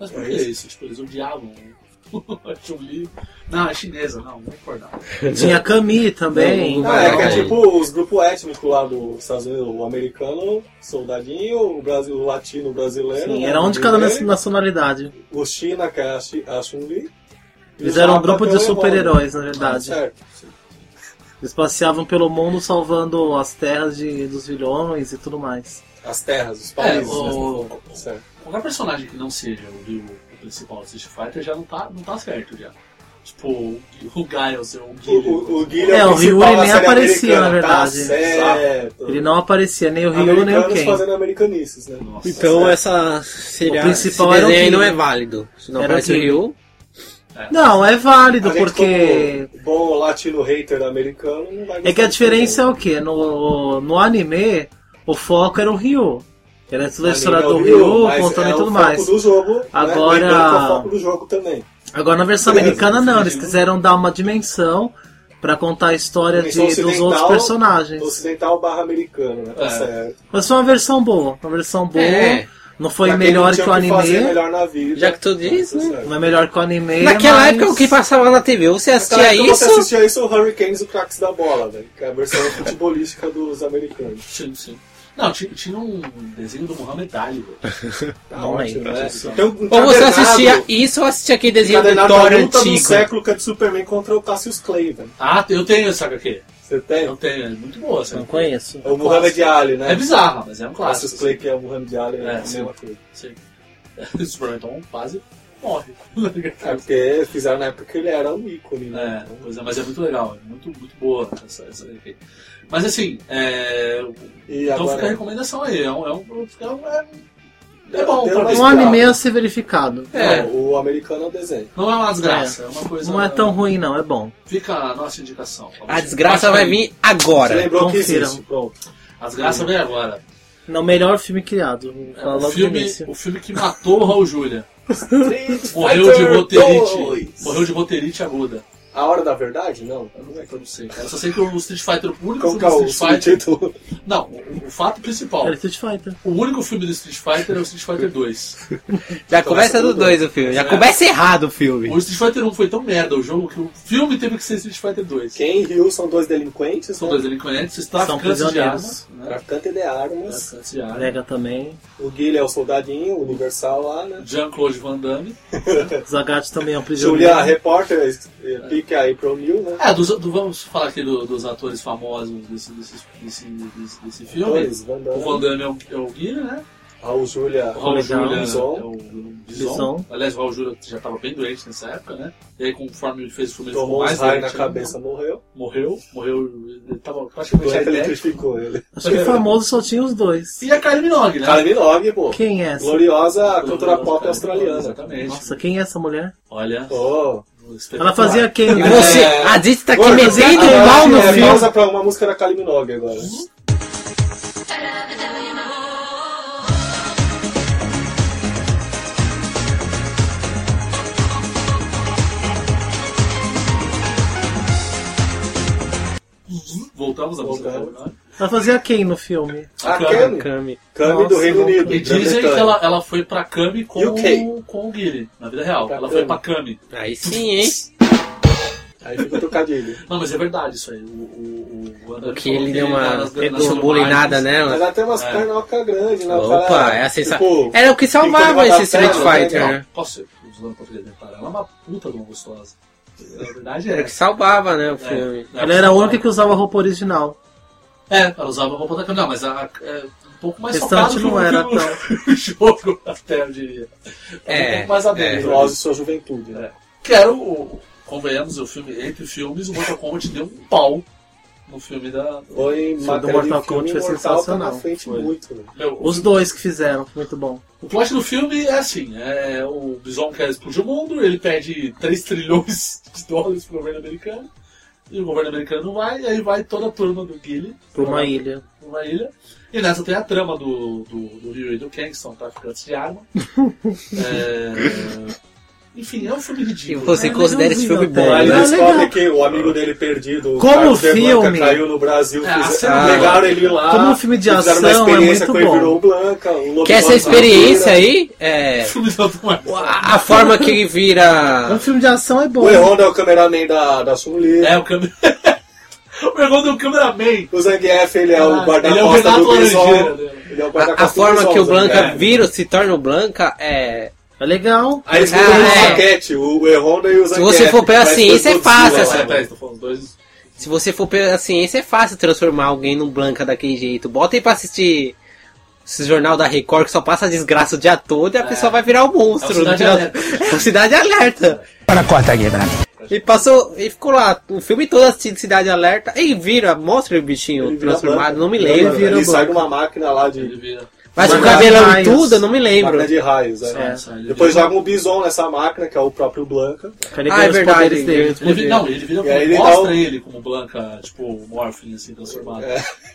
Speaker 1: Mas por que isso? Tipo, eles odiavam. né? A Chun-Li. Não, é chinesa, não, vamos acordar.
Speaker 6: Tinha a Kami também.
Speaker 5: Ah, é, que é tipo os grupos étnicos lá dos Estados Unidos, o americano, soldadinho, o, Brasil, o latino, o brasileiro.
Speaker 6: Sim,
Speaker 5: né,
Speaker 6: era um
Speaker 5: o
Speaker 6: de cada
Speaker 5: brasileiro,
Speaker 6: nacionalidade.
Speaker 5: O China, que é a Chi- a Chun-Li. e
Speaker 6: Eles
Speaker 5: o
Speaker 6: eram um
Speaker 5: Japa,
Speaker 6: grupo
Speaker 5: que é
Speaker 6: de
Speaker 5: o Evolve.
Speaker 6: super-heróis, na verdade.
Speaker 5: Ah, certo.
Speaker 6: Eles passeavam pelo mundo salvando as terras de, dos vilões e tudo mais.
Speaker 5: As terras, os
Speaker 1: É,
Speaker 5: países.
Speaker 1: o,
Speaker 5: né? Certo.
Speaker 1: qualquer personagem que não seja o, Ryu, o principal do Street Fighter já não tá, não tá certo já. Tipo, o Gui- o Giles, o
Speaker 5: O,
Speaker 1: Guile.
Speaker 5: o, o Guilherme
Speaker 6: É, o Ryuri
Speaker 5: principal da
Speaker 6: nem
Speaker 5: série
Speaker 6: aparecia, na
Speaker 5: americana, tá
Speaker 6: verdade.
Speaker 5: certo.
Speaker 6: Ele não aparecia, nem é o Ryu, nem o
Speaker 5: Americanos
Speaker 6: Ken.
Speaker 5: fazendo americanices, né?
Speaker 3: Então essa seria,
Speaker 6: O principal
Speaker 3: esse
Speaker 6: era o
Speaker 3: desenho aí
Speaker 6: Kid.
Speaker 3: não é válido. Se não
Speaker 6: Era o
Speaker 3: aparece o
Speaker 6: Kid.
Speaker 3: Ryu,
Speaker 6: Não, é válido,
Speaker 5: A gente,
Speaker 6: porque...
Speaker 5: como Bom latino hater americano não vai
Speaker 6: É que a
Speaker 5: gostar
Speaker 6: diferença é o quê? No, no anime, o foco era o Ryu. Era toda a história do
Speaker 5: Anime é o
Speaker 6: Ryu,
Speaker 5: mas
Speaker 6: contando
Speaker 5: é
Speaker 6: e
Speaker 5: o
Speaker 6: tudo
Speaker 5: foco
Speaker 6: mais.
Speaker 5: Do jogo,
Speaker 6: Agora-
Speaker 5: Né? O Ibaka é o foco do jogo também.
Speaker 6: Agora na versão
Speaker 5: É,
Speaker 6: americana não, eles
Speaker 5: sim.
Speaker 6: quiseram dar uma dimensão pra contar a história de,
Speaker 5: Dimensão
Speaker 6: dos
Speaker 5: ocidental-
Speaker 6: outros personagens.
Speaker 5: Ocidental barra americano, né? Tá
Speaker 1: É.
Speaker 5: certo.
Speaker 6: Mas foi uma versão boa, uma versão boa.
Speaker 3: É.
Speaker 6: Não foi
Speaker 5: Pra quem
Speaker 6: melhor
Speaker 5: não
Speaker 6: que
Speaker 5: tinha
Speaker 6: o anime,
Speaker 5: fazer melhor na vida.
Speaker 3: já que tu diz,
Speaker 5: Tá
Speaker 3: né?
Speaker 5: certo.
Speaker 6: não é melhor que o anime.
Speaker 3: Naquela
Speaker 6: mas-
Speaker 3: época o que passava na TV, ou você assistia
Speaker 5: Naquela época então Você
Speaker 3: é isso?
Speaker 5: assistia isso o Hurricanes e o Craques da Bola, velho. Que é a versão futebolística dos americanos.
Speaker 1: Sim, sim. Não, tinha, tinha um desenho do Muhammad Ali, velho.
Speaker 5: Tá
Speaker 6: Não
Speaker 5: ótimo,
Speaker 6: lembro
Speaker 5: né?
Speaker 1: disso.
Speaker 5: Tem um
Speaker 3: Ou você
Speaker 5: encadernado-
Speaker 3: assistia isso ou assistia aquele desenho do
Speaker 5: encadernado
Speaker 3: Thor
Speaker 5: da luta do
Speaker 3: antigo?
Speaker 5: século que é de Superman contra o Cassius Clay, velho.
Speaker 1: Ah, eu tenho essa HQ.
Speaker 5: Você tem?
Speaker 1: Eu tenho, é muito boa essa
Speaker 6: Não
Speaker 1: HQ.
Speaker 6: conheço.
Speaker 5: É o Muhammad Ali, né?
Speaker 1: É bizarra, mas é um clássico.
Speaker 5: Cassius Clay, que é o Muhammad Ali, é,
Speaker 1: É,
Speaker 5: a
Speaker 1: sim.
Speaker 5: mesma coisa.
Speaker 1: Sim. O Superman então, quase morre.
Speaker 5: É porque fizeram na época que ele era um ícone,
Speaker 1: É,
Speaker 5: né?
Speaker 1: pois é, mas é muito legal, é muito, muito boa essa, essa HQ. Mas assim, é,
Speaker 5: E
Speaker 1: então
Speaker 5: agora-
Speaker 1: fica a recomendação aí. É, um, é, um, é, um- é um- é bom,
Speaker 5: Deu uma
Speaker 1: talvez.
Speaker 6: Um anime a ser verificado.
Speaker 1: É.
Speaker 5: Não, o americano é o desenho.
Speaker 1: Não é uma desgraça, é, uma coisa.
Speaker 6: Não é tão ruim não, é bom.
Speaker 1: Fica a nossa indicação. tá
Speaker 3: A desgraça vai vir agora.
Speaker 5: Você lembrou que
Speaker 6: confiram.
Speaker 5: existe, pronto.
Speaker 1: A desgraça vem agora.
Speaker 6: Não, o melhor filme criado. Vou
Speaker 1: É,
Speaker 6: falar
Speaker 1: o,
Speaker 6: Tá logo no
Speaker 1: filme,
Speaker 6: início.
Speaker 1: o filme que matou o Raul Júlia.
Speaker 5: Street
Speaker 1: Morreu de
Speaker 5: Fighter
Speaker 1: roterite.
Speaker 5: 2.
Speaker 1: Morreu de roterite aguda.
Speaker 5: A Hora da Verdade? Não. é
Speaker 1: Eu não, eu não sei, cara. Eu só sei que o Street Fighter, o único
Speaker 5: Qual
Speaker 1: filme
Speaker 5: que é
Speaker 1: do
Speaker 5: o
Speaker 1: Street Fighter.
Speaker 5: subtítulo?
Speaker 1: Não, o, o fato principal.
Speaker 6: Era É Street Fighter.
Speaker 1: O único filme do Street Fighter é o Street Fighter 2.
Speaker 3: Já começa do dois o
Speaker 5: É.
Speaker 3: filme. Já começa errado o filme.
Speaker 1: O Street Fighter 1 foi tão merda o jogo que o filme teve que ser Street Fighter 2.
Speaker 5: Ken e Ryu são dois delinquentes,
Speaker 1: São
Speaker 5: né?
Speaker 1: dois delinquentes,
Speaker 6: São É.
Speaker 1: traficantes de
Speaker 6: prisioneiros.
Speaker 1: tá armas. Né?
Speaker 5: Traficante de armas.
Speaker 1: Traficantes de armas.
Speaker 6: Lega também.
Speaker 5: O Guilherme é o soldadinho, o universal lá, né?
Speaker 1: Jean-Claude Van Damme.
Speaker 6: Zagatti também é um prisioneiro.
Speaker 5: Julia, repórter, eh, pica aí pro Neil, né?
Speaker 1: É, dos- do- vamos falar aqui do- dos atores famosos desse, desse, desse, desse, desse filme.
Speaker 5: Dois, Van
Speaker 1: O
Speaker 5: Damme.
Speaker 1: Van Damme é o, é o Guilherme, né? Raul Júlia.
Speaker 6: O
Speaker 1: Raul
Speaker 6: Legal.
Speaker 1: Júlia
Speaker 6: Bison.
Speaker 1: é o Bison.
Speaker 6: Bison.
Speaker 1: Aliás, o Raul Júlia já estava bem doente nessa época, né? E aí, conforme ele fez o filme, ele
Speaker 5: Tomou
Speaker 1: ficou
Speaker 5: uns
Speaker 1: mais né?
Speaker 5: raios na
Speaker 1: doente
Speaker 5: cabeça, morreu.
Speaker 1: ainda. Morreu, morreu. Ele tava praticamente
Speaker 5: Doente, né?
Speaker 1: epilético.
Speaker 5: eletrificou ele.
Speaker 6: Acho que famoso só tinha os dois.
Speaker 1: E a Kylie Minogue, né?
Speaker 5: Kylie Minogue, pô.
Speaker 6: Quem é essa?
Speaker 5: Gloriosa cantora
Speaker 1: Gloriosa
Speaker 5: pop
Speaker 1: Kylie
Speaker 5: australiana.
Speaker 1: Minogue, exatamente.
Speaker 6: Nossa, quem é essa mulher?
Speaker 1: Olha.
Speaker 5: Oh.
Speaker 6: Ela fazia quem?
Speaker 5: É.
Speaker 6: Você- a gente tá aqui
Speaker 5: Agora,
Speaker 6: metendo
Speaker 5: agora,
Speaker 6: mal no
Speaker 5: é,
Speaker 6: filme.
Speaker 5: Pausa pra uma música da Kylie Minogue agora.
Speaker 1: Voltamos à música. né? Voltamos.
Speaker 6: Ela fazia quem no filme?
Speaker 1: A
Speaker 6: Kami.
Speaker 1: Kami.
Speaker 6: Kami.
Speaker 5: Kami do Reino Unido.
Speaker 1: E dizem que
Speaker 5: Grã-Bretanha.
Speaker 1: ela, ela foi pra Kami com,
Speaker 5: UK.
Speaker 1: o- com o Guile, na vida real. ela foi pra Kami.
Speaker 3: Aí sim, hein?
Speaker 5: Aí fica trocadilho.
Speaker 1: Não, mas é verdade isso aí. O, o, o, André
Speaker 3: O que
Speaker 1: falou
Speaker 3: ele deu
Speaker 1: na-
Speaker 3: uma- né?
Speaker 1: nas-
Speaker 3: ele
Speaker 1: nas
Speaker 3: deu
Speaker 1: filmagens.
Speaker 3: uma bulinada nela.
Speaker 5: Ela tem umas
Speaker 1: É.
Speaker 5: pernocas grandes, né? O
Speaker 3: Opa,
Speaker 5: cara,
Speaker 3: é a sensação.
Speaker 5: tipo,
Speaker 3: Era o que salvava
Speaker 5: tem
Speaker 3: esse
Speaker 5: que
Speaker 3: Street
Speaker 5: levantar a perna,
Speaker 3: Fighter,
Speaker 5: né?
Speaker 3: né?
Speaker 1: Posso ir usando português né, cara? Ela é uma puta de uma gostosa. Na verdade
Speaker 3: Era
Speaker 1: é.
Speaker 3: o que salvava, né, o filme.
Speaker 1: É.
Speaker 6: Ela era a única que usava a roupa original.
Speaker 1: É, ela usava roupa da Kami. Não, mas a, é um pouco mais
Speaker 6: Restante
Speaker 1: focado
Speaker 6: não
Speaker 1: que o-
Speaker 6: era
Speaker 1: que o- o jogo, até eu diria. É, um pouco mais
Speaker 5: É,
Speaker 1: adentro.
Speaker 5: Nós e sua juventude, né?
Speaker 1: Que era o, o- Convenhamos, o filme, entre filmes, o Mortal Kombat deu um pau no filme da.
Speaker 5: Foi
Speaker 6: do
Speaker 5: matéria
Speaker 6: Mortal
Speaker 5: de filme,
Speaker 6: Kombat foi
Speaker 5: Mortal tá na
Speaker 6: sensacional.
Speaker 5: frente
Speaker 1: Foi.
Speaker 5: muito, né?
Speaker 1: Meu,
Speaker 6: Os dois que fizeram, muito bom.
Speaker 1: O plot do filme é assim: é, o Bison quer explodir o mundo, ele pede 3 trilhões de dólares pro governo americano, e o governo americano não vai, e aí vai toda a turma do Guile
Speaker 6: Pra uma ilha.
Speaker 1: pra uma ilha. E nessa tem a trama do, do, do Ryu e do Ken, que são traficantes de arma. É, enfim, é um filme
Speaker 3: E
Speaker 1: ridículo.
Speaker 3: você
Speaker 1: né?
Speaker 3: considera esse filme bom,
Speaker 5: Aí
Speaker 3: né?
Speaker 5: ele
Speaker 6: Não,
Speaker 5: descobre
Speaker 6: legal.
Speaker 5: que o amigo dele perdido, o
Speaker 6: Como assim?
Speaker 5: Carlos De Blanca,
Speaker 6: filme?
Speaker 5: caiu no Brasil,
Speaker 1: Ah,
Speaker 5: fizeram-
Speaker 1: será?
Speaker 5: pegaram ele lá.
Speaker 6: Como um filme de
Speaker 5: fizeram
Speaker 6: ação, é
Speaker 5: uma experiência
Speaker 6: muito
Speaker 5: com ele
Speaker 6: bom.
Speaker 1: um
Speaker 5: virou o Blanca, o Lobo
Speaker 3: Que essa
Speaker 5: Vampiro.
Speaker 3: experiência aí, é,
Speaker 1: Filme da turma.
Speaker 3: a a forma que ele
Speaker 6: Um
Speaker 3: vira...
Speaker 6: filme de ação é bom.
Speaker 5: O Honda é o cameraman da, da Chun-Li.
Speaker 1: É, o câmera. o irmão do cameraman.
Speaker 5: O Zangief, ele é o
Speaker 1: Ah,
Speaker 5: guarda-costas do
Speaker 1: ele é o Renato
Speaker 5: Bison.
Speaker 1: Laranjeira, né?
Speaker 5: Ele é o
Speaker 3: A,
Speaker 5: guarda-costas
Speaker 3: a forma
Speaker 5: do né?
Speaker 3: que o
Speaker 5: Bison,
Speaker 3: Blanca
Speaker 1: É.
Speaker 5: Zangief.
Speaker 3: vira, se torna o Blanca, é...
Speaker 6: É legal.
Speaker 5: Aí eles
Speaker 3: Ah,
Speaker 5: colocam um
Speaker 3: é.
Speaker 5: saquete, o o Honda e o Zangief.
Speaker 3: Se você for pela
Speaker 5: Mas
Speaker 3: ciência,
Speaker 5: foi
Speaker 3: é fácil
Speaker 5: Godzilla,
Speaker 3: essa-
Speaker 5: né,
Speaker 1: É, peraí,
Speaker 5: velho?
Speaker 1: tô falando dois.
Speaker 3: Se você for pela ciência, é fácil transformar alguém num Blanca daquele jeito. Bota aí pra assistir esse jornal da Record que só passa desgraça o dia todo e a pessoa vai virar um monstro.
Speaker 1: É o Cidade
Speaker 3: no final-
Speaker 1: Alerta.
Speaker 3: É o Cidade Alerta.
Speaker 2: Para a corta, Guilherme.
Speaker 3: E passou, e ficou lá, o filme todo assistindo Cidade Alerta. E vira, mostra o bichinho
Speaker 5: Ele vira
Speaker 3: transformado,
Speaker 5: branco.
Speaker 3: não me
Speaker 5: Ele
Speaker 3: lembro.
Speaker 5: vira- Ele sai de
Speaker 3: um
Speaker 5: uma máquina lá de...
Speaker 1: Ele vira.
Speaker 3: Mas com o
Speaker 6: Máquina de
Speaker 3: cabelão e
Speaker 6: raios.
Speaker 3: tudo, eu não me lembro.
Speaker 5: Máquina de raios, é.
Speaker 1: É, sai, ele
Speaker 5: Depois
Speaker 1: vira-
Speaker 5: jogam o Bison nessa máquina, que é o próprio Blanca.
Speaker 6: Pra ele
Speaker 3: Ah,
Speaker 6: ganhar
Speaker 3: é
Speaker 6: os
Speaker 3: verdade,
Speaker 6: poderes
Speaker 3: ele
Speaker 6: dele.
Speaker 1: Ele vira, não, ele vira
Speaker 5: E aí ele
Speaker 1: mostra
Speaker 5: dá um-
Speaker 1: ele como Blanca, tipo, o Morphin, assim, transformado.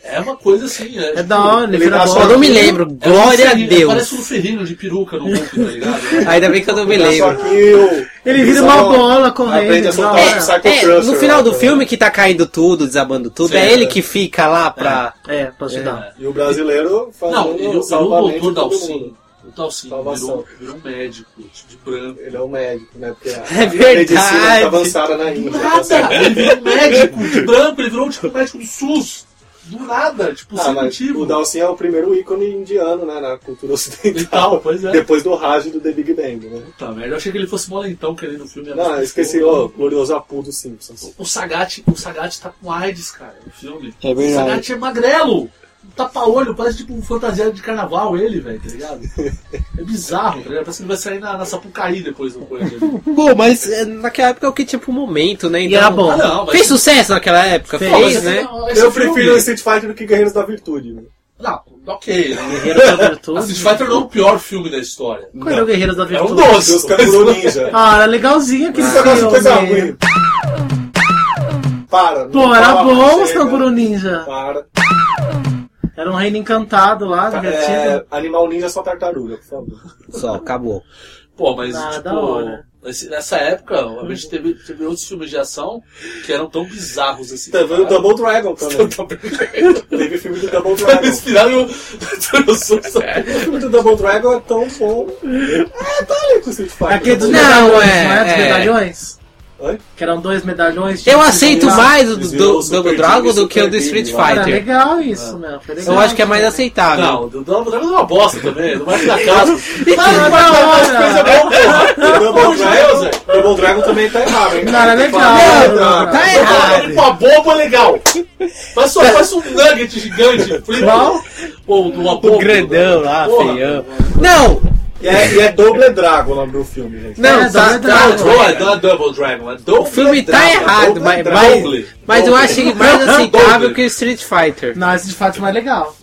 Speaker 1: É, uma coisa assim, é,
Speaker 6: É
Speaker 1: tipo,
Speaker 6: da hora, ele
Speaker 5: ele
Speaker 6: vira
Speaker 5: dá
Speaker 6: bola.
Speaker 5: só-
Speaker 3: Eu não me lembro,
Speaker 1: é um
Speaker 3: glória a
Speaker 1: ferrinho, é, Parece um
Speaker 3: Deus.
Speaker 1: ferrinho de peruca no look, tá ligado?
Speaker 3: Ainda bem que eu não me
Speaker 5: É Só
Speaker 3: lembro.
Speaker 5: que o...
Speaker 6: Ele vira
Speaker 5: Bison
Speaker 6: uma bola correndo.
Speaker 5: Aprende a
Speaker 6: da
Speaker 5: soltar
Speaker 6: hora.
Speaker 5: o Psycho
Speaker 3: É, no
Speaker 5: Crusher,
Speaker 3: final
Speaker 5: né,
Speaker 3: do
Speaker 5: tá
Speaker 3: filme que tá caindo tudo, desabando tudo,
Speaker 1: Sim,
Speaker 3: é ele
Speaker 1: é.
Speaker 3: que fica lá pra.
Speaker 6: É, pra ajudar.
Speaker 5: E o brasileiro
Speaker 1: Não, ele,
Speaker 5: fazendo
Speaker 1: o-
Speaker 5: o
Speaker 1: o
Speaker 5: É. salvamento
Speaker 1: doutor
Speaker 5: de todo
Speaker 1: Dalcin,
Speaker 5: mundo.
Speaker 1: o Dalcin virou,
Speaker 5: Salvação.
Speaker 1: virou um médico, tipo, de branco.
Speaker 5: Ele é o médico, né? Porque a,
Speaker 3: É
Speaker 5: a medicina
Speaker 3: verdade.
Speaker 5: tá avançada na Índia. tá certo?
Speaker 1: Nada! Ele virou um médico de branco, ele virou tipo um médico do SUS. Do nada, tipo,
Speaker 5: Ah,
Speaker 1: sem
Speaker 5: mas
Speaker 1: motivo.
Speaker 5: o Dalsin é o primeiro ícone indiano, né? Na cultura ocidental.
Speaker 1: Então, pois é.
Speaker 5: Depois do Raj e do The Big Bang, né?
Speaker 1: Puta merda, eu achei que ele fosse molentão querendo o filme. era
Speaker 5: Não,
Speaker 1: tipo,
Speaker 5: eu esqueci, ó, glorioso Apu dos Simpsons.
Speaker 1: O Sagat, o Sagat tá com AIDS, cara, no filme.
Speaker 3: É verdade.
Speaker 1: O Sagat é magrelo. Um tapa-olho, parece tipo um fantasiado de carnaval ele, velho, tá ligado? É bizarro, tá ligado? Parece que ele vai sair na, na Sapucaí depois do coisa.
Speaker 3: Bom, mas é, naquela época é o que tinha pro momento, né?
Speaker 6: E era bom.
Speaker 1: Ah, não, mas-
Speaker 3: Fez sucesso naquela época, fez,
Speaker 6: Fez,
Speaker 1: Mas,
Speaker 3: né?
Speaker 1: não, esse
Speaker 5: Eu
Speaker 1: filme-
Speaker 5: prefiro Street Fighter do que Guerreiros da Virtude. né?
Speaker 1: Não, ok. né?
Speaker 6: Guerreiros da Virtude.
Speaker 1: A Street Fighter não é o pior filme da história.
Speaker 6: Qual era o Guerreiros da
Speaker 1: É um
Speaker 6: Virtude?
Speaker 1: doce.
Speaker 5: Deus Canguru Ninja.
Speaker 6: Ah, era legalzinho aquele
Speaker 5: Isso é uma coisa
Speaker 6: filme.
Speaker 5: ruim. Para. não
Speaker 6: Pô, era
Speaker 5: fala,
Speaker 6: bom os
Speaker 5: chega.
Speaker 6: Canguru Ninja.
Speaker 5: Para.
Speaker 6: Era um reino encantado lá, divertido.
Speaker 5: É, animal Ninja só tartaruga, por favor.
Speaker 3: Só, acabou.
Speaker 1: Pô, mas
Speaker 6: Ah, da hora.
Speaker 1: tipo. esse- nessa época, a gente teve, teve outros filmes de ação que eram tão bizarros assim.
Speaker 5: Teve o
Speaker 1: cara.
Speaker 5: Tá Double Dragon também. Teve filme do Double Dragon.
Speaker 1: Inspirado em um dinossauro.
Speaker 5: O filme do Double Dragon é tão bom. É, tá ali com o Street Fighter.
Speaker 6: Aquele dos
Speaker 3: Não,
Speaker 6: medalhões,
Speaker 3: é,
Speaker 6: não é? Dos
Speaker 3: é.
Speaker 6: medalhões?
Speaker 5: Oi?
Speaker 6: Que eram dois medalhões.
Speaker 1: Tipo,
Speaker 6: tinha
Speaker 3: Eu
Speaker 6: que
Speaker 3: aceito
Speaker 6: jogar.
Speaker 3: mais o do,
Speaker 5: eles
Speaker 3: do,
Speaker 5: viram
Speaker 3: do
Speaker 5: o Super
Speaker 3: Dragon
Speaker 5: Team,
Speaker 3: do que o do
Speaker 5: Super
Speaker 3: Street
Speaker 5: Team lá.
Speaker 6: Era
Speaker 3: Fighter.
Speaker 6: legal isso, meu. Foi legal.
Speaker 3: Eu acho que é mais aceitável.
Speaker 1: Não, o Double Dragon é uma bosta também, não vai ficar caro.
Speaker 6: Não,
Speaker 5: O Double Dragon,
Speaker 3: é
Speaker 1: Zé.
Speaker 5: o Double Dragon também tá errado, hein?
Speaker 6: Não, era legal.
Speaker 5: Não, tá.
Speaker 6: Não,
Speaker 3: Tá
Speaker 1: Coloca
Speaker 3: errado.
Speaker 5: um
Speaker 1: ele com a bomba legal. Mas só faz um nugget gigante. Frito. O Pô, do
Speaker 3: O grandão lá,
Speaker 6: Ah,
Speaker 3: feião. Não!
Speaker 5: E é, e é Double Dragon o nome do filme, gente.
Speaker 3: Não,
Speaker 5: é
Speaker 3: tá- tá-
Speaker 1: Não, é da Double Dragon. É Double
Speaker 3: O filme tá
Speaker 1: Dragon,
Speaker 3: errado,
Speaker 1: Double
Speaker 3: mas,
Speaker 1: Dragon.
Speaker 3: mas,
Speaker 1: Double.
Speaker 3: mas eu
Speaker 1: Double.
Speaker 3: acho que mais aceitável
Speaker 1: Double.
Speaker 3: que o Street Fighter.
Speaker 6: Não, esse de fato é mais legal.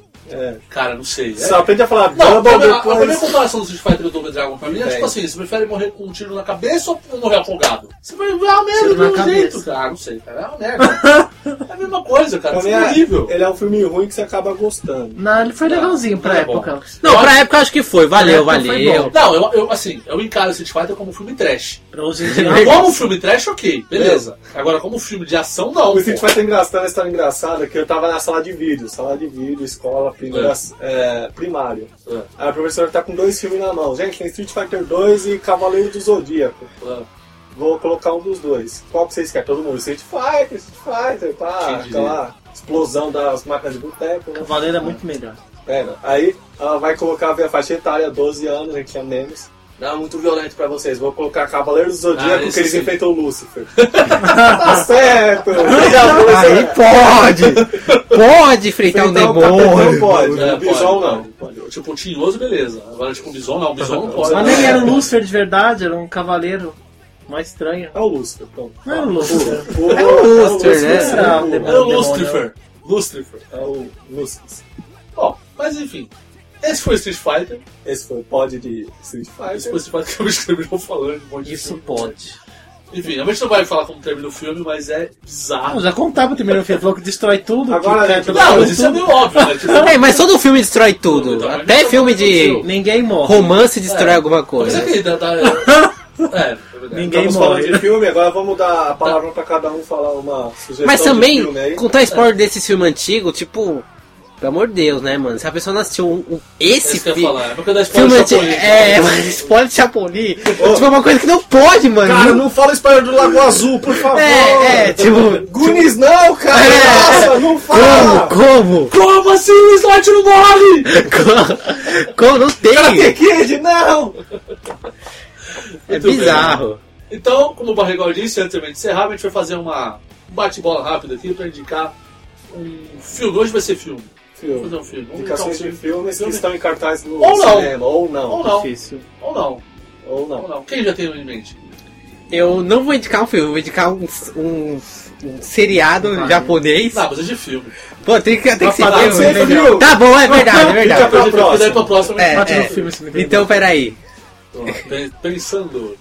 Speaker 1: Cara, não sei.
Speaker 5: Só aprende a falar
Speaker 1: Não, é
Speaker 5: Double
Speaker 1: a, a
Speaker 5: depois.
Speaker 1: primeira comparação do Street Fighter e do Double Dragon pra mim é
Speaker 5: Bem.
Speaker 1: tipo assim: você prefere morrer com um tiro na cabeça ou morrer afogado? Você vai ver a merda
Speaker 5: Tiro
Speaker 1: do
Speaker 5: na
Speaker 1: mesmo
Speaker 5: cabeça.
Speaker 1: jeito, cara. Ah, não sei, cara. É uma merda. é a mesma coisa, cara. Isso
Speaker 5: Também
Speaker 1: é horrível.
Speaker 5: é, ele é um filme ruim que você acaba gostando.
Speaker 6: Não, tá ele foi legalzinho pra época.
Speaker 3: Não, pra época eu acho que foi. Valeu,
Speaker 6: Pra época foi
Speaker 3: valeu.
Speaker 6: bom.
Speaker 1: Não, eu, eu, assim, eu encaro Street Fighter como um filme trash.
Speaker 6: Pra hoje em dia.
Speaker 1: Como um filme trash, ok, beleza. Agora, como um filme de ação, não.
Speaker 5: O Street
Speaker 1: pô.
Speaker 5: Fighter engraçado, uma história engraçada, que eu tava na sala de vídeo, sala de vídeo, escola, primeira, é, primário.
Speaker 1: É.
Speaker 5: Aí a professora tá com dois filmes na mão. Gente, tem Street Fighter 2 e Cavaleiro do Zodíaco.
Speaker 1: É.
Speaker 5: Vou colocar um dos dois. Qual que vocês querem? Todo mundo, Street Fighter, Street Fighter, pá,
Speaker 1: Entendi.
Speaker 5: aquela explosão das máquinas de boteco. né?
Speaker 6: Cavaleiro é muito melhor.
Speaker 5: Pera, aí ela vai colocar a faixa etária, 12 anos, a gente tinha memes. Não, é muito violento pra vocês. Vou colocar Cavaleiros do Zodíaco,
Speaker 1: Ah,
Speaker 5: que
Speaker 1: isso
Speaker 5: eles
Speaker 1: sim.
Speaker 5: enfrentam o Lúcifer. tá certo!
Speaker 3: Aí pode! Pode um
Speaker 5: Enfrentar
Speaker 3: enfrentar o
Speaker 5: o capitão
Speaker 3: demônio.
Speaker 5: pode, né?
Speaker 1: É,
Speaker 5: o Bison
Speaker 1: pode,
Speaker 5: não.
Speaker 1: pode. Tipo, o Tinhoso, beleza. Agora, tipo, o Bison não. O Bison não pode.
Speaker 6: Mas nem era um Lúcifer de verdade, era um cavaleiro. Mó estranho.
Speaker 5: É o Lúcifer, então.
Speaker 6: Não era um Lúcifer.
Speaker 5: O-
Speaker 3: É o Lúcifer, né?
Speaker 5: É o
Speaker 1: Era um
Speaker 5: Lúcifer.
Speaker 1: o Lustrifer. Lustrifer.
Speaker 5: É o Lúcifer.
Speaker 1: Bom, mas enfim. Esse foi o Street Fighter.
Speaker 5: Esse foi o pod de Street
Speaker 1: Esse foi o
Speaker 5: Fighter.
Speaker 1: Street Fighter que eu escrevi falando de um monte de
Speaker 6: Isso
Speaker 1: filme.
Speaker 6: pode.
Speaker 1: Enfim, a gente não vai falar como termina o filme, mas é
Speaker 6: Não,
Speaker 1: bizarro.
Speaker 6: Ah, já contava o primeiro filme, falou que destrói tudo.
Speaker 5: Agora, né,
Speaker 6: que cai
Speaker 5: gente,
Speaker 6: pelo
Speaker 1: Não,
Speaker 6: chão,
Speaker 1: mas isso é
Speaker 6: tudo.
Speaker 1: meio óbvio, né? Tipo,
Speaker 3: É, mas todo filme destrói tudo. Até filme de
Speaker 6: Ninguém morre.
Speaker 3: romance destrói
Speaker 1: É.
Speaker 3: alguma
Speaker 1: mas é
Speaker 3: coisa.
Speaker 1: que dá- dá- é, é verdade.
Speaker 6: Ninguém
Speaker 5: Estamos falando
Speaker 6: morre.
Speaker 5: de filme, agora vamos dar a palavra pra cada um falar uma sugestão
Speaker 3: Mas
Speaker 5: de
Speaker 1: é
Speaker 3: também,
Speaker 5: filme
Speaker 1: né?
Speaker 5: aí.
Speaker 3: contar spoiler desse filme antigo, tipo. Pelo amor de Deus, né, mano? Se a pessoa não assistiu um- um-
Speaker 1: É
Speaker 3: esse
Speaker 1: isso que eu
Speaker 3: fi-
Speaker 1: ia falar. É porque dá spoiler
Speaker 3: filme
Speaker 1: de
Speaker 3: antigo.
Speaker 1: Chapolin.
Speaker 3: É, mas spoiler de Chapolin. Tipo, é uma coisa que não pode, mano.
Speaker 5: Cara, não fala spoiler do Lago Azul, por favor!
Speaker 3: É, é, tipo.
Speaker 5: Goonies não, cara!
Speaker 3: É.
Speaker 5: Nossa, não
Speaker 3: Como?
Speaker 5: fala!
Speaker 3: Como?
Speaker 1: Como assim o Slot não morre?
Speaker 3: Como? Como? Não
Speaker 5: Karate
Speaker 3: tem.
Speaker 5: Kid, não!
Speaker 3: É
Speaker 1: Muito bem.
Speaker 3: bizarro.
Speaker 1: Então, como o Barregal disse antes de eu encerrar, a gente vai fazer uma um bate-bola rápido aqui pra indicar um filme. Hoje vai ser filme. Vamos fazer um filme. Vamos indicar um
Speaker 5: Indicações de
Speaker 1: filme.
Speaker 5: filmes que estão em cartaz no
Speaker 1: Ou não.
Speaker 5: cinema, ou não.
Speaker 1: Ou não.
Speaker 6: Difícil.
Speaker 1: Ou não.
Speaker 5: Ou
Speaker 1: Ou
Speaker 5: não.
Speaker 1: não. Quem já tem um em mente?
Speaker 3: Eu não vou indicar um filme, vou indicar um, um- um seriado japonês.
Speaker 1: Não, mas é de filme.
Speaker 3: Pô, tem que, tem que ser
Speaker 5: falar
Speaker 3: mesmo,
Speaker 5: que você
Speaker 3: né?
Speaker 5: viu.
Speaker 3: Tá bom, é verdade, é
Speaker 5: Fica
Speaker 3: verdade.
Speaker 5: pra
Speaker 1: Depois
Speaker 5: próxima.
Speaker 1: Daí pra próxima.
Speaker 3: É,
Speaker 6: Bate no
Speaker 3: é.
Speaker 6: filme, se me entender.
Speaker 3: Então, peraí.
Speaker 1: Vamos lá. Pen- Pensando.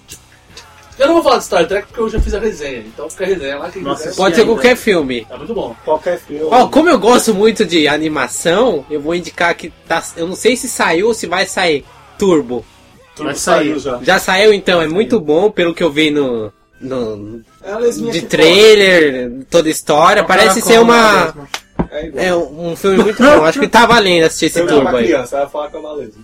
Speaker 1: Eu não vou falar de Star Trek porque eu já fiz a resenha. Então fica a resenha lá. Quem
Speaker 6: Nossa,
Speaker 1: quiser.
Speaker 3: Pode ser é qualquer filme.
Speaker 1: Tá muito bom.
Speaker 5: Qualquer filme.
Speaker 3: Ó, como eu gosto muito de animação, eu vou indicar que tá. Eu não sei se saiu ou se vai sair. Turbo.
Speaker 5: Tudo
Speaker 6: sair.
Speaker 5: saiu já.
Speaker 3: Já saiu então, é muito bom, pelo que eu vi no. no
Speaker 5: É a lesminha
Speaker 3: de
Speaker 5: que
Speaker 3: trailer, toda a história. Parece ser uma.
Speaker 5: pode. É igual.
Speaker 3: É um um filme muito bom. Acho que tá valendo assistir esse
Speaker 5: Eu era
Speaker 3: turbo
Speaker 5: uma
Speaker 3: aí.
Speaker 5: criança, ela fala que é uma lesma.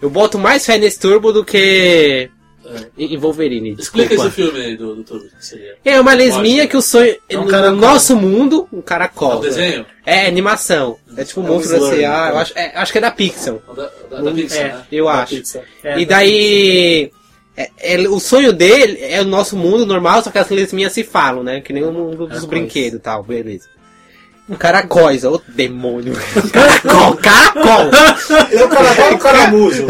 Speaker 3: Eu boto mais fé nesse turbo do que.
Speaker 1: É.
Speaker 3: Em Wolverine.
Speaker 1: Explica
Speaker 3: desculpa.
Speaker 1: esse filme aí do, do Turbo. Que seria. um
Speaker 3: É uma lesminha que o sonho.
Speaker 6: É um
Speaker 3: no
Speaker 6: caracol.
Speaker 3: nosso mundo, um caracol.
Speaker 1: É um desenho?
Speaker 3: É, animação. É tipo um
Speaker 5: É um
Speaker 3: monstro da
Speaker 5: slur,
Speaker 3: CA. Eu
Speaker 5: então.
Speaker 3: acho, é, acho que é da Pixel.
Speaker 1: um Da, da, da Pixar,
Speaker 6: é.
Speaker 1: né?
Speaker 3: Um, Eu
Speaker 5: Da
Speaker 3: acho.
Speaker 5: Pixar.
Speaker 6: É,
Speaker 3: e daí. é- é- o sonho dele é o nosso mundo normal, só que as lesminhas se falam, né? Que nem o mundo dos
Speaker 6: Caracóis.
Speaker 3: brinquedos e tal, beleza. Caracóis, ô demônio. Um Caracol, caracol!
Speaker 5: Ele é o cara é o caramujo.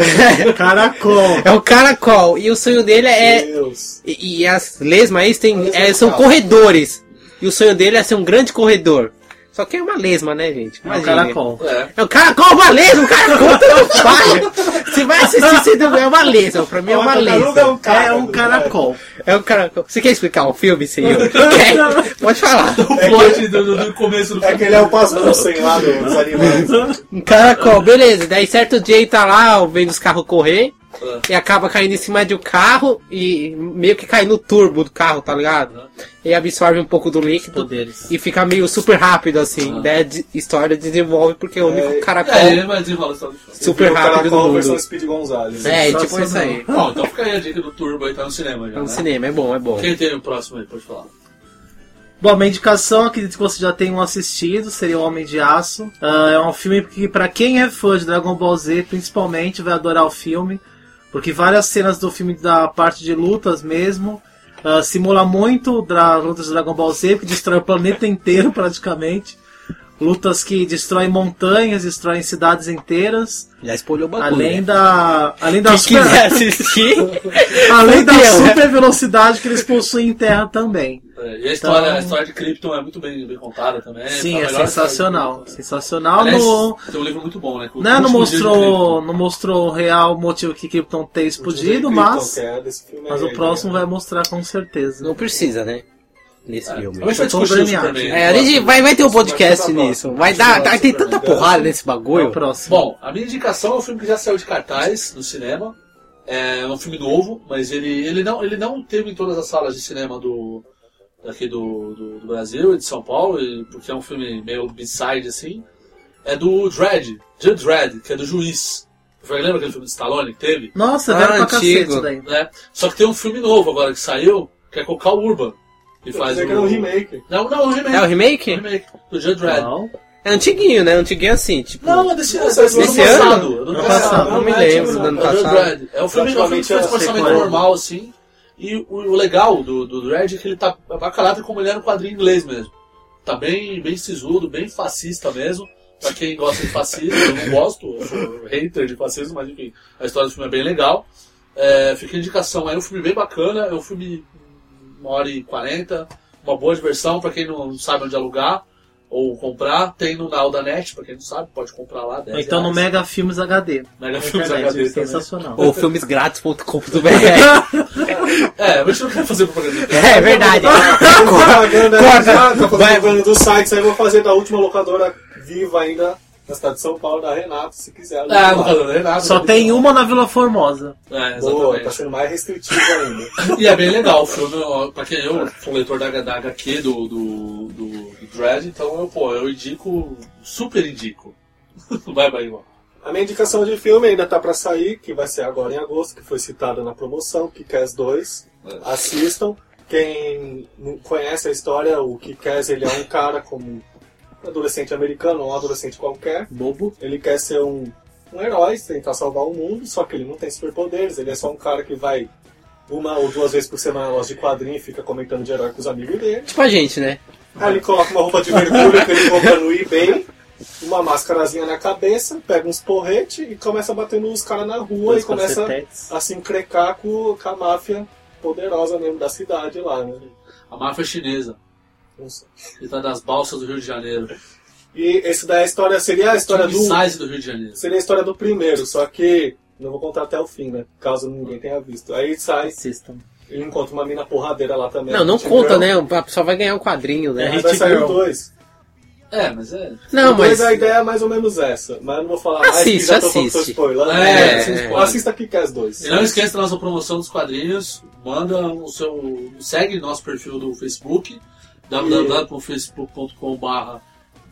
Speaker 6: Caracol.
Speaker 3: É o caracol. E o sonho dele é.
Speaker 5: Deus.
Speaker 3: E, e as lesmas aí tem,
Speaker 5: Lesma
Speaker 3: é,
Speaker 5: de
Speaker 3: são
Speaker 5: carro.
Speaker 3: corredores. E o sonho dele é ser um grande corredor. Só que é uma lesma, né, gente?
Speaker 6: É o
Speaker 3: Imagina.
Speaker 6: caracol.
Speaker 1: É.
Speaker 3: É o caracol, uma lesma, o caracol tão falha. Você vai assistir, você não é uma lesma. Pra mim é uma
Speaker 5: tartaruga
Speaker 3: lesma.
Speaker 6: É um caracol.
Speaker 3: É um caracol. Você quer explicar o filme, senhor? Quer? Pode falar.
Speaker 1: O plot do, do- do começo do
Speaker 5: É
Speaker 1: filme.
Speaker 5: que ele é o pastor sem lá dos animais.
Speaker 3: Um caracol, beleza. Daí certo dia ele tá lá vendo os carros correr.
Speaker 1: Ah.
Speaker 3: E acaba caindo em cima de um carro e meio que cai no turbo do carro, tá
Speaker 1: Ah.
Speaker 3: ligado? E absorve um pouco do líquido
Speaker 6: Poderes.
Speaker 3: e fica meio super rápido assim.
Speaker 1: Ah.
Speaker 3: Daí a de- história desenvolve porque é o único
Speaker 5: É,
Speaker 3: caracol
Speaker 1: É, mas desenrola a história do filme.
Speaker 3: super
Speaker 5: o
Speaker 3: rápido do
Speaker 5: caracol versão
Speaker 3: mundo.
Speaker 5: Speed né? Gonzalez.
Speaker 3: É,
Speaker 6: Só
Speaker 3: tipo
Speaker 6: se
Speaker 3: isso aí.
Speaker 1: Bom, então fica aí a dica do Turbo aí, tá no cinema já.
Speaker 3: É
Speaker 1: né?
Speaker 3: um cinema, é bom, é bom.
Speaker 1: Quem tem o próximo aí, pode falar.
Speaker 6: Bom, minha indicação, acredito que você já tenham assistido, seria O Homem de Aço. Ah, é um filme que, pra quem é fã de Dragon Ball Z, principalmente, vai adorar o filme, porque várias cenas do filme, da parte de lutas mesmo, ah, simula muito dra- lutas de Dragon Ball Z, que destrói o planeta inteiro praticamente. Lutas que destroem montanhas, destroem cidades inteiras.
Speaker 3: Já espolhou o bagulho.
Speaker 6: Além
Speaker 3: né?
Speaker 6: da. Além da
Speaker 3: Quem
Speaker 6: super-
Speaker 3: quiser assistir.
Speaker 6: além da
Speaker 3: fudeu, né?
Speaker 6: super velocidade que eles possuem em terra também.
Speaker 1: É, e a história,
Speaker 6: Então-
Speaker 1: a história de Krypton é muito bem, bem contada também.
Speaker 6: Sim,
Speaker 1: Tá
Speaker 6: é
Speaker 1: melhor que-
Speaker 6: sensacional. Sensacional.
Speaker 1: Aliás,
Speaker 6: no,
Speaker 1: Tem um livro muito bom, né? Com
Speaker 6: né,
Speaker 1: os
Speaker 6: não,
Speaker 1: últimos dias de
Speaker 6: mostrou, não mostrou o real motivo que Krypton ter explodido,
Speaker 1: é
Speaker 6: mas, mas o próximo
Speaker 1: né?
Speaker 6: vai mostrar com certeza.
Speaker 3: Não precisa, né? Nesse
Speaker 1: Ah, É,
Speaker 3: filme.
Speaker 6: mas foi discutir isso também.
Speaker 1: né?
Speaker 3: É, a gente vai, vai ter um podcast nisso. Vai dar. Vai ter tanta porrada nesse
Speaker 6: É
Speaker 3: bagulho.
Speaker 1: Krypton. Bom, a minha indicação é um filme que já saiu de cartaz no cinema. É um filme novo, mas ele, ele, não, ele não teve em todas as salas de cinema do daqui do, do, do Brasil e de São Paulo, e- porque é um filme meio b-side assim. É do Dredd, The Dredd, que é do Juiz. Lembra aquele filme de Stallone que teve?
Speaker 6: Nossa, é velho pra cacete isso daí.
Speaker 1: É. Só que tem um filme novo agora que saiu, que é com o Cal Urban. Que faz
Speaker 5: pensei que era um remake.
Speaker 1: Não, não, é um remake.
Speaker 3: É o remake?
Speaker 1: remake do Judge Dredd.
Speaker 6: Não.
Speaker 3: É antiguinho, né? Antiguinho assim, tipo.
Speaker 1: Não, é desse,
Speaker 3: Nossa,
Speaker 1: é do
Speaker 3: desse
Speaker 1: ano
Speaker 3: ano?
Speaker 1: passado. é do ano
Speaker 3: Ano passado, não me
Speaker 1: é
Speaker 3: lembro
Speaker 1: antigo,
Speaker 3: do ano
Speaker 1: É Judge
Speaker 3: passado.
Speaker 1: Dredd. É o filme, é um filme que faz
Speaker 5: Praticamente é
Speaker 1: orçamento
Speaker 5: sequela.
Speaker 1: normal, assim. E o, o legal do, do Dredd é que ele tá abacalhado como ele era no quadrinho inglês mesmo. Tá bem, bem sisudo, bem fascista mesmo. Pra quem gosta de fascismo, eu não gosto, eu sou hater de fascismo, mas enfim, a história do filme é bem legal. É, fica a indicação, é um filme bem bacana, é um filme uma hora e quarenta, uma boa diversão pra quem não sabe onde alugar ou comprar. Tem no Nau da Net, pra quem não sabe, pode comprar lá. 10
Speaker 6: Ou então no
Speaker 1: reais.
Speaker 6: Mega Filmes HD.
Speaker 1: Mega Filmes
Speaker 6: Internet,
Speaker 1: HD também.
Speaker 6: Sensacional.
Speaker 3: Ou filmesgrátis.com.br.
Speaker 1: É, mas eu não quero fazer propaganda.
Speaker 3: É verdade.
Speaker 5: Propaganda
Speaker 3: Corta.
Speaker 5: errada, propaganda do site, aí eu vou fazer da última locadora viva ainda na cidade de São Paulo, da Renato, se quiser.
Speaker 1: Ah, locadora Renato.
Speaker 6: Só tem uma na Vila Formosa.
Speaker 1: É,
Speaker 5: né? Boa, tá
Speaker 1: exatamente.
Speaker 5: sendo mais restritivo ainda.
Speaker 1: E é bem legal o filme, ó, pra quem eu sou leitor da, da HQ do, do, do, do Dread, então eu, pô, eu indico, super indico. Vai, vai, igual.
Speaker 5: A minha indicação de filme ainda tá pra sair, que vai ser agora em agosto, que foi citada na promoção, Kick-Ass 2. Assistam. Quem não conhece a história, o Kick-Ass, ele é um cara como um adolescente americano, um adolescente qualquer.
Speaker 6: Bobo.
Speaker 5: Ele quer ser um, um herói, tentar salvar o mundo, só que ele não tem superpoderes, ele é só um cara que vai uma ou duas vezes por semana na loja de quadrinho e fica comentando de herói com os amigos dele.
Speaker 3: Tipo a gente, né?
Speaker 5: Aí ele coloca uma roupa de mergulho que ele compra no eBay, uma máscarazinha na cabeça, pega uns porrete e começa batendo os caras na rua
Speaker 6: Dois
Speaker 5: e começa
Speaker 6: cacetetes.
Speaker 5: a se encrecar com, com a máfia poderosa mesmo da cidade lá, né?
Speaker 1: A máfia chinesa,
Speaker 5: Não sei.
Speaker 1: que tá das balsas do Rio de Janeiro.
Speaker 5: E esse daí é a história seria a história do.
Speaker 1: Size do Rio de Janeiro.
Speaker 5: Seria a história do primeiro, só que. Não vou contar até o fim, né? Caso ninguém tenha visto. Aí sai,
Speaker 6: Assistam.
Speaker 5: ele encontra uma mina porradeira lá também.
Speaker 3: Não, não
Speaker 5: Hit
Speaker 3: conta,
Speaker 5: Girl.
Speaker 3: né? A pessoa vai ganhar um quadrinho,
Speaker 5: Aí
Speaker 3: né?
Speaker 5: Tipo É, vai sair
Speaker 6: Girl.
Speaker 5: o dois.
Speaker 1: É, mas é.
Speaker 3: Não,
Speaker 5: Depois
Speaker 3: mas.
Speaker 5: a ideia é mais ou menos essa, mas eu não vou falar mais que
Speaker 3: Assiste,
Speaker 5: já tô falando que eu
Speaker 3: assiste.
Speaker 5: spoiler.
Speaker 1: É,
Speaker 5: né?
Speaker 1: é,
Speaker 5: Assiste-
Speaker 1: é.
Speaker 5: assista aqui que as dois.
Speaker 1: E não esqueça da nossa promoção dos quadrinhos. Manda o seu. Segue nosso perfil do Facebook, www.facebook.com.br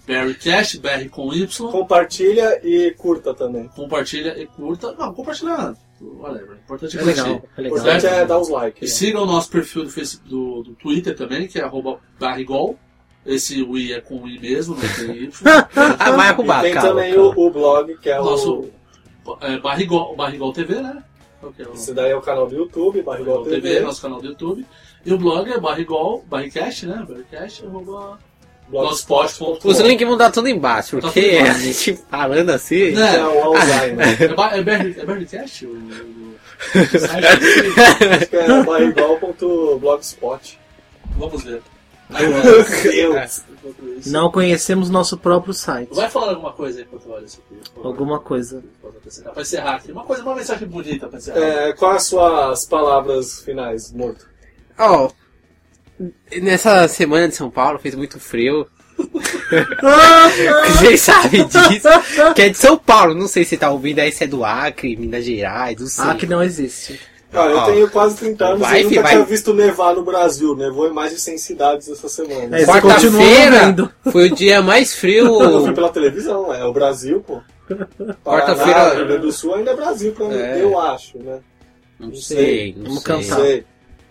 Speaker 1: BarryCast, BR com Y.
Speaker 5: Compartilha e curta também.
Speaker 1: Compartilha e curta. Não, compartilha. Whatever. O importante é
Speaker 3: É legal,
Speaker 1: curtir.
Speaker 3: é
Speaker 5: O
Speaker 3: legal.
Speaker 5: importante é dar os
Speaker 1: E
Speaker 5: likes.
Speaker 1: siga o nosso perfil do, Facebook, do, do Twitter também, que é arroba barrigol. Esse Wii é com I mesmo, não tem Y.
Speaker 3: Ah, vai
Speaker 5: E
Speaker 3: arrumar,
Speaker 5: tem
Speaker 3: calma,
Speaker 5: também
Speaker 3: calma.
Speaker 5: O, o blog, que é
Speaker 1: Nosso
Speaker 5: o.
Speaker 1: é, barrigol, barrigol TV, né? Qual que é o-
Speaker 5: Esse daí é o canal do YouTube,
Speaker 1: Barrigol
Speaker 5: Barrigol
Speaker 1: TV,
Speaker 5: TV,
Speaker 1: nosso canal do YouTube. E o blog é Barrigol, Barricast, né? Barricast, arroba blogspot.com.
Speaker 3: Os links vão dar tudo embaixo,
Speaker 1: Tá
Speaker 3: porque é,
Speaker 1: tudo
Speaker 3: a
Speaker 1: embaixo.
Speaker 3: gente falando assim.
Speaker 1: Né?
Speaker 5: É o Alzheimer.
Speaker 1: É, ba- é, Barri- é Barricast? O- o- o site?
Speaker 5: Acho que é barrigol.blogspot.
Speaker 1: Vamos ver.
Speaker 5: Meu Deus.
Speaker 6: Não conhecemos nosso próprio site.
Speaker 1: Vai falar alguma coisa aí enquanto eu olho isso aqui. por favor.
Speaker 6: Alguma coisa.
Speaker 1: Pra encerrar aqui. Uma coisa, uma mensagem bonita pra encerrar.
Speaker 5: É, quais as suas palavras finais, morto?
Speaker 3: Ó. nessa semana de São Paulo fez muito frio. Vocês sabem disso. Que é de São Paulo. Não sei se tá ouvindo aí se é do Acre, Minas Gerais, não sei.
Speaker 6: Ah, que não existe.
Speaker 5: Cara, Ah, eu
Speaker 3: Ó.
Speaker 5: tenho quase 30 anos
Speaker 3: Vai,
Speaker 5: e
Speaker 3: fi,
Speaker 5: nunca
Speaker 3: vai.
Speaker 5: tinha visto nevar no Brasil. Nevou em mais de 100 cidades essa semana.
Speaker 6: É, você continua
Speaker 3: Quarta-feira
Speaker 6: ouvindo.
Speaker 3: foi o dia mais
Speaker 5: Eu fui
Speaker 3: frio.
Speaker 5: pela televisão, é o Brasil, pô.
Speaker 3: Quarta-feira-
Speaker 5: Paraná, Rio Grande do Sul ainda é Brasil pra mim,
Speaker 3: É.
Speaker 5: eu acho, né?
Speaker 3: Não sei, não
Speaker 6: Vamos
Speaker 3: sei.
Speaker 5: Não sei.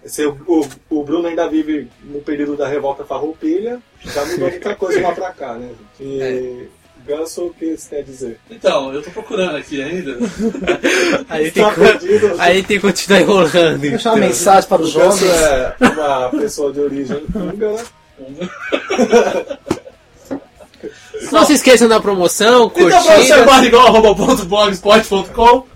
Speaker 5: Se o, o, o Bruno ainda vive no período da revolta farroupilha, já mudou muita coisa lá pra cá, né? E
Speaker 3: É.
Speaker 5: Ganso, o que você tem a dizer?
Speaker 1: Então, eu tô procurando aqui ainda.
Speaker 3: Aí tem,
Speaker 5: Tá perdido?
Speaker 3: aí tem que continuar enrolando.
Speaker 6: Deixa uma mensagem para os
Speaker 5: O Ganso
Speaker 6: jovens.
Speaker 5: é uma pessoa de origem húngara.
Speaker 3: Não se esqueçam da promoção, curtidas.
Speaker 1: Então, professor barrigol.blogspot.com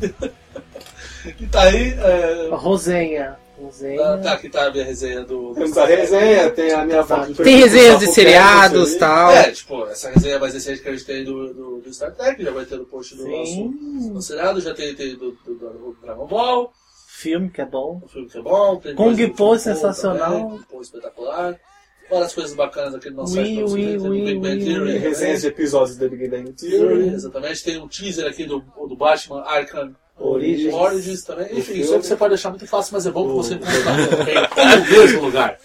Speaker 1: Que tá aí. É...
Speaker 6: Rosenha. Rosenha.
Speaker 1: Ah, tá, aqui tá a minha resenha do.
Speaker 5: Temos a resenha, tem a minha foto de
Speaker 3: Tem resenhas de seriados tá? e tal.
Speaker 1: É, tipo, essa resenha mais recente que a gente tem do, do, do Star Trek, já vai ter no post do nosso, nosso seriado, já tem, tem do, do, do Dragon Ball,
Speaker 6: Filme que é bom.
Speaker 1: o filme que é bom, tem
Speaker 6: Kung
Speaker 1: coisa do
Speaker 6: Po
Speaker 1: Kung
Speaker 6: sensacional.
Speaker 1: também, Kung Po espetacular. Várias coisas bacanas aqui no nosso
Speaker 6: Ui,
Speaker 1: site pra você
Speaker 6: ui,
Speaker 1: ver, tem do
Speaker 6: ui,
Speaker 1: Big Bang
Speaker 6: ui,
Speaker 1: Theory,
Speaker 6: ui.
Speaker 1: também.
Speaker 5: Resenhas de episódios do Big Bang
Speaker 1: Theory,
Speaker 5: Theory.
Speaker 1: exatamente. Tem um teaser aqui do, do Batman Arkham
Speaker 5: Origins.
Speaker 1: Origins também. Enfim,
Speaker 5: filme.
Speaker 1: isso aí você pode deixar muito fácil, mas é bom que você encontrar no mesmo lugar.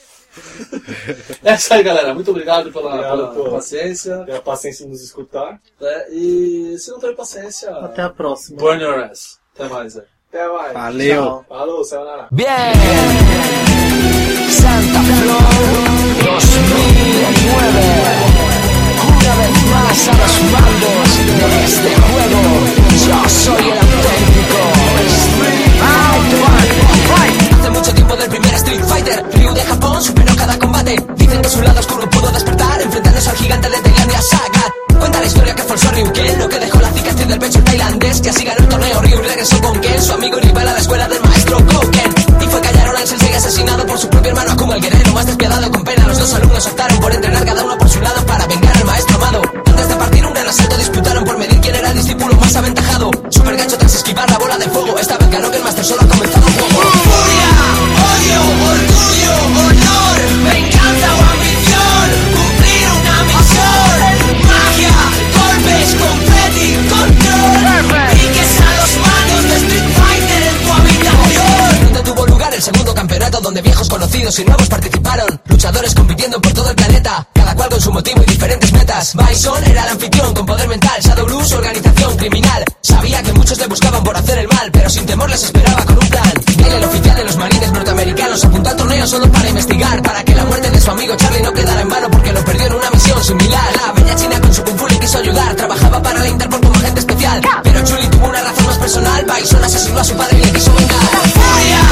Speaker 1: É isso aí, galera. Muito obrigado pela,
Speaker 5: Obrigado,
Speaker 1: pela
Speaker 5: pô.
Speaker 1: paciência.
Speaker 5: Tenha paciência em nos escutar.
Speaker 1: né? E se não tem paciência,
Speaker 6: Até a próxima.
Speaker 1: burn your ass. Até mais. Né?
Speaker 5: Até mais.
Speaker 3: Valeu.
Speaker 5: Tchau. Falou, sayonara.
Speaker 4: Bien. Santa Flor 2009. Una vez más a los mandos de este juego. Yo soy el auténtico. Street Fighter. Hace mucho tiempo del primer Street Fighter, Ryu de Japón superó cada combate. Dicen que su lado oscuro pudo despertar, enfrentándose al gigante de Tailandia, Sagat. Cuenta la historia que forzó Ryuken, lo que dejó la cicatriz del pecho tailandés, que así ganó el torneo Ryu y regresó con Ken, su amigo y rival a la escuela del maestro Koken. Y fue Callaron al sensei asesinado por su propio hermano como el guerrero más despiadado con pena. Los dos alumnos optaron por entrenar cada uno por su lado para vengar al maestro amado. Antes de partir un gran asalto disputaron por medir quién era el discípulo más aventajado. Super gancho tras esquivar la bola de fuego, esta vez ganó que el maestro solo ha comenzado el juego. ¡Furia! ¡Odio! ¡Orgullo! ¡Honor! ¡Venganza o ambición! ¡Cumplir una misión! ¡Magia! ¡Golpes! ¡Confeti! ¡Control! ¡Piques a los manos de Street Fighter en tu habitación! Donde tuvo lugar el segundo campeonato donde viejos conocidos y nuevos participaron Luchadores compitiendo por todo el planeta Cada cual con su motivo y diferentes metas Bison era el anfitrión con poder mental Shadow Blue su organización criminal Sabía que muchos le buscaban por hacer el mal Pero sin temor les esperaba con un plan Él el oficial de los marines norteamericanos Apuntó al torneo solo para investigar Para que la muerte de su amigo Charlie no quedara en vano Porque lo perdió en una misión similar La bella china con su kung fu le quiso ayudar Trabajaba para la Interpol como agente especial Pero Chuli tuvo una razón más personal Bison asesinó a su padre y le quiso vengar ¡Furia!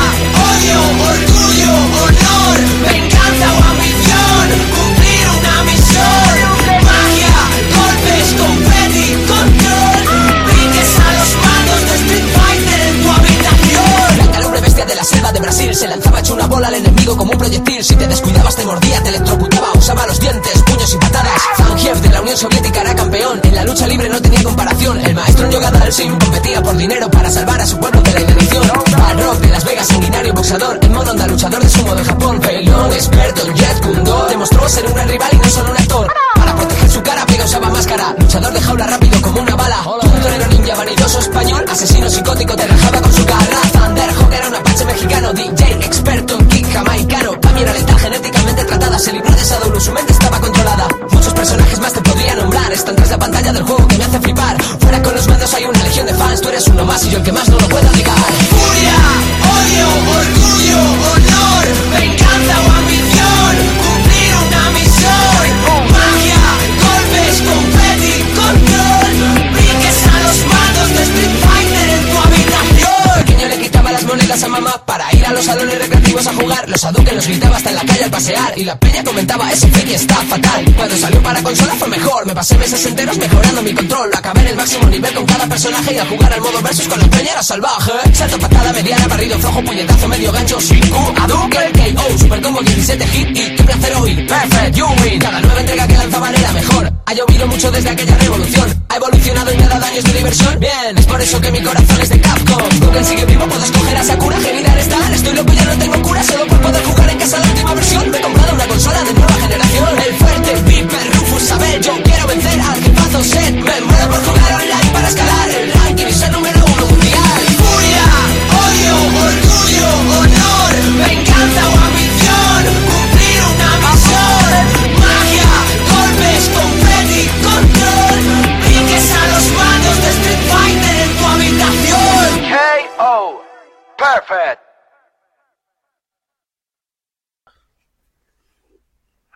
Speaker 4: odio, orgullo, honor, venganza o ambición, cumplir una misión, magia, golpes, confeti, control, piques a los manos de Street Fighter en tu habitación. La calubre bestia de la selva de Brasil se lanzaba hecho una bola al enemigo como un proyectil, si te descuidabas te mordía, te electrocutaba, usaba los dientes, puños y patadas. Zangief de la Unión Soviética era campeón, en la lucha libre no tenía comparación, el maestro en yoga del Sim competía por dinero para salvar a su pueblo de la inanición. Al rock de Las Vegas, sanguinario boxeador, en modo onda, luchador de sumo de Japón, pelón, experto en Jet Kundo, demostró ser un gran rival y no solo un actor. Para proteger su cara, pega usaba máscara, luchador de jaula rápido como una bala, puntonero ninja vanidoso español, asesino psicótico te rajaba con su garra. Thunderhawk era un apache mexicano, DJ experto en kick jamaicano, también era letal genéticamente tratada, se libró de Sadolu, su mente estaba controlada. Muchos personajes más te podría nombrar, están tras la pantalla del juego que me hace flipar. Fuera con los mandos hay una legión de fans, tú eres uno más y yo el que más no lo puedo negar. ¡Furia! ¡Odio! ¡Orgullo! ¡Honor! ¡Venganza o ambición! ¡Cumplir una misión! ¡Magia! ¡Golpes! ¡Confeti! ¡Control! ¡Piques a los manos de Street Fighter en tu habitación! Pequeño le quitaba las monedas a mamá para ir a los salones recreativos a jugar. Los aduques los gritaba hasta en la calle al pasear y la peña comentaba ese fake está fatal. Cuando salió para consola fue mejor, me pasé meses enteros mejorando mi control. Acabé en el máximo nivel con cada personaje y al jugar al modo versus con la peña era salvaje. Salto, patada, mediana, barrido, flojo, puñetazo, medio gancho, shinku, aduque, KO, super combo, 17 hit y triple cero y perfect, you win. Cada nueva entrega que lanzaban era mejor. Ha llovido mucho desde aquella revolución. Ha evolucionado y me ha dado años de diversión. Bien, es por eso que mi corazón es de Capcom. Google sigue vivo, puedo escoger a Sakura, Geminar estar. Estoy loco, ya no tengo cura, solo por poder jugar en casa la última versión. Me he comprado una consola de nueva generación. El fuerte, Viper, Rufus, Sabel, yo quiero vencer al jefazo Set. Me muero por jugar online para escalar el ranking y ser número uno mundial. Furia, odio, orgullo, honor, venganza o ambición. Cumplir una misión, magia, golpes, confeti, control. Piques a los manos de Street Fighter en tu habitación.
Speaker 9: KO. Perfect.